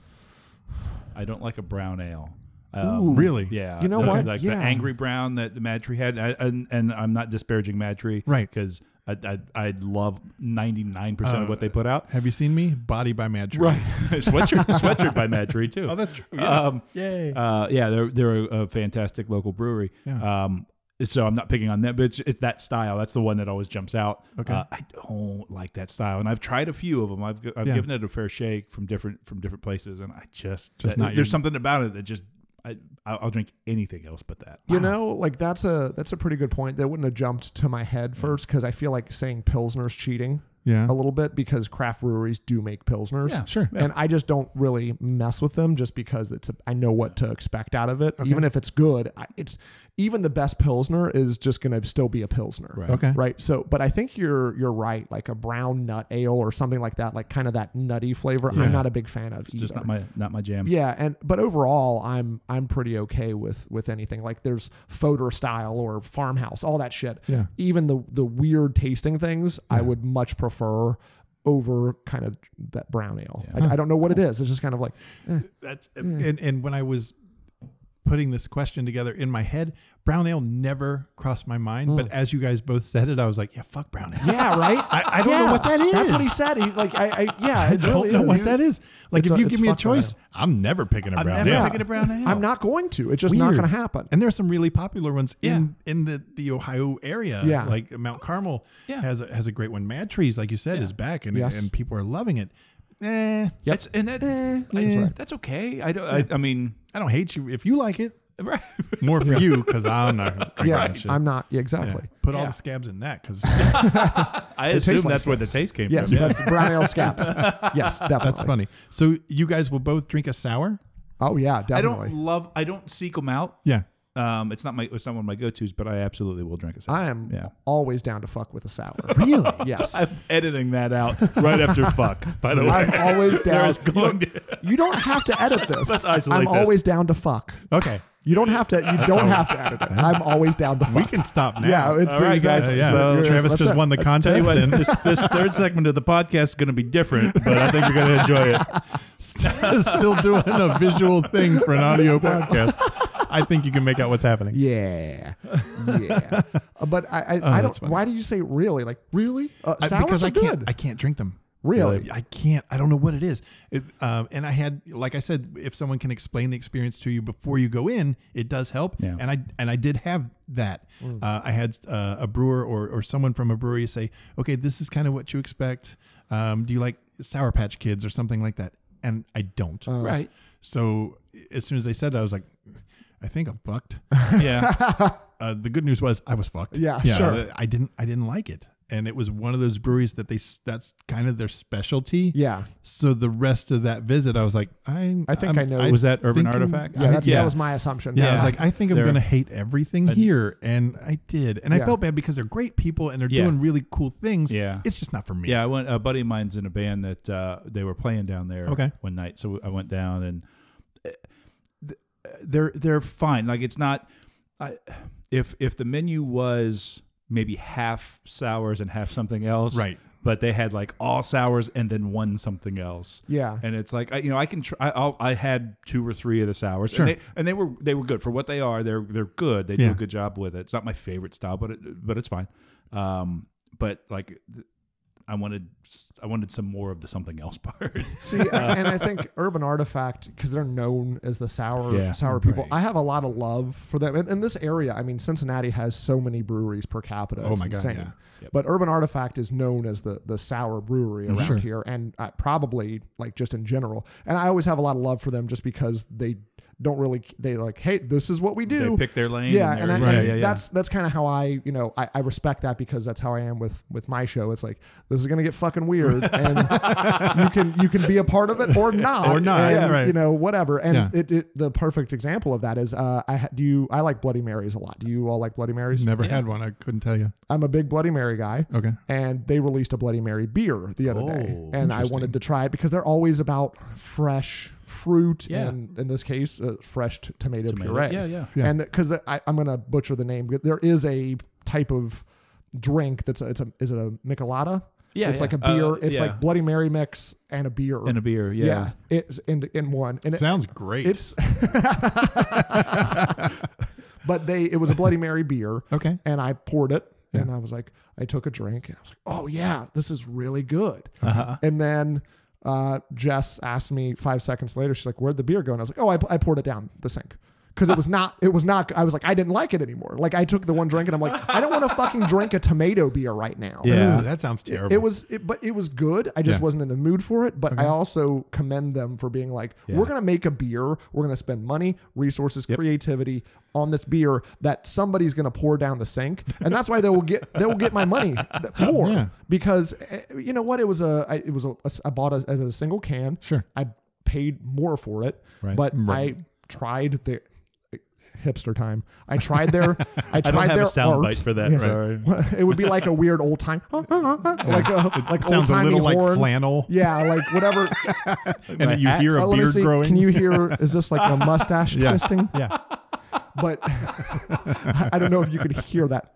[SPEAKER 1] I don't like a brown ale. Um,
[SPEAKER 5] Ooh.
[SPEAKER 4] Really?
[SPEAKER 1] Yeah.
[SPEAKER 5] You know
[SPEAKER 1] the-
[SPEAKER 5] what?
[SPEAKER 1] Like
[SPEAKER 5] Yeah.
[SPEAKER 1] the angry brown that Madtree had, I, and, and I'm not disparaging Madtree,
[SPEAKER 4] Right. Uh,
[SPEAKER 1] Because I, I I love 99 percent of what they put out.
[SPEAKER 4] Have you seen me? Body by Mad Tree.
[SPEAKER 1] sweatshirt sweatshirt by Madtree too.
[SPEAKER 4] Oh, that's true. Yeah.
[SPEAKER 1] Um,
[SPEAKER 4] Yay.
[SPEAKER 1] uh, yeah, they're they're a, a fantastic local brewery.
[SPEAKER 4] Yeah.
[SPEAKER 1] Um, so I'm not picking on them, but it's, it's that style. That's the one that always jumps out.
[SPEAKER 4] Okay.
[SPEAKER 1] Uh, I don't like that style, and I've tried a few of them. I've g- I've
[SPEAKER 4] Yeah.
[SPEAKER 1] given it a fair shake from different from different places, and I just,
[SPEAKER 4] Just
[SPEAKER 1] that-
[SPEAKER 4] not your-
[SPEAKER 1] there's something about it that just I I'll I'll drink anything else but that.
[SPEAKER 5] You know, like that's a that's a pretty good point. That wouldn't have jumped to my head first because I feel like saying pilsner's cheating.
[SPEAKER 4] Yeah.
[SPEAKER 5] A little bit because craft breweries do make pilsners.
[SPEAKER 1] Yeah, sure.
[SPEAKER 5] And I just don't really mess with them just because it's a, I know what to expect out of it. Even if it's good, I, it's even the best pilsner is just going to still be a pilsner. Right.
[SPEAKER 4] Okay.
[SPEAKER 5] Right. So, but I think you're you're right. Like a brown nut ale or something like that, like kind of that nutty flavor. I'm not a big fan of.
[SPEAKER 1] It's just
[SPEAKER 5] either.
[SPEAKER 1] not my not my jam.
[SPEAKER 5] Yeah, and but overall, I'm I'm pretty okay with with anything. Like there's fodor style or farmhouse, all that shit.
[SPEAKER 4] Yeah.
[SPEAKER 5] Even the the weird tasting things, I would much prefer over kind of that brown ale. I, I don't know what it is. It's just kind of like
[SPEAKER 4] That's and and when I was putting this question together in my head, brown ale never crossed my mind. But as you guys both said it, I was like, Mm. yeah, fuck brown ale.
[SPEAKER 5] yeah, right.
[SPEAKER 4] I, I don't know what that is.
[SPEAKER 5] That's what he said. He like I, I yeah. It
[SPEAKER 4] I don't
[SPEAKER 5] really
[SPEAKER 4] know what
[SPEAKER 5] is.
[SPEAKER 4] that is. Like,
[SPEAKER 5] It's
[SPEAKER 4] if
[SPEAKER 5] a-
[SPEAKER 4] you
[SPEAKER 5] it's
[SPEAKER 4] give me a
[SPEAKER 5] fuck brown
[SPEAKER 4] choice, I'm never picking a brown
[SPEAKER 1] never
[SPEAKER 4] ale.
[SPEAKER 1] picking a brown ale.
[SPEAKER 5] I'm not going to. It's just not
[SPEAKER 4] Weird.
[SPEAKER 5] going to happen.
[SPEAKER 4] And there are some really popular ones in in the, the Ohio area.
[SPEAKER 5] Yeah.
[SPEAKER 4] like Mount Carmel
[SPEAKER 1] Yeah.
[SPEAKER 4] has a, has a great one. Mad Trees, like you said, is back and
[SPEAKER 5] Yes.
[SPEAKER 4] and people are loving it. Eh,
[SPEAKER 1] That's and that I- that's okay. I don't. I, I mean,
[SPEAKER 4] I don't hate you if you like it.
[SPEAKER 1] right.
[SPEAKER 4] More for you because I'm not. drinking
[SPEAKER 5] yeah,
[SPEAKER 4] that shit.
[SPEAKER 5] I'm not. Yeah,
[SPEAKER 4] Yeah.
[SPEAKER 5] exactly.
[SPEAKER 4] Put all the scabs in that because
[SPEAKER 1] I assume
[SPEAKER 5] tastes like
[SPEAKER 1] that's where the taste came
[SPEAKER 5] Yes,
[SPEAKER 1] from.
[SPEAKER 5] that's brown ale scabs. Yes, definitely.
[SPEAKER 4] that's funny. So you guys will both drink a sour.
[SPEAKER 5] Oh yeah,
[SPEAKER 1] I
[SPEAKER 5] definitely.
[SPEAKER 1] don't love. I don't seek them out.
[SPEAKER 4] Yeah.
[SPEAKER 1] Um, it's not my it's not one of my go tos, but I absolutely will drink a sour.
[SPEAKER 5] I am
[SPEAKER 1] Yeah.
[SPEAKER 5] always down to fuck with a sour. Really? Yes.
[SPEAKER 1] I'm editing that out right after fuck. By the way,
[SPEAKER 5] I'm always down.
[SPEAKER 1] There's going to
[SPEAKER 5] you don't have to edit this.
[SPEAKER 1] Let's isolate
[SPEAKER 5] I'm
[SPEAKER 1] this.
[SPEAKER 5] always down to fuck.
[SPEAKER 4] Okay.
[SPEAKER 5] You don't have to. You don't have to edit it. I'm always down to
[SPEAKER 4] We
[SPEAKER 5] fuck.
[SPEAKER 4] can stop now.
[SPEAKER 5] Yeah, it's
[SPEAKER 1] All right,
[SPEAKER 5] exactly.
[SPEAKER 1] guys.
[SPEAKER 4] yeah.
[SPEAKER 1] So-
[SPEAKER 4] Travis
[SPEAKER 5] Let's
[SPEAKER 4] just
[SPEAKER 5] not-
[SPEAKER 4] won the
[SPEAKER 1] Tell you
[SPEAKER 4] contest.
[SPEAKER 1] what,
[SPEAKER 4] And
[SPEAKER 1] this, this third segment of the podcast is going to be different, but I think you're going to enjoy it.
[SPEAKER 4] still doing a visual thing for an audio podcast. I think you can make out what's happening.
[SPEAKER 5] Yeah, yeah. Uh, but I, I, I don't. Why do you say really? Like really? Uh,
[SPEAKER 4] Oh, I-
[SPEAKER 5] sours
[SPEAKER 4] because
[SPEAKER 5] are
[SPEAKER 4] I
[SPEAKER 5] good.
[SPEAKER 4] can't I can't drink them.
[SPEAKER 5] Really?
[SPEAKER 4] I can't. I don't know what it is. It, um, and I had, like I said, if someone can explain the experience to you before you go in, it does help.
[SPEAKER 1] Yeah.
[SPEAKER 4] And I and I did have that.
[SPEAKER 5] Hmm.
[SPEAKER 4] Uh, I had uh, a brewer or or someone from a brewery say, "Okay, this is kind of what you expect. Um, do you like Sour Patch Kids or something like that?" And I don't.
[SPEAKER 5] Oh.
[SPEAKER 1] Right.
[SPEAKER 4] So as soon as they said that, I was like, "I think I'm fucked."
[SPEAKER 1] Yeah.
[SPEAKER 4] uh, the good news was I was fucked.
[SPEAKER 5] Yeah, sure.
[SPEAKER 4] I didn't. I didn't like it, and it was one of those breweries that they. s- That's kind of their specialty.
[SPEAKER 5] yeah,
[SPEAKER 4] So the rest of that visit, I was like, I.
[SPEAKER 5] I think I know.
[SPEAKER 1] Was that Urban
[SPEAKER 4] think I'm-
[SPEAKER 1] Artifact?
[SPEAKER 5] yeah. That's,
[SPEAKER 4] yeah.
[SPEAKER 5] That was my assumption.
[SPEAKER 4] Yeah, I was like, I think I'm
[SPEAKER 1] They're-
[SPEAKER 4] gonna hate everything here, and I did, and I
[SPEAKER 5] Yeah.
[SPEAKER 4] felt bad because they're great people and they're
[SPEAKER 1] Yeah.
[SPEAKER 4] doing really cool things.
[SPEAKER 1] Yeah.
[SPEAKER 4] it's just not for me.
[SPEAKER 1] Yeah, I went. A buddy of mine's in a band that uh, they were playing down there.
[SPEAKER 4] Okay.
[SPEAKER 1] One night, so I went down and uh, th- eh, they're they're fine. Like it's not. I, if if the menu was maybe half sours and half something else,
[SPEAKER 4] Right.
[SPEAKER 1] But they had like all sours and then one something else.
[SPEAKER 5] Yeah.
[SPEAKER 1] And it's like I, you know I can try. I, I'll, I had two or three of the sours.
[SPEAKER 4] Sure.
[SPEAKER 1] And they, and they were they were good for what they are. They're they're good. They do
[SPEAKER 4] Yeah.
[SPEAKER 1] a good job with it. It's not my favorite style, but it, but it's fine. Um, but like I wanted I wanted some more of the something else part.
[SPEAKER 5] See,
[SPEAKER 1] Uh,
[SPEAKER 5] and I think Urban Artifact because they're known as the sour
[SPEAKER 1] Yeah.
[SPEAKER 5] sour people.
[SPEAKER 1] Right.
[SPEAKER 5] I have a lot of love for them. And in this area, I mean, Cincinnati has so many breweries per capita. Oh it's
[SPEAKER 4] my God,
[SPEAKER 5] insane.
[SPEAKER 4] yeah.
[SPEAKER 5] But Urban Artifact is known as the the sour
[SPEAKER 1] Mm,
[SPEAKER 5] brewery around here, and uh, probably like just in general. And I always have a lot of love for them just because they don't really they like hey this is what we do
[SPEAKER 1] They pick their lane
[SPEAKER 5] yeah
[SPEAKER 1] and
[SPEAKER 5] and,
[SPEAKER 1] they're-
[SPEAKER 5] I,
[SPEAKER 1] Right.
[SPEAKER 5] and
[SPEAKER 1] Yeah, yeah.
[SPEAKER 5] that's that's kind of how i you know I, I respect that because that's how i am with with my show it's like this is gonna get fucking weird and you can you can be a part of it or not
[SPEAKER 4] Or not,
[SPEAKER 5] and,
[SPEAKER 4] yeah, right.
[SPEAKER 5] you know whatever and
[SPEAKER 4] Yeah.
[SPEAKER 5] it, it the perfect example of that is uh i ha- do you i like bloody marys a lot do you all like bloody marys
[SPEAKER 4] never had one. I couldn't tell you.
[SPEAKER 5] i'm a big bloody mary guy
[SPEAKER 4] Okay.
[SPEAKER 5] and they released a bloody mary beer the other day
[SPEAKER 1] Oh,
[SPEAKER 5] and i wanted to try it because they're always about fresh fruit
[SPEAKER 1] Yeah.
[SPEAKER 5] and in this case uh, fresh t- tomato, puree
[SPEAKER 1] Yeah, yeah.
[SPEAKER 4] Yeah.
[SPEAKER 5] and because i'm gonna butcher the name but there is a type of drink that's a, it's a is it a michelada
[SPEAKER 1] Yeah,
[SPEAKER 5] it's
[SPEAKER 1] yeah.
[SPEAKER 5] like a
[SPEAKER 1] Uh,
[SPEAKER 5] beer it's
[SPEAKER 1] yeah.
[SPEAKER 5] like bloody mary mix and a beer
[SPEAKER 1] And a beer, yeah.
[SPEAKER 5] it's in in one and it,
[SPEAKER 4] Sounds great.
[SPEAKER 5] it's but they it was a bloody mary beer
[SPEAKER 4] Okay.
[SPEAKER 5] and i poured it and i was like i took a drink and i was like oh yeah this is really good
[SPEAKER 4] Uh-huh.
[SPEAKER 5] and then uh, jess asked me five seconds later she's like where'd the beer go and i was like oh i, I poured it down the sink because it was not it was not i was like i didn't like it anymore like i took the one drink and i'm like i don't want to fucking drink a tomato beer right now
[SPEAKER 4] yeah. that sounds terrible.
[SPEAKER 5] it was, it, but it was good. I just
[SPEAKER 4] Yeah.
[SPEAKER 5] wasn't in the mood for it. But I also commend them for being like, we're gonna make a beer. We're gonna spend money, resources, creativity on this beer that somebody's gonna pour down the sink, and that's why they will get they will get my money th- more
[SPEAKER 4] Yeah.
[SPEAKER 5] because eh, you know what? It was a I, it was a I bought it as a single can.
[SPEAKER 4] Sure.
[SPEAKER 5] I paid more for it,
[SPEAKER 1] Right.
[SPEAKER 5] but I tried the eh, hipster time. I tried their I tried
[SPEAKER 1] have
[SPEAKER 5] their
[SPEAKER 1] a sound
[SPEAKER 5] art.
[SPEAKER 1] bite for that,
[SPEAKER 5] Yeah.
[SPEAKER 1] sorry.
[SPEAKER 5] it would be like a weird old time like a like old
[SPEAKER 4] sounds a
[SPEAKER 5] timey
[SPEAKER 4] little like
[SPEAKER 5] horn.
[SPEAKER 4] flannel.
[SPEAKER 5] Yeah, like whatever.
[SPEAKER 4] and then you
[SPEAKER 1] hat-
[SPEAKER 4] hear
[SPEAKER 5] Uh,
[SPEAKER 4] a
[SPEAKER 5] let me
[SPEAKER 4] beard
[SPEAKER 5] see.
[SPEAKER 4] growing.
[SPEAKER 5] Can you hear? Is this like a mustache twisting?
[SPEAKER 4] yeah.
[SPEAKER 5] But I don't know if you could hear that.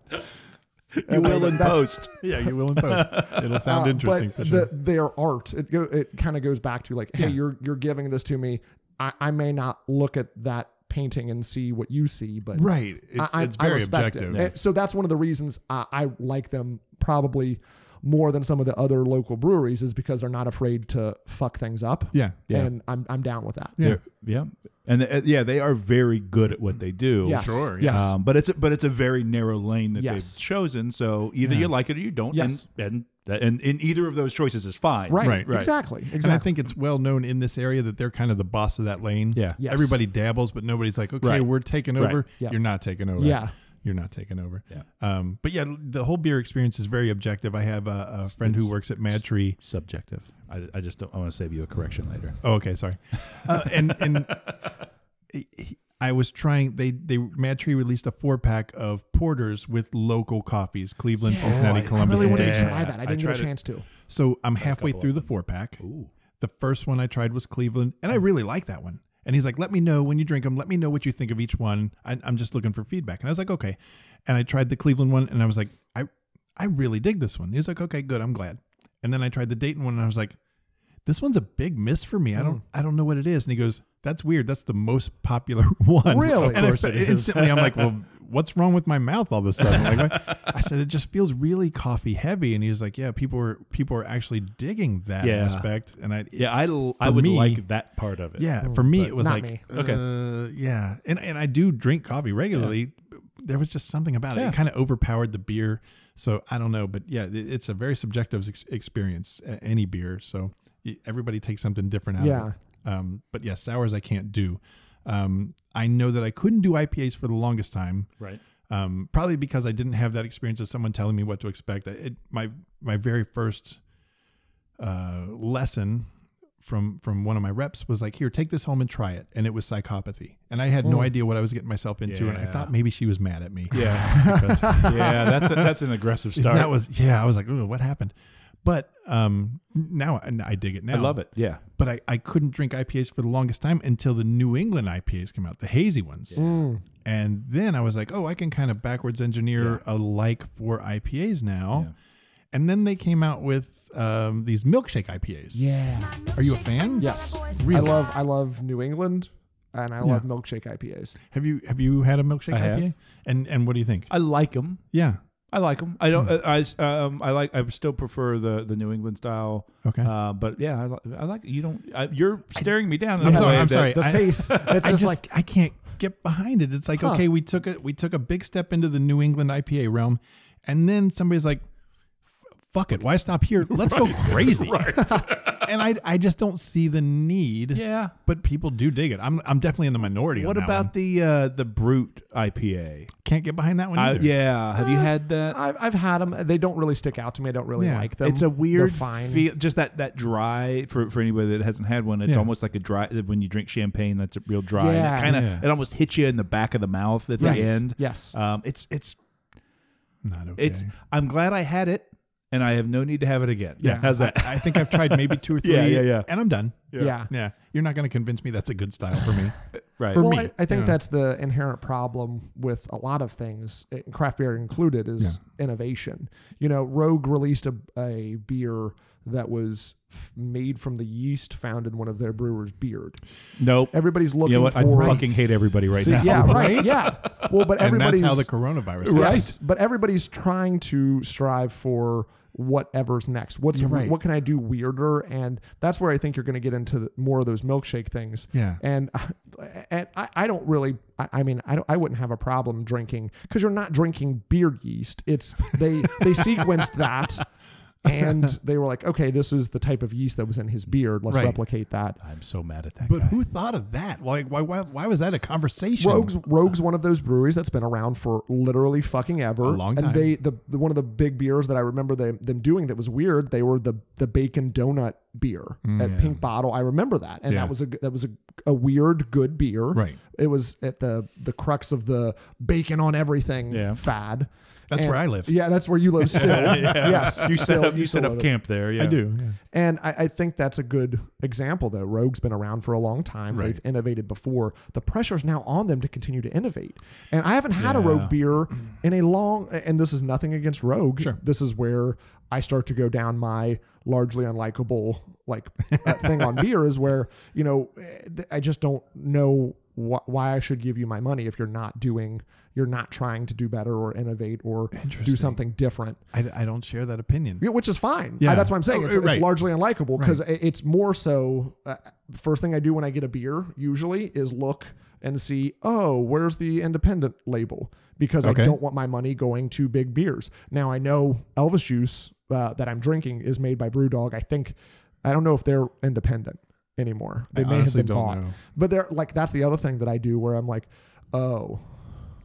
[SPEAKER 1] You will in
[SPEAKER 5] That's-
[SPEAKER 1] post.
[SPEAKER 4] Yeah, you will impose. It'll sound
[SPEAKER 5] Uh,
[SPEAKER 4] interesting.
[SPEAKER 5] But
[SPEAKER 4] for sure.
[SPEAKER 5] the, their art, it go, it kind of goes back to like, hey, you're you're giving this to me. I, I may not look at that painting and see what you see, but
[SPEAKER 4] right. It's,
[SPEAKER 5] I, I-
[SPEAKER 4] it's
[SPEAKER 5] I
[SPEAKER 4] very
[SPEAKER 5] respect
[SPEAKER 4] objective.
[SPEAKER 5] It. And So that's one of the reasons I, I like them probably more than some of the other local breweries is because they're not afraid to fuck things up.
[SPEAKER 4] Yeah. Yeah.
[SPEAKER 5] And I'm I'm down with that.
[SPEAKER 1] Yeah. yeah. And uh, yeah, they are very good at what they do.
[SPEAKER 5] Yes.
[SPEAKER 4] Sure,
[SPEAKER 5] Yes.
[SPEAKER 1] Um, but it's a, but it's a very narrow lane that
[SPEAKER 5] Yes.
[SPEAKER 1] they've chosen. So either you like it or you don't.
[SPEAKER 5] Yes.
[SPEAKER 1] And and, that, and and either of those choices is fine.
[SPEAKER 5] right.
[SPEAKER 4] right, right.
[SPEAKER 5] Exactly. Exactly.
[SPEAKER 4] And I think it's well known in this area that they're kind of the boss of that lane.
[SPEAKER 1] Yeah.
[SPEAKER 5] Yes.
[SPEAKER 4] Everybody dabbles, but nobody's like, okay,
[SPEAKER 1] Right.
[SPEAKER 4] we're taking
[SPEAKER 1] Right.
[SPEAKER 4] over.
[SPEAKER 5] Yeah.
[SPEAKER 4] You're not taking over.
[SPEAKER 5] Yeah.
[SPEAKER 4] You're not taking over. Yeah. Um, but yeah, the whole beer experience is very objective. I have a, a friend who works at Mad Tree.
[SPEAKER 1] Subjective. I, I just don't. I want to save you a correction later.
[SPEAKER 4] Oh, okay, sorry. Uh, and and he- I was trying. They they Mad Tree released a four pack of porters with local coffees: Cleveland, Cincinnati,
[SPEAKER 5] Oh, I
[SPEAKER 4] Columbus.
[SPEAKER 5] really
[SPEAKER 4] and
[SPEAKER 5] wanted to
[SPEAKER 4] Dayton.
[SPEAKER 5] try that. I didn't get a chance to. Hmm.
[SPEAKER 4] So I'm halfway through the four pack. The first one I tried was Cleveland, and I really like that one. And he's like, let me know when you drink them. Let me know what you think of each one. I, I'm just looking for feedback. And I was like, okay. And I tried the Cleveland one and I was like, I, I really dig this one. He was like, okay, good. I'm glad. And then I tried the Dayton one and I was like, this one's a big miss for me. I don't,
[SPEAKER 5] Hmm.
[SPEAKER 4] I don't know what it is. And he goes, that's weird. That's the most popular one.
[SPEAKER 5] Really?
[SPEAKER 4] And
[SPEAKER 5] Of
[SPEAKER 4] I-
[SPEAKER 5] course
[SPEAKER 1] it is.
[SPEAKER 4] instantly I'm like, well, what's wrong with my mouth all of a sudden? Like, what- I said, it just feels really coffee heavy. And he was like, yeah, people are, people are actually digging that
[SPEAKER 1] Yeah.
[SPEAKER 4] aspect. And I,
[SPEAKER 1] Yeah, I, l- I would
[SPEAKER 4] me-
[SPEAKER 1] like that part of it.
[SPEAKER 4] yeah, for me it was
[SPEAKER 5] not
[SPEAKER 4] like
[SPEAKER 5] me.
[SPEAKER 1] Okay.
[SPEAKER 4] uh, yeah, and and I do drink coffee regularly. but There was just something about it;
[SPEAKER 1] Yeah.
[SPEAKER 4] it kind of overpowered the beer. So I don't know, but yeah, it- it's a very subjective ex- experience. a- Any beer, so y- everybody takes something different out
[SPEAKER 5] Yeah.
[SPEAKER 4] of it. Um, but yeah, sours I can't do. Um, I know that I couldn't do IPAs for the longest time
[SPEAKER 1] Right.
[SPEAKER 4] um, probably because I didn't have that experience of someone telling me what to expect. It, my my very first uh, lesson from from one of my reps was like, "Here, take this home and try it," and it was psychopathy, and I had no idea what I was getting myself into, and I
[SPEAKER 1] Hmm. Yeah.
[SPEAKER 4] thought maybe she was mad at me.
[SPEAKER 1] Yeah. yeah, that's a, that's an aggressive start.
[SPEAKER 4] that was yeah. I was like, "Ooh, "What happened?" But um, now I, I dig it. Now
[SPEAKER 1] I love it. Yeah.
[SPEAKER 4] But I, I couldn't drink IPAs for the longest time until the New England IPAs came out, the hazy ones.
[SPEAKER 5] Mm.
[SPEAKER 4] And then I was like, oh, I can kind of backwards engineer a like for IPAs now. And then they came out with um, these milkshake IPAs.
[SPEAKER 5] Yeah.
[SPEAKER 4] Are you a fan?
[SPEAKER 5] Yes.
[SPEAKER 4] Really?
[SPEAKER 5] I love I love New England and I love milkshake IPAs.
[SPEAKER 4] Have you have you had a milkshake
[SPEAKER 1] I have.
[SPEAKER 4] IPA? And and what do you think?
[SPEAKER 1] I like them.
[SPEAKER 4] Yeah.
[SPEAKER 1] I like them. I don't. I, I um. I like. I still prefer the the New England style.
[SPEAKER 4] Okay.
[SPEAKER 1] Uh, but yeah, I, li- I like. You don't. I, you're staring me down. in
[SPEAKER 4] I'm
[SPEAKER 1] a
[SPEAKER 4] sorry.
[SPEAKER 1] way
[SPEAKER 4] I'm
[SPEAKER 1] that-
[SPEAKER 4] sorry.
[SPEAKER 5] The
[SPEAKER 4] I,
[SPEAKER 5] face. It's
[SPEAKER 4] I
[SPEAKER 5] just
[SPEAKER 4] just
[SPEAKER 5] like
[SPEAKER 4] I can't get behind it. It's like
[SPEAKER 5] Huh.
[SPEAKER 4] okay, we took a we took a big step into the New England IPA realm, and then somebody's like, "F- "Fuck it, why stop here? Let's go crazy." and I I just don't see the need.
[SPEAKER 1] Yeah.
[SPEAKER 4] But people do dig it. I'm I'm definitely in the minority.
[SPEAKER 1] What
[SPEAKER 4] on that
[SPEAKER 1] about
[SPEAKER 4] one.
[SPEAKER 1] the uh, the Brute IPA?
[SPEAKER 4] can't get behind that one?
[SPEAKER 1] I,
[SPEAKER 4] Either.
[SPEAKER 1] yeah. Have you had that?
[SPEAKER 5] I've, I've had them. They don't really stick out to me. I don't really
[SPEAKER 4] Yeah.
[SPEAKER 5] like them.
[SPEAKER 1] It's a
[SPEAKER 5] They're
[SPEAKER 1] weird
[SPEAKER 5] fine.
[SPEAKER 1] feel. Just that that dry for for anybody that hasn't had one. It's
[SPEAKER 4] Yeah.
[SPEAKER 1] almost like a dry when you drink champagne. That's a real dry. and
[SPEAKER 5] Yeah.
[SPEAKER 1] it kind of
[SPEAKER 4] Yeah.
[SPEAKER 1] it almost hits you in the back of the mouth at
[SPEAKER 5] Yes.
[SPEAKER 1] the end.
[SPEAKER 5] Yes.
[SPEAKER 1] Um. It's it's
[SPEAKER 4] not okay.
[SPEAKER 1] it's. I'm glad I had it, and I have no need to have it again.
[SPEAKER 4] yeah.
[SPEAKER 1] How's that?
[SPEAKER 4] I, I think I've tried maybe two or three.
[SPEAKER 1] Yeah, yeah, yeah.
[SPEAKER 4] And I'm done.
[SPEAKER 5] Yeah. Yeah.
[SPEAKER 4] Yeah. You're not going to convince me that's a good style for me.
[SPEAKER 1] right.
[SPEAKER 5] well,
[SPEAKER 4] me,
[SPEAKER 5] I, I think
[SPEAKER 4] yeah.
[SPEAKER 5] that's the inherent problem with a lot of things, eh, craft beer included, is innovation. You know, Rogue released a, a beer that was f- made from the yeast found in one of their brewer's beard.
[SPEAKER 1] nope.
[SPEAKER 5] Everybody's looking
[SPEAKER 1] you know what? I
[SPEAKER 5] for
[SPEAKER 1] fucking hate everybody right
[SPEAKER 5] See,
[SPEAKER 1] now.
[SPEAKER 5] Yeah, right. Yeah. Well, but
[SPEAKER 4] and that's
[SPEAKER 5] everybody's
[SPEAKER 4] how the coronavirus.
[SPEAKER 5] Right.
[SPEAKER 4] happened.
[SPEAKER 5] But everybody's trying to strive for whatever's next. What's
[SPEAKER 4] right.
[SPEAKER 5] what can I do weirder? And that's where I think you're going to get into the, more of those milkshake things.
[SPEAKER 4] Yeah.
[SPEAKER 5] And and I, I don't really. I, I mean, I don't. I wouldn't have a problem drinking because you're not drinking beer yeast. It's they they sequenced that. and they were like, okay, this is the type of yeast that was in his beard. Let's
[SPEAKER 4] Right.
[SPEAKER 5] replicate that.
[SPEAKER 1] I'm so mad at that
[SPEAKER 4] But
[SPEAKER 1] guy.
[SPEAKER 4] who thought of that? Like, why, why, why was that a conversation?
[SPEAKER 5] Rogue's Rogue's one of those breweries that's been around for literally fucking ever.
[SPEAKER 4] A long time.
[SPEAKER 5] And they the, the one of the big beers that I remember them them doing that was weird. They were the the bacon donut beer at Pink Bottle. I remember that,
[SPEAKER 4] Mm.
[SPEAKER 5] and
[SPEAKER 4] Yeah.
[SPEAKER 5] that was a that was a, a weird good beer.
[SPEAKER 4] Right.
[SPEAKER 5] It was at the the crux of the bacon on everything
[SPEAKER 1] Yeah.
[SPEAKER 5] fad.
[SPEAKER 4] That's where I live.
[SPEAKER 5] Yeah, that's where you live still. Yes,
[SPEAKER 1] you set
[SPEAKER 5] still-
[SPEAKER 1] up you
[SPEAKER 5] still
[SPEAKER 1] set up
[SPEAKER 5] live it.
[SPEAKER 1] camp there. Yeah.
[SPEAKER 4] I do.
[SPEAKER 5] And I, I think that's a good example, though. Rogue's been around for a long time.
[SPEAKER 4] Right.
[SPEAKER 5] They've innovated before. The pressure's now on them to continue to innovate. And I haven't had a Rogue beer in a long, and this is nothing against Rogue. Sure. This is where I start to go down my largely unlikable like uh, thing on beer is where, you know, eh, I just don't know wh- why I should give you my money if you're not doing, you're not trying to do better or innovate or do something different.
[SPEAKER 4] I, I don't share that opinion.
[SPEAKER 5] Yeah, which is fine.
[SPEAKER 4] Yeah.
[SPEAKER 5] I- that's what I'm saying. It's,
[SPEAKER 4] Oh, right.
[SPEAKER 5] it's largely unlikable because it's more so. Uh, the first thing I do when I get a beer usually is look and see, oh, where's the independent label? Because
[SPEAKER 4] Okay.
[SPEAKER 5] I don't want my money going to big beers. Now I know Elvis Juice uh, that I'm drinking is made by BrewDog. I think I don't know if they're independent anymore. They may have
[SPEAKER 4] honestly
[SPEAKER 5] been
[SPEAKER 4] don't
[SPEAKER 5] bought,
[SPEAKER 4] know.
[SPEAKER 5] but they're like that's the other thing that I do where I'm like, oh,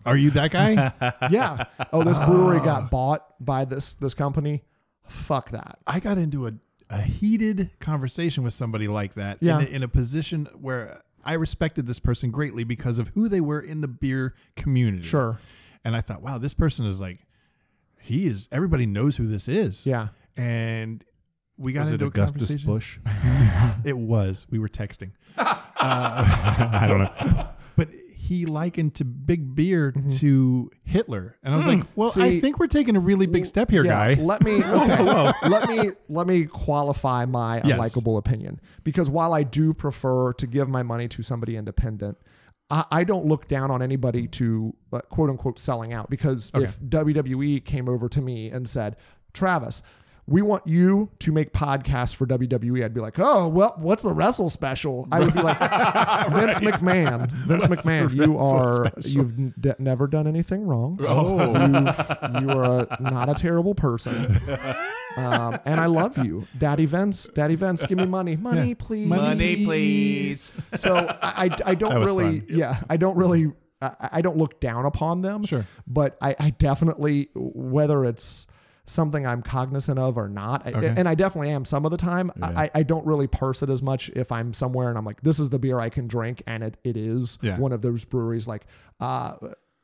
[SPEAKER 4] Are you that guy?
[SPEAKER 5] yeah, oh, this brewery
[SPEAKER 4] Ah.
[SPEAKER 5] got bought by this this company. Fuck that.
[SPEAKER 4] I got into a, a heated conversation with somebody like that
[SPEAKER 5] Yeah.
[SPEAKER 4] in, a, in a position where I respected this person greatly because of who they were in the beer community.
[SPEAKER 5] Sure.
[SPEAKER 4] And I thought, wow, this person is like, he is, everybody knows who this is.
[SPEAKER 5] Yeah.
[SPEAKER 4] And we got
[SPEAKER 1] Was it
[SPEAKER 4] into a
[SPEAKER 1] Augustus
[SPEAKER 4] conversation.
[SPEAKER 1] Bush?
[SPEAKER 4] It was. We were texting. Uh, I don't know. But he likened to Big Beer to Hitler, and I was like, "Well, I
[SPEAKER 5] Mm-hmm. Hmm. See-
[SPEAKER 4] think we're taking a really big step here,
[SPEAKER 5] Yeah,
[SPEAKER 4] guy."
[SPEAKER 5] Let me okay, let me let me qualify my
[SPEAKER 4] Yes.
[SPEAKER 5] unlikable opinion because while I do prefer to give my money to somebody independent, I, I don't look down on anybody to uh, quote unquote selling out because if WWE came over to me and said, Travis. We want you to make podcasts for WWE. I'd be like, oh, well, what's the wrestle special? I would be like, Vince McMahon, Vince McMahon, you are you've d- never done anything wrong. Oh, you are a, not a terrible person, um, and I love you, Daddy Vince. Daddy Vince, give me money, money, please,
[SPEAKER 7] Money, please.
[SPEAKER 5] So I, I, I
[SPEAKER 4] That
[SPEAKER 5] don't
[SPEAKER 4] was
[SPEAKER 5] really,
[SPEAKER 4] fun.
[SPEAKER 5] yeah, I don't really, I, I don't look down upon them.
[SPEAKER 4] Sure.
[SPEAKER 5] but I, I definitely, whether it's something I'm cognizant of or not, I-
[SPEAKER 4] Okay.
[SPEAKER 5] and I definitely am some of the time. I, I don't really parse it as much if I'm somewhere and I'm like, this is the beer I can drink, and it, it is
[SPEAKER 4] Yeah.
[SPEAKER 5] one of those breweries like. Uh,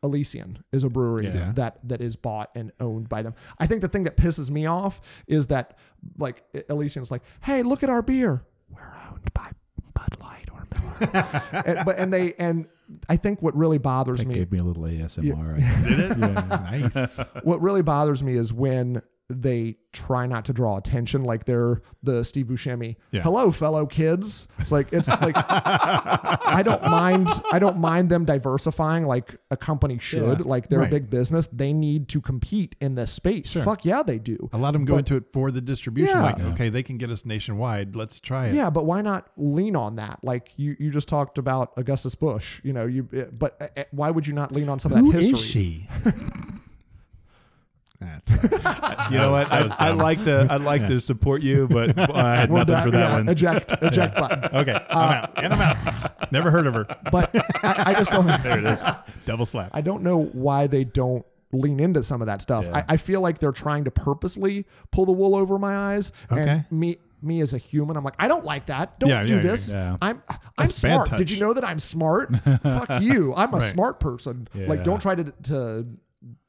[SPEAKER 5] Elysian is a brewery
[SPEAKER 4] Yeah.
[SPEAKER 5] that that is bought and owned by them. I think the thing that pisses me off is that like Elysian's like, hey, look at our beer. We're owned by Bud Light or Miller and, but and they and I think what really bothers me
[SPEAKER 1] Gave me a little ASMR. I think.
[SPEAKER 4] nice.
[SPEAKER 5] what really bothers me is when they try not to draw attention like they're the Steve Buscemi.
[SPEAKER 4] Yeah.
[SPEAKER 5] Hello, fellow kids. It's like it's like I don't mind I don't mind them diversifying like a company should. Like they're
[SPEAKER 4] Right.
[SPEAKER 5] a big business. They need to compete in this space. Fuck yeah, they do.
[SPEAKER 4] A lot of them go into it for the distribution.
[SPEAKER 5] Yeah.
[SPEAKER 4] Like, okay, they can get us nationwide. Let's try it.
[SPEAKER 5] Yeah, but why not lean on that? Like you, you just talked about Augustus Bush. You know, you. But uh, uh, why would you not lean on some of that
[SPEAKER 4] Who
[SPEAKER 5] history?
[SPEAKER 4] is she? That's right.
[SPEAKER 1] you know what? I, I like to I like to support you, but I had
[SPEAKER 5] We're
[SPEAKER 1] nothing
[SPEAKER 5] done.
[SPEAKER 1] for that
[SPEAKER 5] Yeah,
[SPEAKER 1] one.
[SPEAKER 5] Eject, eject button.
[SPEAKER 4] Okay, I'm out. And I'm out. Never heard of her.
[SPEAKER 5] but I, I just don't.
[SPEAKER 4] There it is. Double slap.
[SPEAKER 5] I don't know why they don't lean into some of that stuff. I, I feel like they're trying to purposely pull the wool over my eyes,
[SPEAKER 4] Okay.
[SPEAKER 5] and me. Me as a human, I'm like, I don't like that. Don't
[SPEAKER 4] Yeah, yeah,
[SPEAKER 5] do
[SPEAKER 4] yeah,
[SPEAKER 5] this.
[SPEAKER 1] yeah.
[SPEAKER 5] I'm I'm
[SPEAKER 4] bad
[SPEAKER 5] smart.
[SPEAKER 4] touch.
[SPEAKER 5] Did you know that I'm smart? Fuck you. I'm a smart person. Like,
[SPEAKER 1] Yeah.
[SPEAKER 5] don't try to to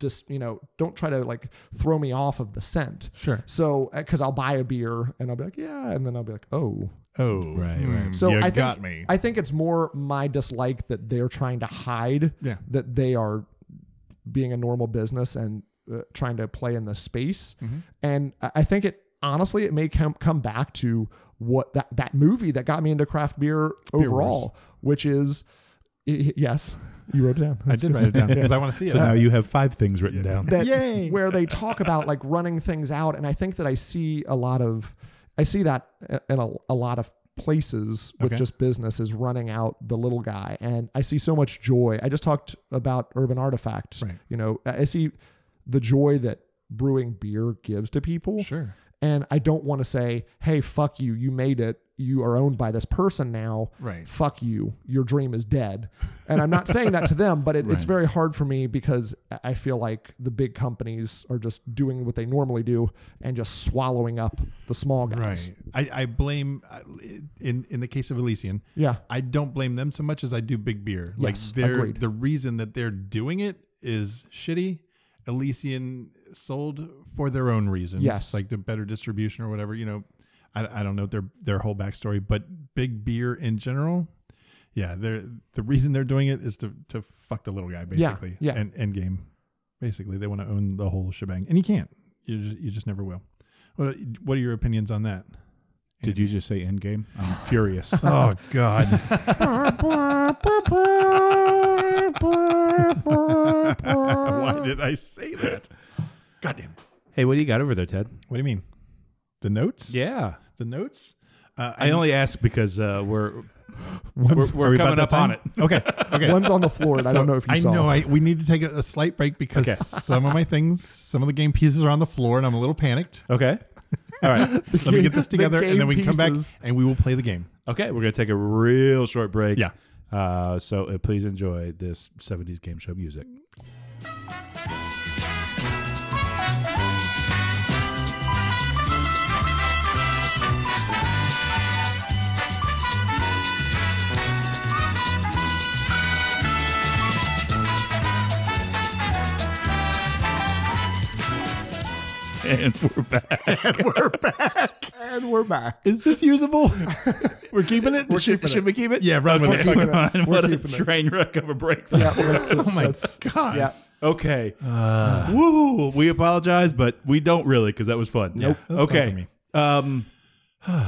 [SPEAKER 5] just you know, don't try to like throw me off of the scent.
[SPEAKER 4] Sure.
[SPEAKER 5] So, because I'll buy a beer and I'll be like, yeah, and then I'll be like, oh,
[SPEAKER 4] Oh, right, right.
[SPEAKER 5] so
[SPEAKER 4] you
[SPEAKER 5] I think
[SPEAKER 4] got me.
[SPEAKER 5] I think it's more my dislike that they're trying to hide
[SPEAKER 4] Yeah.
[SPEAKER 5] that they are being a normal business and uh, trying to play in this space.
[SPEAKER 4] Mm-hmm.
[SPEAKER 5] And I I think it honestly it may come come back to what that that movie that got me into craft beer overall, which is i- yes, you wrote it down.
[SPEAKER 4] I did write it down because I want to see it.
[SPEAKER 1] So now you have five things written down.
[SPEAKER 5] that
[SPEAKER 4] Yay.
[SPEAKER 5] where they talk about like running things out and i think that i see a lot of i see that in a, a lot of places with
[SPEAKER 4] Okay.
[SPEAKER 5] just business is running out the little guy and i see so much joy i just talked about urban artifacts
[SPEAKER 4] Right.
[SPEAKER 5] you know i I see the joy that brewing beer gives to people
[SPEAKER 4] Sure.
[SPEAKER 5] and i don't want to say hey fuck you you made it you are owned by this person now
[SPEAKER 4] Right.
[SPEAKER 5] fuck you your dream is dead and i'm not saying that to them but it, it's very hard for me because i feel like the big companies are just doing what they normally do and just swallowing up the small guys
[SPEAKER 4] Right. I, I blame I- in in the case of Elysian.
[SPEAKER 5] Yeah.
[SPEAKER 4] I don't blame them so much as I do Big Beer. Like
[SPEAKER 5] Yes,
[SPEAKER 4] they're
[SPEAKER 5] agreed.
[SPEAKER 4] the reason that they're doing it is shitty. Elysian sold for their own reasons.
[SPEAKER 5] Yes.
[SPEAKER 4] Like the better distribution or whatever, you know. I, I don't know their their whole backstory, but Big Beer in general, yeah, they're the reason they're doing it is to to fuck the little guy
[SPEAKER 5] Yeah,
[SPEAKER 4] basically.
[SPEAKER 5] yeah.
[SPEAKER 4] And end game. Basically, they want to own the whole shebang. And you can't. You just, you just never will. What, what are your opinions on that?
[SPEAKER 1] Did you just say Endgame? I'm furious.
[SPEAKER 4] Oh God! Why did I say that? Goddamn!
[SPEAKER 1] hey, what do you got over there, Ted?
[SPEAKER 4] What do you mean? The notes?
[SPEAKER 1] Yeah,
[SPEAKER 4] The notes? Uh,
[SPEAKER 1] I only ask because uh, we're
[SPEAKER 4] One's-
[SPEAKER 1] we're
[SPEAKER 4] are we
[SPEAKER 1] coming
[SPEAKER 4] about
[SPEAKER 1] up
[SPEAKER 4] that
[SPEAKER 1] on
[SPEAKER 4] time? Okay. Okay.
[SPEAKER 5] one's on the floor and i don't know if you
[SPEAKER 4] I
[SPEAKER 5] saw
[SPEAKER 4] know. I we need to take a, a slight break because some of my things, some of the game pieces are on the floor, and I'm a little panicked.
[SPEAKER 1] okay. All right.
[SPEAKER 4] Let me get this
[SPEAKER 5] The
[SPEAKER 4] together, and then
[SPEAKER 5] game
[SPEAKER 4] we can come back
[SPEAKER 5] pieces.
[SPEAKER 4] and we will play the game.
[SPEAKER 1] Okay, we're gonna take a real short break.
[SPEAKER 4] Yeah.
[SPEAKER 1] Uh, so uh, please enjoy this '70s game show music. And we're back.
[SPEAKER 5] and we're back.
[SPEAKER 1] Is this usable?
[SPEAKER 4] We're keeping it.
[SPEAKER 1] should, should we keep it?
[SPEAKER 4] Yeah, run with it.
[SPEAKER 1] Keep on.
[SPEAKER 5] We're
[SPEAKER 1] What a
[SPEAKER 5] keeping it.
[SPEAKER 1] train wreck of a break.
[SPEAKER 5] Yeah, let's just-
[SPEAKER 4] Oh my
[SPEAKER 5] let's-
[SPEAKER 4] god.
[SPEAKER 5] yeah.
[SPEAKER 1] Okay. Woo! We apologize, but we don't really because that was fun. Nope.
[SPEAKER 4] that's
[SPEAKER 1] okay.
[SPEAKER 4] fun
[SPEAKER 1] Um,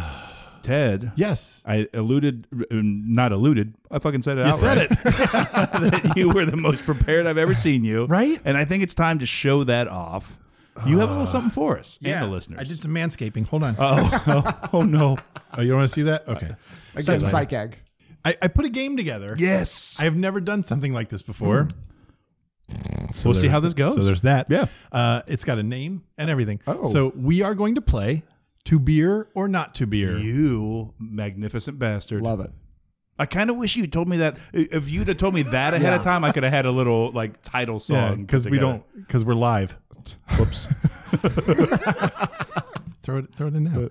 [SPEAKER 1] Ted.
[SPEAKER 4] Yes.
[SPEAKER 1] I alluded, uh, not alluded. I fucking said it.
[SPEAKER 4] You said it.
[SPEAKER 1] that you were the most prepared I've ever seen you.
[SPEAKER 4] Right?
[SPEAKER 1] And I think it's time to show that off. You have a little something for us and the listeners.
[SPEAKER 4] I did some manscaping. Hold on.
[SPEAKER 5] Uh,
[SPEAKER 1] Oh, oh, oh, no.
[SPEAKER 4] oh, you don't want to see that? Okay.
[SPEAKER 5] Again, psych egg.
[SPEAKER 4] I, I put a game together.
[SPEAKER 1] Yes.
[SPEAKER 4] I have never done something like this before.
[SPEAKER 5] Mm.
[SPEAKER 1] we'll see how this goes.
[SPEAKER 4] So there's that.
[SPEAKER 1] Yeah.
[SPEAKER 4] Uh, it's got a name and everything.
[SPEAKER 5] Oh.
[SPEAKER 4] So we are going to play to beer or not to beer.
[SPEAKER 1] you magnificent bastard.
[SPEAKER 5] Love it.
[SPEAKER 1] I kind of wish you told me that. If you'd have told me that ahead of time, I could have had a little like title
[SPEAKER 4] Yeah,
[SPEAKER 1] song
[SPEAKER 4] because we
[SPEAKER 1] together.
[SPEAKER 4] don't because we're live. Whoops. throw it throw it in now.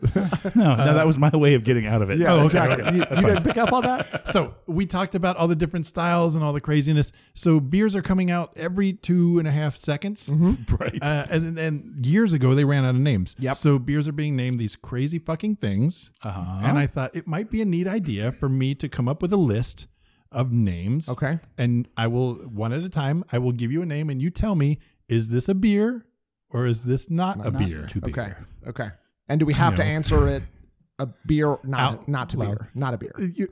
[SPEAKER 1] No, no, that was my way of getting out of it.
[SPEAKER 5] Yeah,
[SPEAKER 1] Oh, okay.
[SPEAKER 5] exactly. You, you didn't pick up on that?
[SPEAKER 4] so we talked about all the different styles and all the craziness. So beers are coming out every two and a half seconds.
[SPEAKER 1] Right.
[SPEAKER 4] Uh, and, and years ago, they ran out of names.
[SPEAKER 5] Yep.
[SPEAKER 4] So beers are being named these crazy fucking things. Uh-huh. And I thought it might be a neat idea for me to come up with a list of names.
[SPEAKER 5] Okay.
[SPEAKER 4] And I will, one at a time, I will give you a name and you tell me, is this a beer or is this not, a beer?
[SPEAKER 5] Okay. Okay. And do we have to answer it a beer, not,
[SPEAKER 4] Out
[SPEAKER 5] not to
[SPEAKER 4] loud.
[SPEAKER 5] beer? Not a beer.
[SPEAKER 4] You-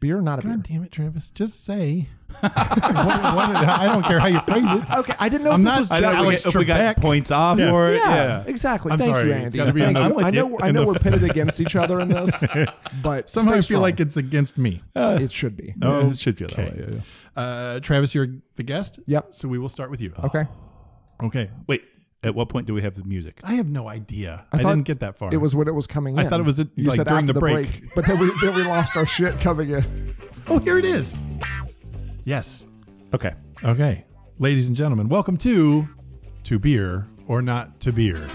[SPEAKER 5] Beer, not a beer.
[SPEAKER 4] God damn it, Travis. Just say. One- one at a- I don't care how you phrase it.
[SPEAKER 5] Okay, I didn't know
[SPEAKER 4] I'm
[SPEAKER 5] if this
[SPEAKER 4] not-
[SPEAKER 5] was
[SPEAKER 1] I
[SPEAKER 5] just-
[SPEAKER 1] don't know
[SPEAKER 4] Alex
[SPEAKER 1] if we, if we got
[SPEAKER 4] Trebek.
[SPEAKER 1] points off for it.
[SPEAKER 5] Yeah,
[SPEAKER 1] Yeah.
[SPEAKER 5] exactly.
[SPEAKER 4] I'm
[SPEAKER 5] Thank
[SPEAKER 4] sorry.
[SPEAKER 5] you,
[SPEAKER 4] It's
[SPEAKER 5] Andy.
[SPEAKER 4] gotta be
[SPEAKER 5] Thank
[SPEAKER 4] in
[SPEAKER 5] you.
[SPEAKER 1] the-
[SPEAKER 5] I
[SPEAKER 1] I'm
[SPEAKER 5] know,
[SPEAKER 1] with you.
[SPEAKER 5] I know
[SPEAKER 1] In the-
[SPEAKER 5] we're pitted against each other in this, but
[SPEAKER 4] Somehow I
[SPEAKER 5] stay
[SPEAKER 4] feel
[SPEAKER 5] strong.
[SPEAKER 4] like it's against me.
[SPEAKER 1] Uh,
[SPEAKER 5] it should be.
[SPEAKER 1] Oh, it should feel that way. yeah, yeah.
[SPEAKER 4] Uh, Travis, you're the guest.
[SPEAKER 5] Yep.
[SPEAKER 4] So we will start with you.
[SPEAKER 5] Okay.
[SPEAKER 4] Okay.
[SPEAKER 1] Wait, at what point do we have the music?
[SPEAKER 4] I have no idea.
[SPEAKER 5] I
[SPEAKER 4] I,
[SPEAKER 5] thought
[SPEAKER 4] didn't get that far.
[SPEAKER 5] It was when it was coming
[SPEAKER 4] I
[SPEAKER 5] in.
[SPEAKER 4] thought it was, uh,
[SPEAKER 5] you
[SPEAKER 4] like,
[SPEAKER 5] said
[SPEAKER 4] during
[SPEAKER 5] after
[SPEAKER 4] the break.
[SPEAKER 5] but then we then we lost our shit coming in.
[SPEAKER 4] Oh, here it is. Yes.
[SPEAKER 1] Okay.
[SPEAKER 4] Okay. Ladies and gentlemen, welcome to To Beer or Not to Beer.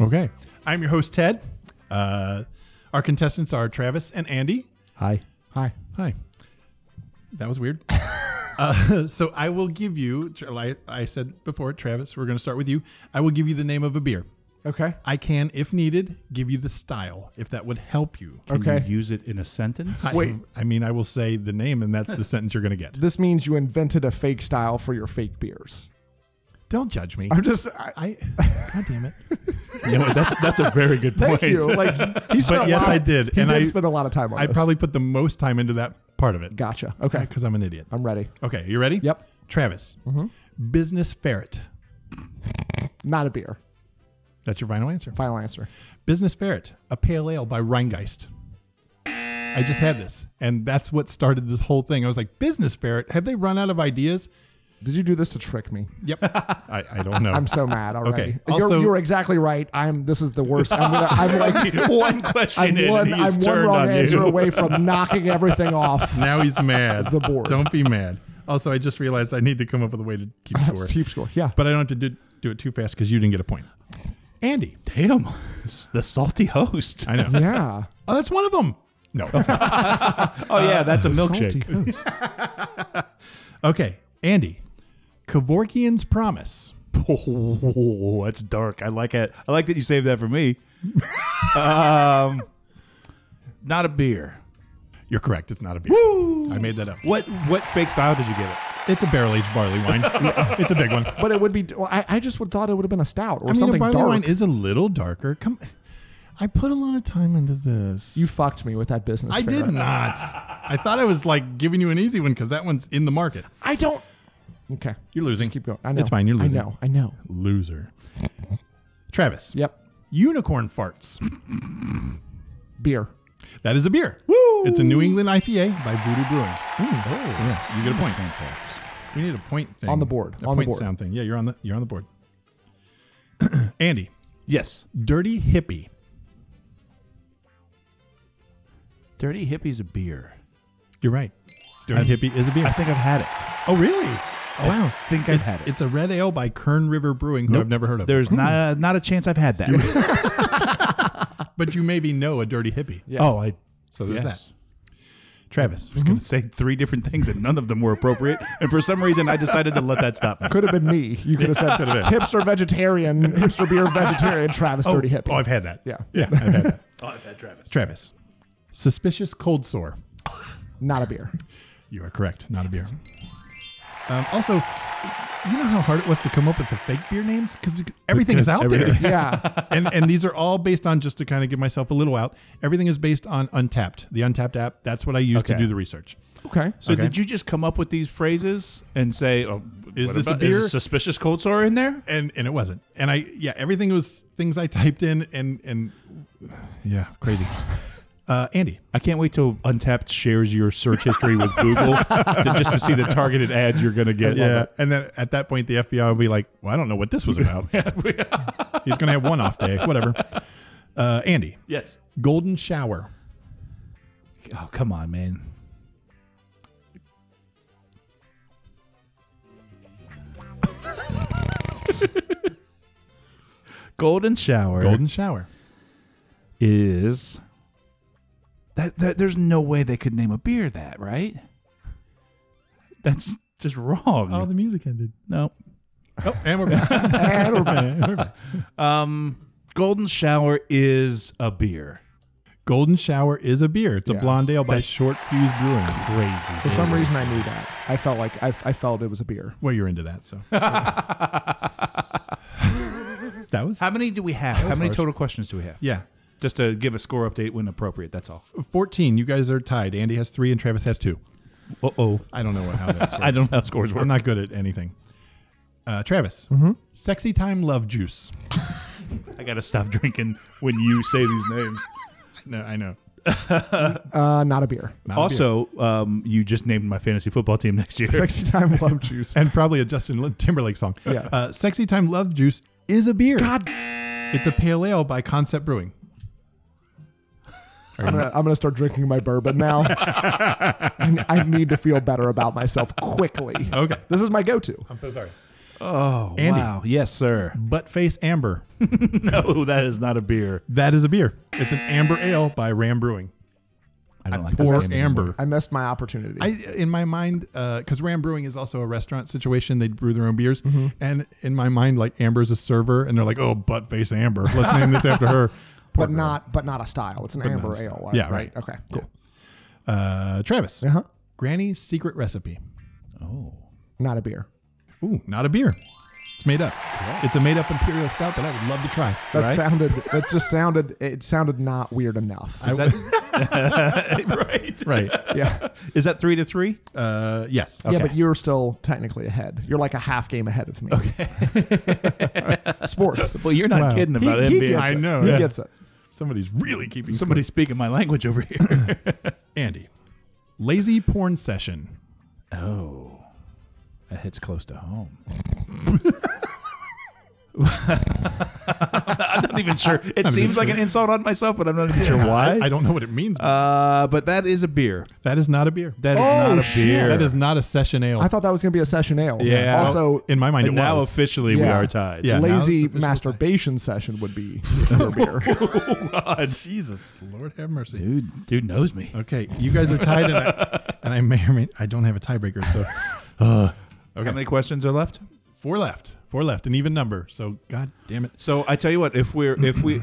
[SPEAKER 4] Okay. I'm your host, Ted. Uh, our contestants are Travis and Andy.
[SPEAKER 1] Hi.
[SPEAKER 5] Hi.
[SPEAKER 4] Hi. That was weird. uh, so I will give you, like I said before, Travis, we're going to start with you. I will give you the name of a beer.
[SPEAKER 5] Okay.
[SPEAKER 4] I can, if needed, give you the style, if that would help you.
[SPEAKER 5] Okay.
[SPEAKER 1] Use it in a sentence.
[SPEAKER 4] I-
[SPEAKER 5] Wait.
[SPEAKER 4] I mean, I will say the name, and that's the sentence you're going to get.
[SPEAKER 5] This means you invented a fake style for your fake beers.
[SPEAKER 4] Don't judge me.
[SPEAKER 5] I'm just. I,
[SPEAKER 4] I, God damn it.
[SPEAKER 1] You know what? that's that's a very good point.
[SPEAKER 5] thank you. Like he spent. a
[SPEAKER 4] yes,
[SPEAKER 5] lot-
[SPEAKER 4] I did,
[SPEAKER 5] He
[SPEAKER 4] and
[SPEAKER 5] did
[SPEAKER 4] I-
[SPEAKER 5] spend a lot of time on
[SPEAKER 4] I
[SPEAKER 5] this.
[SPEAKER 4] probably put the most time into that part of it.
[SPEAKER 5] gotcha. Okay.
[SPEAKER 4] Because I'm an idiot.
[SPEAKER 5] I'm ready.
[SPEAKER 4] Okay, you ready?
[SPEAKER 5] Yep. Mm-hmm.
[SPEAKER 4] Travis, business ferret.
[SPEAKER 5] Not a beer.
[SPEAKER 4] That's your final answer.
[SPEAKER 5] Final answer.
[SPEAKER 4] Business Ferret, a pale ale by Rheingeist. I just had this, and that's what started this whole thing. I was like, Business Ferret, have they run out of ideas?
[SPEAKER 5] Did you do this to trick me?
[SPEAKER 4] Yep. I, I don't know.
[SPEAKER 5] I'm so mad already.
[SPEAKER 4] Okay.
[SPEAKER 5] You're,
[SPEAKER 4] Also-
[SPEAKER 5] you're exactly right. I'm. This is the worst. I'm, gonna, I'm like.
[SPEAKER 1] one question
[SPEAKER 5] I'm
[SPEAKER 1] in,
[SPEAKER 5] one.
[SPEAKER 1] and he's
[SPEAKER 5] I'm one
[SPEAKER 1] turned
[SPEAKER 5] wrong
[SPEAKER 1] on
[SPEAKER 5] answer
[SPEAKER 1] you.
[SPEAKER 5] away from knocking everything off.
[SPEAKER 4] now he's mad.
[SPEAKER 5] The board.
[SPEAKER 4] Don't be mad. Also, I just realized I need to come up with a way to keep score.
[SPEAKER 5] Keep score. Yeah.
[SPEAKER 4] But I don't have to do, do it too fast because you didn't get a point. Andy.
[SPEAKER 1] Damn, it's the salty host.
[SPEAKER 4] I know.
[SPEAKER 5] Yeah.
[SPEAKER 4] Oh, that's one of them. No, that's not.
[SPEAKER 1] Oh yeah, that's a milkshake.
[SPEAKER 4] Okay, Andy. Kevorkian's Promise.
[SPEAKER 1] Oh, that's dark. I like it. I like that you saved that for me. um, not a beer.
[SPEAKER 4] You're correct. It's not a beer. I made that up.
[SPEAKER 1] What what fake style did you give it?
[SPEAKER 4] It's a barrel aged barley wine. it's a big one.
[SPEAKER 5] But it would be. Well, I, I just would thought it would have been a stout or
[SPEAKER 4] I mean,
[SPEAKER 5] something
[SPEAKER 4] a barley
[SPEAKER 5] dark.
[SPEAKER 4] wine is a little darker. Come, I put a lot of time into this.
[SPEAKER 5] you fucked me with that business.
[SPEAKER 4] I
[SPEAKER 5] Farrah.
[SPEAKER 4] did not. I thought I was like giving you an easy one because that one's in the market.
[SPEAKER 5] I don't. Okay.
[SPEAKER 4] You're losing.
[SPEAKER 5] Just keep going. I know.
[SPEAKER 4] It's fine. You're losing.
[SPEAKER 5] I know. I know.
[SPEAKER 4] Loser. Travis.
[SPEAKER 5] Yep.
[SPEAKER 4] Unicorn farts.
[SPEAKER 5] Beer.
[SPEAKER 4] That is a beer. Woo! It's a New England IPA by Voodoo Brewing. So yeah, you get a point. We need a point thing
[SPEAKER 5] On the board.
[SPEAKER 4] A
[SPEAKER 5] On the
[SPEAKER 4] point
[SPEAKER 5] board.
[SPEAKER 4] sound thing. Yeah, you're on the you're on the board. Andy,
[SPEAKER 1] Yes,
[SPEAKER 4] dirty hippie.
[SPEAKER 1] dirty hippie's a beer.
[SPEAKER 4] You're right. Dirty hippie is a beer.
[SPEAKER 1] I think I've had it.
[SPEAKER 4] Oh, really? wow. I
[SPEAKER 1] think I've had it.
[SPEAKER 4] It's a red ale by Kern River Brewing, who I've never heard of.
[SPEAKER 1] There's not not a chance I've had that.
[SPEAKER 4] but you maybe know a dirty hippie.
[SPEAKER 1] Oh, I
[SPEAKER 4] So there's
[SPEAKER 1] Yes.
[SPEAKER 4] that.
[SPEAKER 1] Travis. I was going to say three different things and none of them were appropriate. and for some reason, I decided to let that stop me.
[SPEAKER 5] Could have been me. You could have said hipster vegetarian, hipster beer vegetarian, Travis Dirty Hippie.
[SPEAKER 4] Oh, I've had that.
[SPEAKER 5] Yeah.
[SPEAKER 4] Yeah, I've had that.
[SPEAKER 1] Oh, I've had Travis.
[SPEAKER 4] Travis, suspicious cold sore.
[SPEAKER 5] Not a beer.
[SPEAKER 4] You are correct. Not a beer. Um, also, you know how hard it was to come up with the fake beer names because everything is out there.
[SPEAKER 5] Yeah.
[SPEAKER 4] and and these are all based on just to kind of give myself a little out. Everything is based on Untapped, the Untapped app. That's what I use to
[SPEAKER 1] Okay.
[SPEAKER 4] do the research.
[SPEAKER 5] Okay.
[SPEAKER 1] So
[SPEAKER 4] Okay.
[SPEAKER 1] did you just come up with these phrases and say, oh,
[SPEAKER 4] Is
[SPEAKER 1] what
[SPEAKER 4] this a
[SPEAKER 1] about- is
[SPEAKER 4] beer?
[SPEAKER 1] a suspicious cold sore in there?
[SPEAKER 4] And and it wasn't. And I yeah, everything was things I typed in and and yeah, crazy. Uh, Andy,
[SPEAKER 1] I can't wait till Untapped shares your search history with Google to, just to see the targeted ads you're going to get.
[SPEAKER 4] and then at that point the FBI will be like, "Well, I don't know what this was about." He's gonna have one off day, whatever. Uh, Andy,
[SPEAKER 1] Yes.
[SPEAKER 4] golden shower.
[SPEAKER 1] Oh, come on, man. Golden shower
[SPEAKER 4] Golden shower.
[SPEAKER 1] is that, that there's no way they could name a beer that, right? That's just wrong.
[SPEAKER 4] Oh, the music ended.
[SPEAKER 1] no.
[SPEAKER 4] Oh, and we're back. and we're back. We're back.
[SPEAKER 1] Golden shower is a beer.
[SPEAKER 4] Golden Shower is a beer. It's a
[SPEAKER 5] Yeah.
[SPEAKER 4] blonde ale by Short Fuse Brewing.
[SPEAKER 1] Crazy.
[SPEAKER 5] For some reason, I knew that. I felt like I, I felt it was a beer.
[SPEAKER 4] Well, you're into that, so that was
[SPEAKER 1] How many do we have? How many total questions do we have?
[SPEAKER 4] yeah.
[SPEAKER 1] Just to give a score update when appropriate. That's all.
[SPEAKER 4] Fourteen. You guys are tied. Andy has three, and Travis has two.
[SPEAKER 1] Uh oh.
[SPEAKER 4] I don't know what- how that's.
[SPEAKER 1] I don't know how scores work. Mm-hmm.
[SPEAKER 4] I'm not good at anything. Uh, Travis, sexy time love juice.
[SPEAKER 1] I gotta stop drinking when you say these names.
[SPEAKER 4] No, I know.
[SPEAKER 5] Uh, not a beer.
[SPEAKER 1] also, um, you just named my fantasy football team next year.
[SPEAKER 5] Sexy time love juice.
[SPEAKER 4] And probably a Justin Lin- Timberlake song.
[SPEAKER 5] Yeah.
[SPEAKER 4] Uh, sexy time love juice is a beer. God, it's a pale ale by Concept Brewing.
[SPEAKER 5] I'm gonna, I'm gonna start drinking my bourbon now. I, I need to feel better about myself quickly.
[SPEAKER 4] Okay.
[SPEAKER 5] This is my go-to.
[SPEAKER 4] I'm so sorry.
[SPEAKER 1] Oh wow, yes, sir.
[SPEAKER 4] Buttface Amber.
[SPEAKER 1] No, that is not a beer.
[SPEAKER 4] That is a beer. It's an amber ale by Ram Brewing.
[SPEAKER 1] I don't like
[SPEAKER 4] Or
[SPEAKER 1] this game anymore.
[SPEAKER 4] amber.
[SPEAKER 5] I missed my opportunity.
[SPEAKER 4] I, in my mind, because Ram Brewing is also a restaurant situation, they brew their own beers. And in my mind, like Amber's a server, and they're like, "Oh, buttface Amber, let's name this after her." Poor
[SPEAKER 5] but
[SPEAKER 4] girl.
[SPEAKER 5] not but not a style. It's an amber ale. right?
[SPEAKER 4] Yeah, right.
[SPEAKER 5] Okay. Cool.
[SPEAKER 4] uh, Travis.
[SPEAKER 5] Uh-huh.
[SPEAKER 4] Granny's secret recipe.
[SPEAKER 5] Not a beer.
[SPEAKER 4] Ooh, not a beer. It's made up. It's a made up imperial stout that I would love to try.
[SPEAKER 5] That
[SPEAKER 4] right?
[SPEAKER 5] sounded. That just sounded. It sounded not weird enough.
[SPEAKER 4] I-
[SPEAKER 1] right?
[SPEAKER 4] right.
[SPEAKER 5] yeah.
[SPEAKER 1] Is that three to three?
[SPEAKER 4] Uh, yes.
[SPEAKER 5] Yeah, but you're still technically ahead. You're like a half game ahead of me. Okay. Sports.
[SPEAKER 1] Well, you're not
[SPEAKER 4] Wow.
[SPEAKER 1] kidding
[SPEAKER 5] He,
[SPEAKER 1] about
[SPEAKER 5] he
[SPEAKER 1] it.
[SPEAKER 5] gets
[SPEAKER 4] I
[SPEAKER 5] it.
[SPEAKER 4] know,
[SPEAKER 5] He
[SPEAKER 4] yeah.
[SPEAKER 5] gets it.
[SPEAKER 4] Somebody's really keeping
[SPEAKER 1] Somebody's speaking my language over here.
[SPEAKER 4] score. Andy. Lazy porn session.
[SPEAKER 1] oh, that hits close to home. I'm not even sure. It seems like an insult on myself, but I'm not even sure why.
[SPEAKER 4] I, I don't know what it means. but
[SPEAKER 1] uh, but that is a beer.
[SPEAKER 4] that is not a beer.
[SPEAKER 1] That is
[SPEAKER 5] Oh,
[SPEAKER 1] not a
[SPEAKER 5] shit.
[SPEAKER 1] beer.
[SPEAKER 4] that is not a session ale.
[SPEAKER 5] I thought that was going to be a session ale.
[SPEAKER 1] Yeah.
[SPEAKER 5] Also,
[SPEAKER 4] in my mind,
[SPEAKER 1] And
[SPEAKER 4] it
[SPEAKER 1] now
[SPEAKER 4] was.
[SPEAKER 1] officially we
[SPEAKER 5] Yeah.
[SPEAKER 1] are tied.
[SPEAKER 4] Yeah, now it's
[SPEAKER 5] lazy
[SPEAKER 4] official.
[SPEAKER 5] masturbation session would be your beer.
[SPEAKER 1] Jesus.
[SPEAKER 4] Lord have mercy.
[SPEAKER 1] Dude, dude knows me.
[SPEAKER 4] Okay, you guys are tied, and I, and I may or may I don't have a tiebreaker, so
[SPEAKER 1] How many questions are left?
[SPEAKER 4] four left, four left, an even number. So god damn it,
[SPEAKER 1] So I tell you what, if we're if we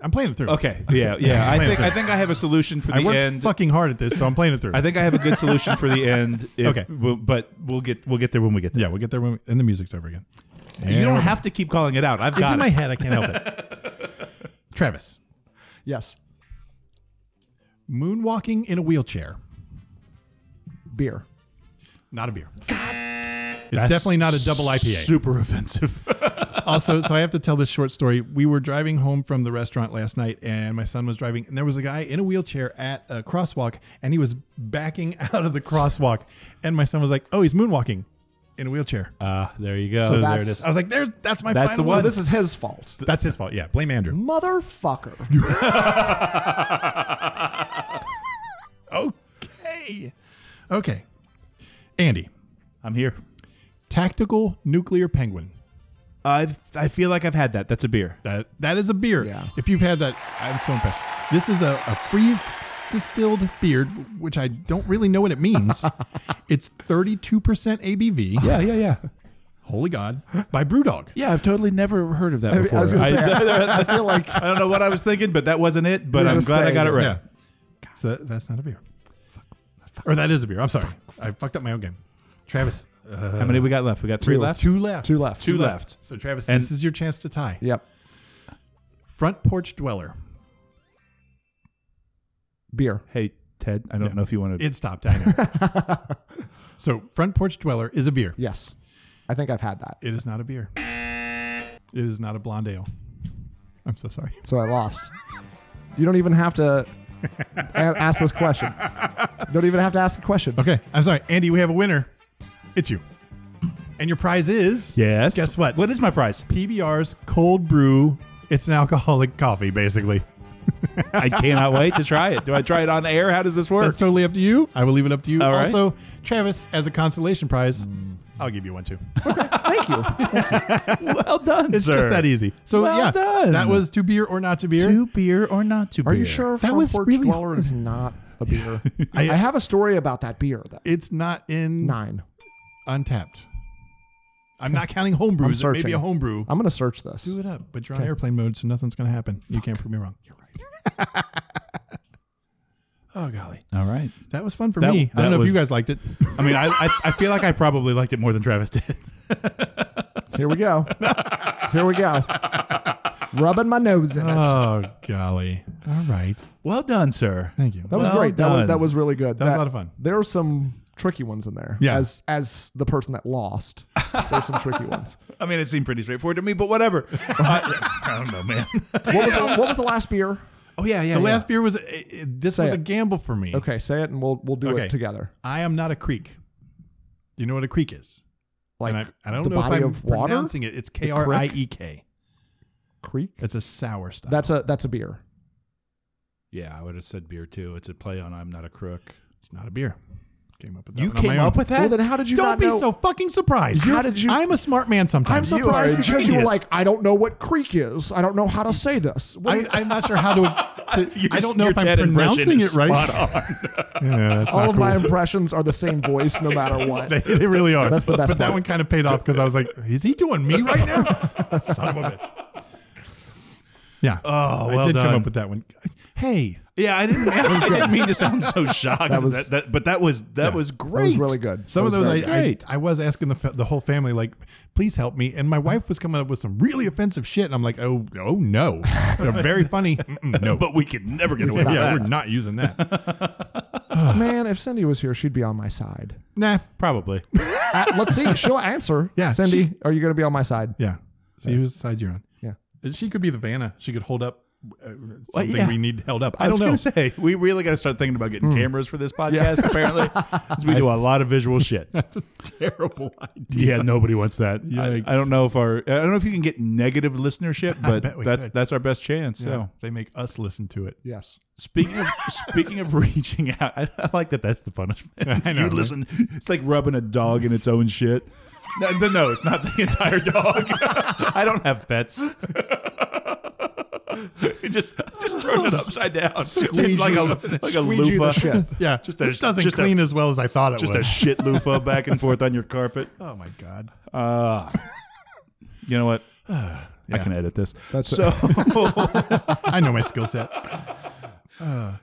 [SPEAKER 4] I'm playing it through.
[SPEAKER 1] okay, yeah, yeah, I
[SPEAKER 4] Playing
[SPEAKER 1] think
[SPEAKER 4] through.
[SPEAKER 1] I think I have a solution for
[SPEAKER 4] I
[SPEAKER 1] the
[SPEAKER 4] worked
[SPEAKER 1] end.
[SPEAKER 4] fucking hard at this, so I'm playing it through.
[SPEAKER 1] I think I have a good solution for the end. if-
[SPEAKER 4] Okay.
[SPEAKER 1] w- but we'll get we'll get there when we get there.
[SPEAKER 4] yeah, we'll get there when we, and the music's over again.
[SPEAKER 1] you
[SPEAKER 4] And-
[SPEAKER 1] don't have to keep calling it out. I've
[SPEAKER 4] It's
[SPEAKER 1] got
[SPEAKER 4] in
[SPEAKER 1] it.
[SPEAKER 4] my head. I can't help it. Travis,
[SPEAKER 5] yes.
[SPEAKER 4] moonwalking in a wheelchair,
[SPEAKER 5] Beer.
[SPEAKER 4] not a beer. It's definitely not a double IPA.
[SPEAKER 1] Super offensive.
[SPEAKER 4] also, so I have to tell this short story. We were driving home from the restaurant last night, and my son was driving, and there was a guy in a wheelchair at a crosswalk, and he was backing out of the crosswalk, and my son was like, "Oh, he's moonwalking in a wheelchair."
[SPEAKER 1] Ah, there you go.
[SPEAKER 5] So
[SPEAKER 4] there it
[SPEAKER 5] that's-
[SPEAKER 4] is. I was like, "There's that's my
[SPEAKER 1] That's
[SPEAKER 4] final
[SPEAKER 1] the one.
[SPEAKER 5] So
[SPEAKER 4] one.
[SPEAKER 5] this is his fault.
[SPEAKER 4] that's his fault. Yeah, blame Andrew.
[SPEAKER 5] Motherfucker.
[SPEAKER 4] Okay, okay, Andy,
[SPEAKER 1] I'm here.
[SPEAKER 4] tactical nuclear penguin.
[SPEAKER 1] I've I feel like I've had that. That's a beer.
[SPEAKER 4] That that is a beer.
[SPEAKER 5] Yeah.
[SPEAKER 4] If you've had that, I'm so impressed. This is a, a freezed distilled beard, which I don't really know what it means. it's 32% ABV.
[SPEAKER 1] Yeah, yeah, yeah.
[SPEAKER 4] Holy God. By Brewdog.
[SPEAKER 1] Yeah, I've totally never heard of that
[SPEAKER 5] I,
[SPEAKER 1] before.
[SPEAKER 5] I was gonna say, I, I feel like
[SPEAKER 1] I don't know what I was thinking, but that wasn't it. But
[SPEAKER 5] were
[SPEAKER 1] I'm
[SPEAKER 5] just
[SPEAKER 1] glad I got it
[SPEAKER 5] saying,
[SPEAKER 1] right.
[SPEAKER 4] Yeah. So that's not a beer. Or that is a beer. I'm sorry. I fucked up my own game. Travis, uh,
[SPEAKER 1] How many we got left? We got three left.
[SPEAKER 4] two left.
[SPEAKER 5] Two left.
[SPEAKER 1] Two left.
[SPEAKER 4] So, Travis,
[SPEAKER 1] And-
[SPEAKER 4] this is your chance to tie.
[SPEAKER 5] yep,
[SPEAKER 4] Front porch dweller.
[SPEAKER 5] beer.
[SPEAKER 1] Hey Ted, I don't know if you want to.
[SPEAKER 4] It stopped. I know. so, front porch dweller is a beer.
[SPEAKER 5] Yes, I think I've had that,
[SPEAKER 4] It is not a beer. It is not a blonde ale. I'm so sorry.
[SPEAKER 5] so I lost. you don't even have to a- ask this question. You don't even have to ask a question.
[SPEAKER 4] Okay, I'm sorry, Andy. We have a winner. It's you. And your prize is
[SPEAKER 1] Yes.
[SPEAKER 4] Guess what?
[SPEAKER 1] What is my prize?
[SPEAKER 4] PBR's cold brew. It's an alcoholic coffee, basically.
[SPEAKER 1] I cannot wait to try it. Do I try it on air? How does this work?
[SPEAKER 4] That's totally up to you. I will leave it up to you.
[SPEAKER 1] All right.
[SPEAKER 4] also, Travis, as a consolation prize, I'll give you one too.
[SPEAKER 5] Thank you.
[SPEAKER 1] well done,
[SPEAKER 4] It's just that easy. So
[SPEAKER 1] Well
[SPEAKER 4] yeah,
[SPEAKER 1] done.
[SPEAKER 4] that was to beer or not to beer.
[SPEAKER 1] To beer or not to beer?
[SPEAKER 5] Are you sure
[SPEAKER 4] That
[SPEAKER 5] Front
[SPEAKER 4] was
[SPEAKER 5] Porch
[SPEAKER 4] really
[SPEAKER 5] Dweller
[SPEAKER 4] hard.
[SPEAKER 5] is not a beer? I,
[SPEAKER 4] I-
[SPEAKER 5] have a story about that beer. Though.
[SPEAKER 4] It's not in
[SPEAKER 5] Nine.
[SPEAKER 4] untapped. I'm not counting homebrews.
[SPEAKER 5] I'm
[SPEAKER 4] It may be
[SPEAKER 5] searching.
[SPEAKER 4] a homebrew.
[SPEAKER 5] I'm gonna search this.
[SPEAKER 4] Do it up, but you're on airplane mode, so nothing's going to happen. You can't prove me wrong. You're right. oh golly,
[SPEAKER 1] All right.
[SPEAKER 4] that was fun for
[SPEAKER 1] That-
[SPEAKER 4] me. I
[SPEAKER 1] that
[SPEAKER 4] don't know
[SPEAKER 1] was-
[SPEAKER 4] if you guys liked it.
[SPEAKER 1] I mean, I, I I feel like I probably liked it more than Travis did.
[SPEAKER 5] Here we go. Here we go. Rubbing my nose in it.
[SPEAKER 4] Oh golly! All right,
[SPEAKER 1] Well done, sir.
[SPEAKER 4] thank you.
[SPEAKER 5] that was
[SPEAKER 1] well
[SPEAKER 5] great. That
[SPEAKER 1] done.
[SPEAKER 5] was, that was really good. That
[SPEAKER 4] was a lot of fun.
[SPEAKER 5] There were some tricky ones in there.
[SPEAKER 4] Yeah.
[SPEAKER 5] As as the person that lost, there's some tricky ones.
[SPEAKER 1] I mean, it seemed pretty straightforward to me, but whatever. Uh, I, I don't know, man.
[SPEAKER 5] What was, the, what was the last beer?
[SPEAKER 1] Oh yeah, yeah.
[SPEAKER 4] the
[SPEAKER 1] yeah.
[SPEAKER 4] last beer was uh, uh, this
[SPEAKER 5] Say
[SPEAKER 4] was a
[SPEAKER 5] it.
[SPEAKER 4] gamble for me.
[SPEAKER 5] Okay, say it and we'll we'll do
[SPEAKER 4] Okay.
[SPEAKER 5] it together.
[SPEAKER 4] I am not a creek. Do you know what a creek is?
[SPEAKER 5] Like
[SPEAKER 4] And I, I don't
[SPEAKER 5] the
[SPEAKER 4] know if
[SPEAKER 5] body
[SPEAKER 4] I'm
[SPEAKER 5] of water?
[SPEAKER 4] pronouncing it. It's K R I E K.
[SPEAKER 5] Creek.
[SPEAKER 4] It's a sour style.
[SPEAKER 5] That's a that's a beer.
[SPEAKER 1] Yeah, I would have said beer too. It's a play on "I'm not a crook."
[SPEAKER 4] it's not a beer. Came up with that
[SPEAKER 1] You
[SPEAKER 4] one on my
[SPEAKER 1] came
[SPEAKER 4] own.
[SPEAKER 1] up with that?
[SPEAKER 5] Well, then how did you
[SPEAKER 4] Don't
[SPEAKER 5] not
[SPEAKER 4] be
[SPEAKER 5] know-
[SPEAKER 4] so fucking surprised.
[SPEAKER 5] How did you-
[SPEAKER 4] I'm a smart man
[SPEAKER 5] I'm
[SPEAKER 4] sometimes.
[SPEAKER 5] surprised
[SPEAKER 1] a
[SPEAKER 5] because you were
[SPEAKER 1] genius.
[SPEAKER 5] like, I don't know what creek is. I don't know how to say this. What do
[SPEAKER 4] I,
[SPEAKER 5] you-
[SPEAKER 4] I'm not sure how to. to-
[SPEAKER 1] Your-
[SPEAKER 4] I don't know
[SPEAKER 1] your
[SPEAKER 4] if I'm
[SPEAKER 1] Ted impression
[SPEAKER 4] pronouncing it
[SPEAKER 1] is
[SPEAKER 4] right.
[SPEAKER 1] spot on.
[SPEAKER 4] Yeah, that's
[SPEAKER 5] all
[SPEAKER 4] not
[SPEAKER 5] of
[SPEAKER 4] cool.
[SPEAKER 5] my impressions are the same voice no matter what.
[SPEAKER 4] They, they really are.
[SPEAKER 5] That's the best
[SPEAKER 4] But that
[SPEAKER 5] part.
[SPEAKER 4] one kind of paid off because I was like, "Is he doing me right now?" Son of a bitch. Yeah.
[SPEAKER 1] Oh,
[SPEAKER 4] I
[SPEAKER 1] well
[SPEAKER 4] did come
[SPEAKER 1] done.
[SPEAKER 4] up with that one. Hey,
[SPEAKER 1] Yeah, I didn't. I didn't mean to sound so shocked. That
[SPEAKER 5] was-
[SPEAKER 1] that, but that was that was great.
[SPEAKER 5] That was really good.
[SPEAKER 4] Some of
[SPEAKER 5] That was
[SPEAKER 4] those,
[SPEAKER 5] very
[SPEAKER 4] I,
[SPEAKER 5] good.
[SPEAKER 4] I, I was asking the, fa- the whole family, like, please help me. And my wife was coming up with some really offensive shit. And I'm like, oh, oh no. They're very funny. Mm-mm, no.
[SPEAKER 1] But we could never get away
[SPEAKER 4] yeah,
[SPEAKER 1] with
[SPEAKER 4] we're
[SPEAKER 1] that.
[SPEAKER 4] not using that.
[SPEAKER 5] Man, if Cindy was here, she'd be on my side.
[SPEAKER 4] nah.
[SPEAKER 1] Probably.
[SPEAKER 5] Uh, let's see. She'll answer.
[SPEAKER 4] Yeah,
[SPEAKER 5] Cindy,
[SPEAKER 4] she-
[SPEAKER 5] are you going to be on my side?
[SPEAKER 4] Yeah. See whose side you're on.
[SPEAKER 5] Yeah.
[SPEAKER 4] She could be the Vanna. She could hold up uh, something
[SPEAKER 1] yeah.
[SPEAKER 4] we need held up.
[SPEAKER 1] I, Hmm.
[SPEAKER 4] I, don't
[SPEAKER 1] was
[SPEAKER 4] know.
[SPEAKER 1] gonna say we really got to start thinking about getting cameras for this podcast. Apparently, 'cause we do a lot of visual shit.
[SPEAKER 4] That's a terrible idea.
[SPEAKER 1] Yeah, nobody wants that. I,
[SPEAKER 4] Yikes.
[SPEAKER 1] I don't know if our I don't know if you can get negative listenership, but
[SPEAKER 4] bet we
[SPEAKER 1] that's
[SPEAKER 4] could.
[SPEAKER 1] that's our best chance.
[SPEAKER 4] So
[SPEAKER 1] So
[SPEAKER 4] they make us listen to it.
[SPEAKER 5] Yes.
[SPEAKER 1] speaking of speaking of reaching out, I, I like that. That's the punishment.
[SPEAKER 4] I know,
[SPEAKER 1] you
[SPEAKER 4] right?
[SPEAKER 1] listen. It's like rubbing a dog in its own shit. No, no, no, it's not the entire dog. I don't have pets. It just just turn it upside down. It's like a like a
[SPEAKER 5] Squeegee
[SPEAKER 1] loofah.
[SPEAKER 5] the shit.
[SPEAKER 4] Yeah.
[SPEAKER 1] Just a-
[SPEAKER 4] this doesn't
[SPEAKER 1] just a-
[SPEAKER 4] clean as well as I thought it
[SPEAKER 1] just
[SPEAKER 4] would.
[SPEAKER 1] a shit loofah back and forth on your carpet.
[SPEAKER 4] oh, my God.
[SPEAKER 1] You know what? I can edit this.
[SPEAKER 5] That's
[SPEAKER 1] so.
[SPEAKER 4] I know my skill set.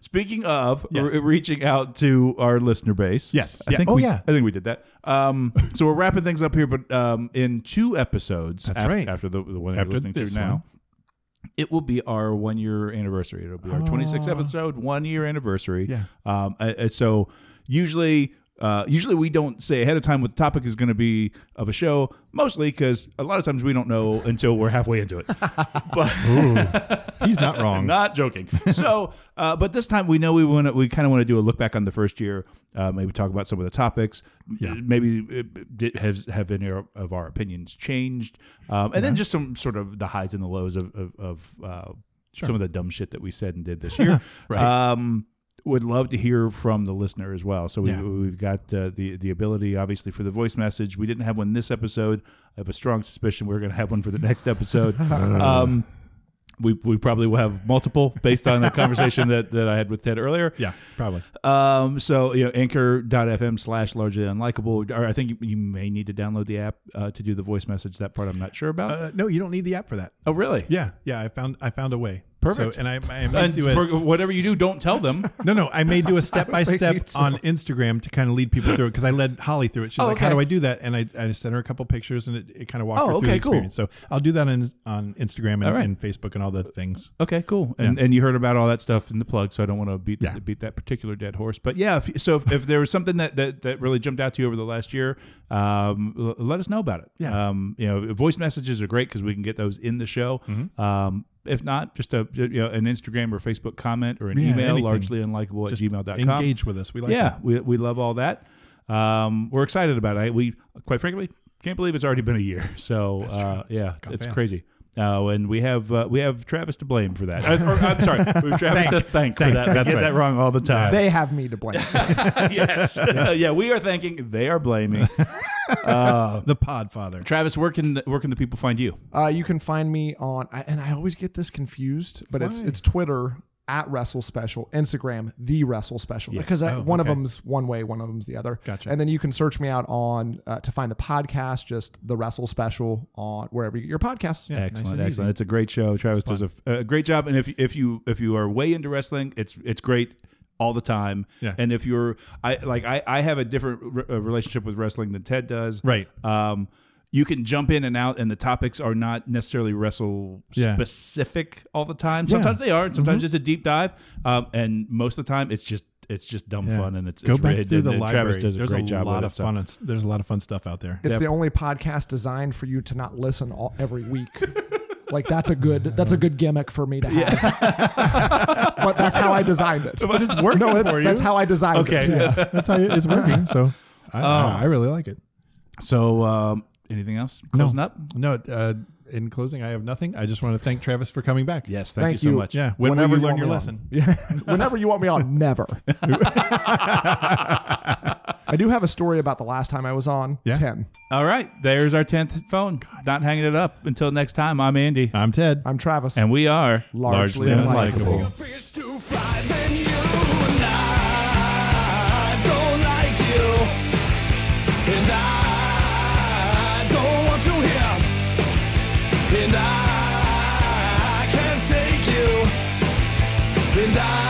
[SPEAKER 1] speaking of
[SPEAKER 4] Yes.
[SPEAKER 1] re- reaching out to our listener base,
[SPEAKER 4] Yes.
[SPEAKER 1] I
[SPEAKER 4] Yeah.
[SPEAKER 1] think
[SPEAKER 4] Oh,
[SPEAKER 1] we,
[SPEAKER 4] yeah.
[SPEAKER 1] I think we did that. Um, so we're wrapping things up here, but um, in two episodes,
[SPEAKER 4] That's
[SPEAKER 1] af-
[SPEAKER 4] right.
[SPEAKER 1] after the, the one
[SPEAKER 4] After
[SPEAKER 1] you're listening
[SPEAKER 4] this
[SPEAKER 1] to now. It will be our one year anniversary. It'll be our 26th episode, one year anniversary.
[SPEAKER 4] Ah. Yeah.
[SPEAKER 1] Um, I- I- so usually, uh, usually we don't say ahead of time what the topic is going to be of a show, mostly because a lot of times we don't know until we're halfway into it. but
[SPEAKER 4] He's not wrong.
[SPEAKER 1] not joking. So, uh, but this time we know we want to, we kind of want to do a look back on the first year, uh, maybe talk about some of the topics,
[SPEAKER 4] Yeah.
[SPEAKER 1] maybe uh, did, has, have any of our opinions changed, um, and then just some sort of the highs and the lows of, of, of uh, some of the dumb shit that we said and did this year. um, would love to hear from the listener as well. So we,
[SPEAKER 4] Yeah.
[SPEAKER 1] we've got uh, the the ability, obviously, for the voice message. We didn't have one this episode. I have a strong suspicion we're going to have one for the next episode. um, we, we probably will have multiple based on the conversation that, that I had with Ted earlier.
[SPEAKER 4] Yeah, probably.
[SPEAKER 1] Um, so you know, anchor.fm slash largely unlikable, or I think you, you may need to download the app uh, to do the voice message. That part I'm not sure about.
[SPEAKER 4] Uh, no, you don't need the app for that.
[SPEAKER 1] oh, really?
[SPEAKER 4] Yeah, yeah. I found I found a way.
[SPEAKER 1] Perfect.
[SPEAKER 4] So, and I, I may
[SPEAKER 1] And
[SPEAKER 4] do a,
[SPEAKER 1] for whatever you do, don't tell them.
[SPEAKER 4] No, no. I may do a step by step
[SPEAKER 5] thinking so.
[SPEAKER 4] on Instagram to kind of lead people through it because I led Holly through it. She's
[SPEAKER 1] Oh,
[SPEAKER 4] like, "How
[SPEAKER 1] okay.
[SPEAKER 4] do I do that?" And I, I sent her a couple pictures, and it, it kind of walked
[SPEAKER 1] Oh,
[SPEAKER 4] her through the
[SPEAKER 1] okay, cool.
[SPEAKER 4] experience. So I'll do that on on Instagram and,
[SPEAKER 1] All right.
[SPEAKER 4] and Facebook and all the things.
[SPEAKER 1] Okay, cool. And and you heard about all that stuff in the plug, so I don't want to beat
[SPEAKER 4] Yeah.
[SPEAKER 1] beat that particular dead horse. But yeah, if, so if, if there was something that, that that really jumped out to you over the last year, um, l- let us know about it.
[SPEAKER 4] Yeah.
[SPEAKER 1] Um, you know, voice messages are great because we can get those in the show.
[SPEAKER 4] Mm-hmm.
[SPEAKER 1] Um, if not, just a you know an Instagram or Facebook comment or an
[SPEAKER 4] Yeah,
[SPEAKER 1] email,
[SPEAKER 4] anything.
[SPEAKER 1] largely unlikable at gmail.com.
[SPEAKER 4] Engage with us. We like
[SPEAKER 1] yeah,
[SPEAKER 4] that.
[SPEAKER 1] we, we love all that. Um, we're excited about it. I- We quite frankly can't believe it's already been a year. So uh, yeah,
[SPEAKER 4] gone
[SPEAKER 1] it's
[SPEAKER 4] fast.
[SPEAKER 1] crazy. Uh, and we have uh, we have Travis to blame for that. Uh, or, I'm sorry, we have Travis to thank for that. I
[SPEAKER 4] That's
[SPEAKER 1] get
[SPEAKER 4] right.
[SPEAKER 1] that wrong all the time.
[SPEAKER 5] They have me to blame.
[SPEAKER 1] yes, yeah, we are thanking. They are blaming.
[SPEAKER 4] The Podfather.
[SPEAKER 1] Travis, where can the, where can the people find you?
[SPEAKER 5] Uh, you can find me on, I, and I always get this confused, but it's
[SPEAKER 4] Why?
[SPEAKER 5] it's Twitter at Wrestle Special, Instagram the Wrestle Special, because I,
[SPEAKER 4] Oh,
[SPEAKER 5] one of
[SPEAKER 4] okay.
[SPEAKER 5] them's one way, one of them's the other.
[SPEAKER 4] Gotcha.
[SPEAKER 5] And then you can search me out on uh, to find the podcast, just the Wrestle Special on wherever you get your podcasts.
[SPEAKER 1] excellent, excellent. It's a great show. Travis does a, f- a great job, and if if you if you are way into wrestling, it's it's great all the time.
[SPEAKER 4] Yeah.
[SPEAKER 1] And if you're, I like I I have a different re- uh, relationship with wrestling than Ted does.
[SPEAKER 4] Right.
[SPEAKER 1] Um, you can jump in and out, and the topics are not necessarily wrestle
[SPEAKER 4] Yeah. Mm-hmm.
[SPEAKER 1] specific all the time. Sometimes they are. and Sometimes it's a deep dive, um, and most of the time it's just it's just dumb
[SPEAKER 4] Yeah.
[SPEAKER 1] fun, and it's
[SPEAKER 4] Go
[SPEAKER 1] it's
[SPEAKER 4] back
[SPEAKER 1] rid-
[SPEAKER 4] through
[SPEAKER 1] and-
[SPEAKER 4] the
[SPEAKER 1] and
[SPEAKER 4] library.
[SPEAKER 1] Travis does a
[SPEAKER 4] there's
[SPEAKER 1] great job.
[SPEAKER 4] lot
[SPEAKER 1] with
[SPEAKER 4] of
[SPEAKER 1] it, so.
[SPEAKER 4] fun. It's- there's a lot of fun stuff out there.
[SPEAKER 5] It's the only podcast designed for you to not listen all, every week. like that's a good that's a good gimmick for me to have. but that's how I designed it. But it's working no, it's-
[SPEAKER 4] for you.
[SPEAKER 5] That's how I designed it.
[SPEAKER 4] Yeah, that's how it's working. So I,
[SPEAKER 1] Oh.
[SPEAKER 4] I, I really like it.
[SPEAKER 1] So um, anything else? Closing up.
[SPEAKER 4] No, uh, in closing, I have nothing. I just want to thank Travis for coming back.
[SPEAKER 1] Yes, thank,
[SPEAKER 5] Thank
[SPEAKER 1] you so
[SPEAKER 5] you.
[SPEAKER 1] much.
[SPEAKER 4] Yeah. When
[SPEAKER 5] Whenever
[SPEAKER 4] will
[SPEAKER 5] you
[SPEAKER 4] you learn
[SPEAKER 5] want
[SPEAKER 4] your
[SPEAKER 5] me on.
[SPEAKER 4] lesson?
[SPEAKER 5] Whenever you want me on, never. I do have a story about the last time I was on.
[SPEAKER 4] Yeah.
[SPEAKER 5] 10.
[SPEAKER 1] All right, there's our 10th phone. Not hanging it up. Until next time, I'm Andy.
[SPEAKER 4] I'm Ted.
[SPEAKER 5] I'm Travis.
[SPEAKER 1] and we are
[SPEAKER 5] Uh, Largely unlikable.
[SPEAKER 2] fish to fry than you and I don't like you and I don't want you here and I can't take you and I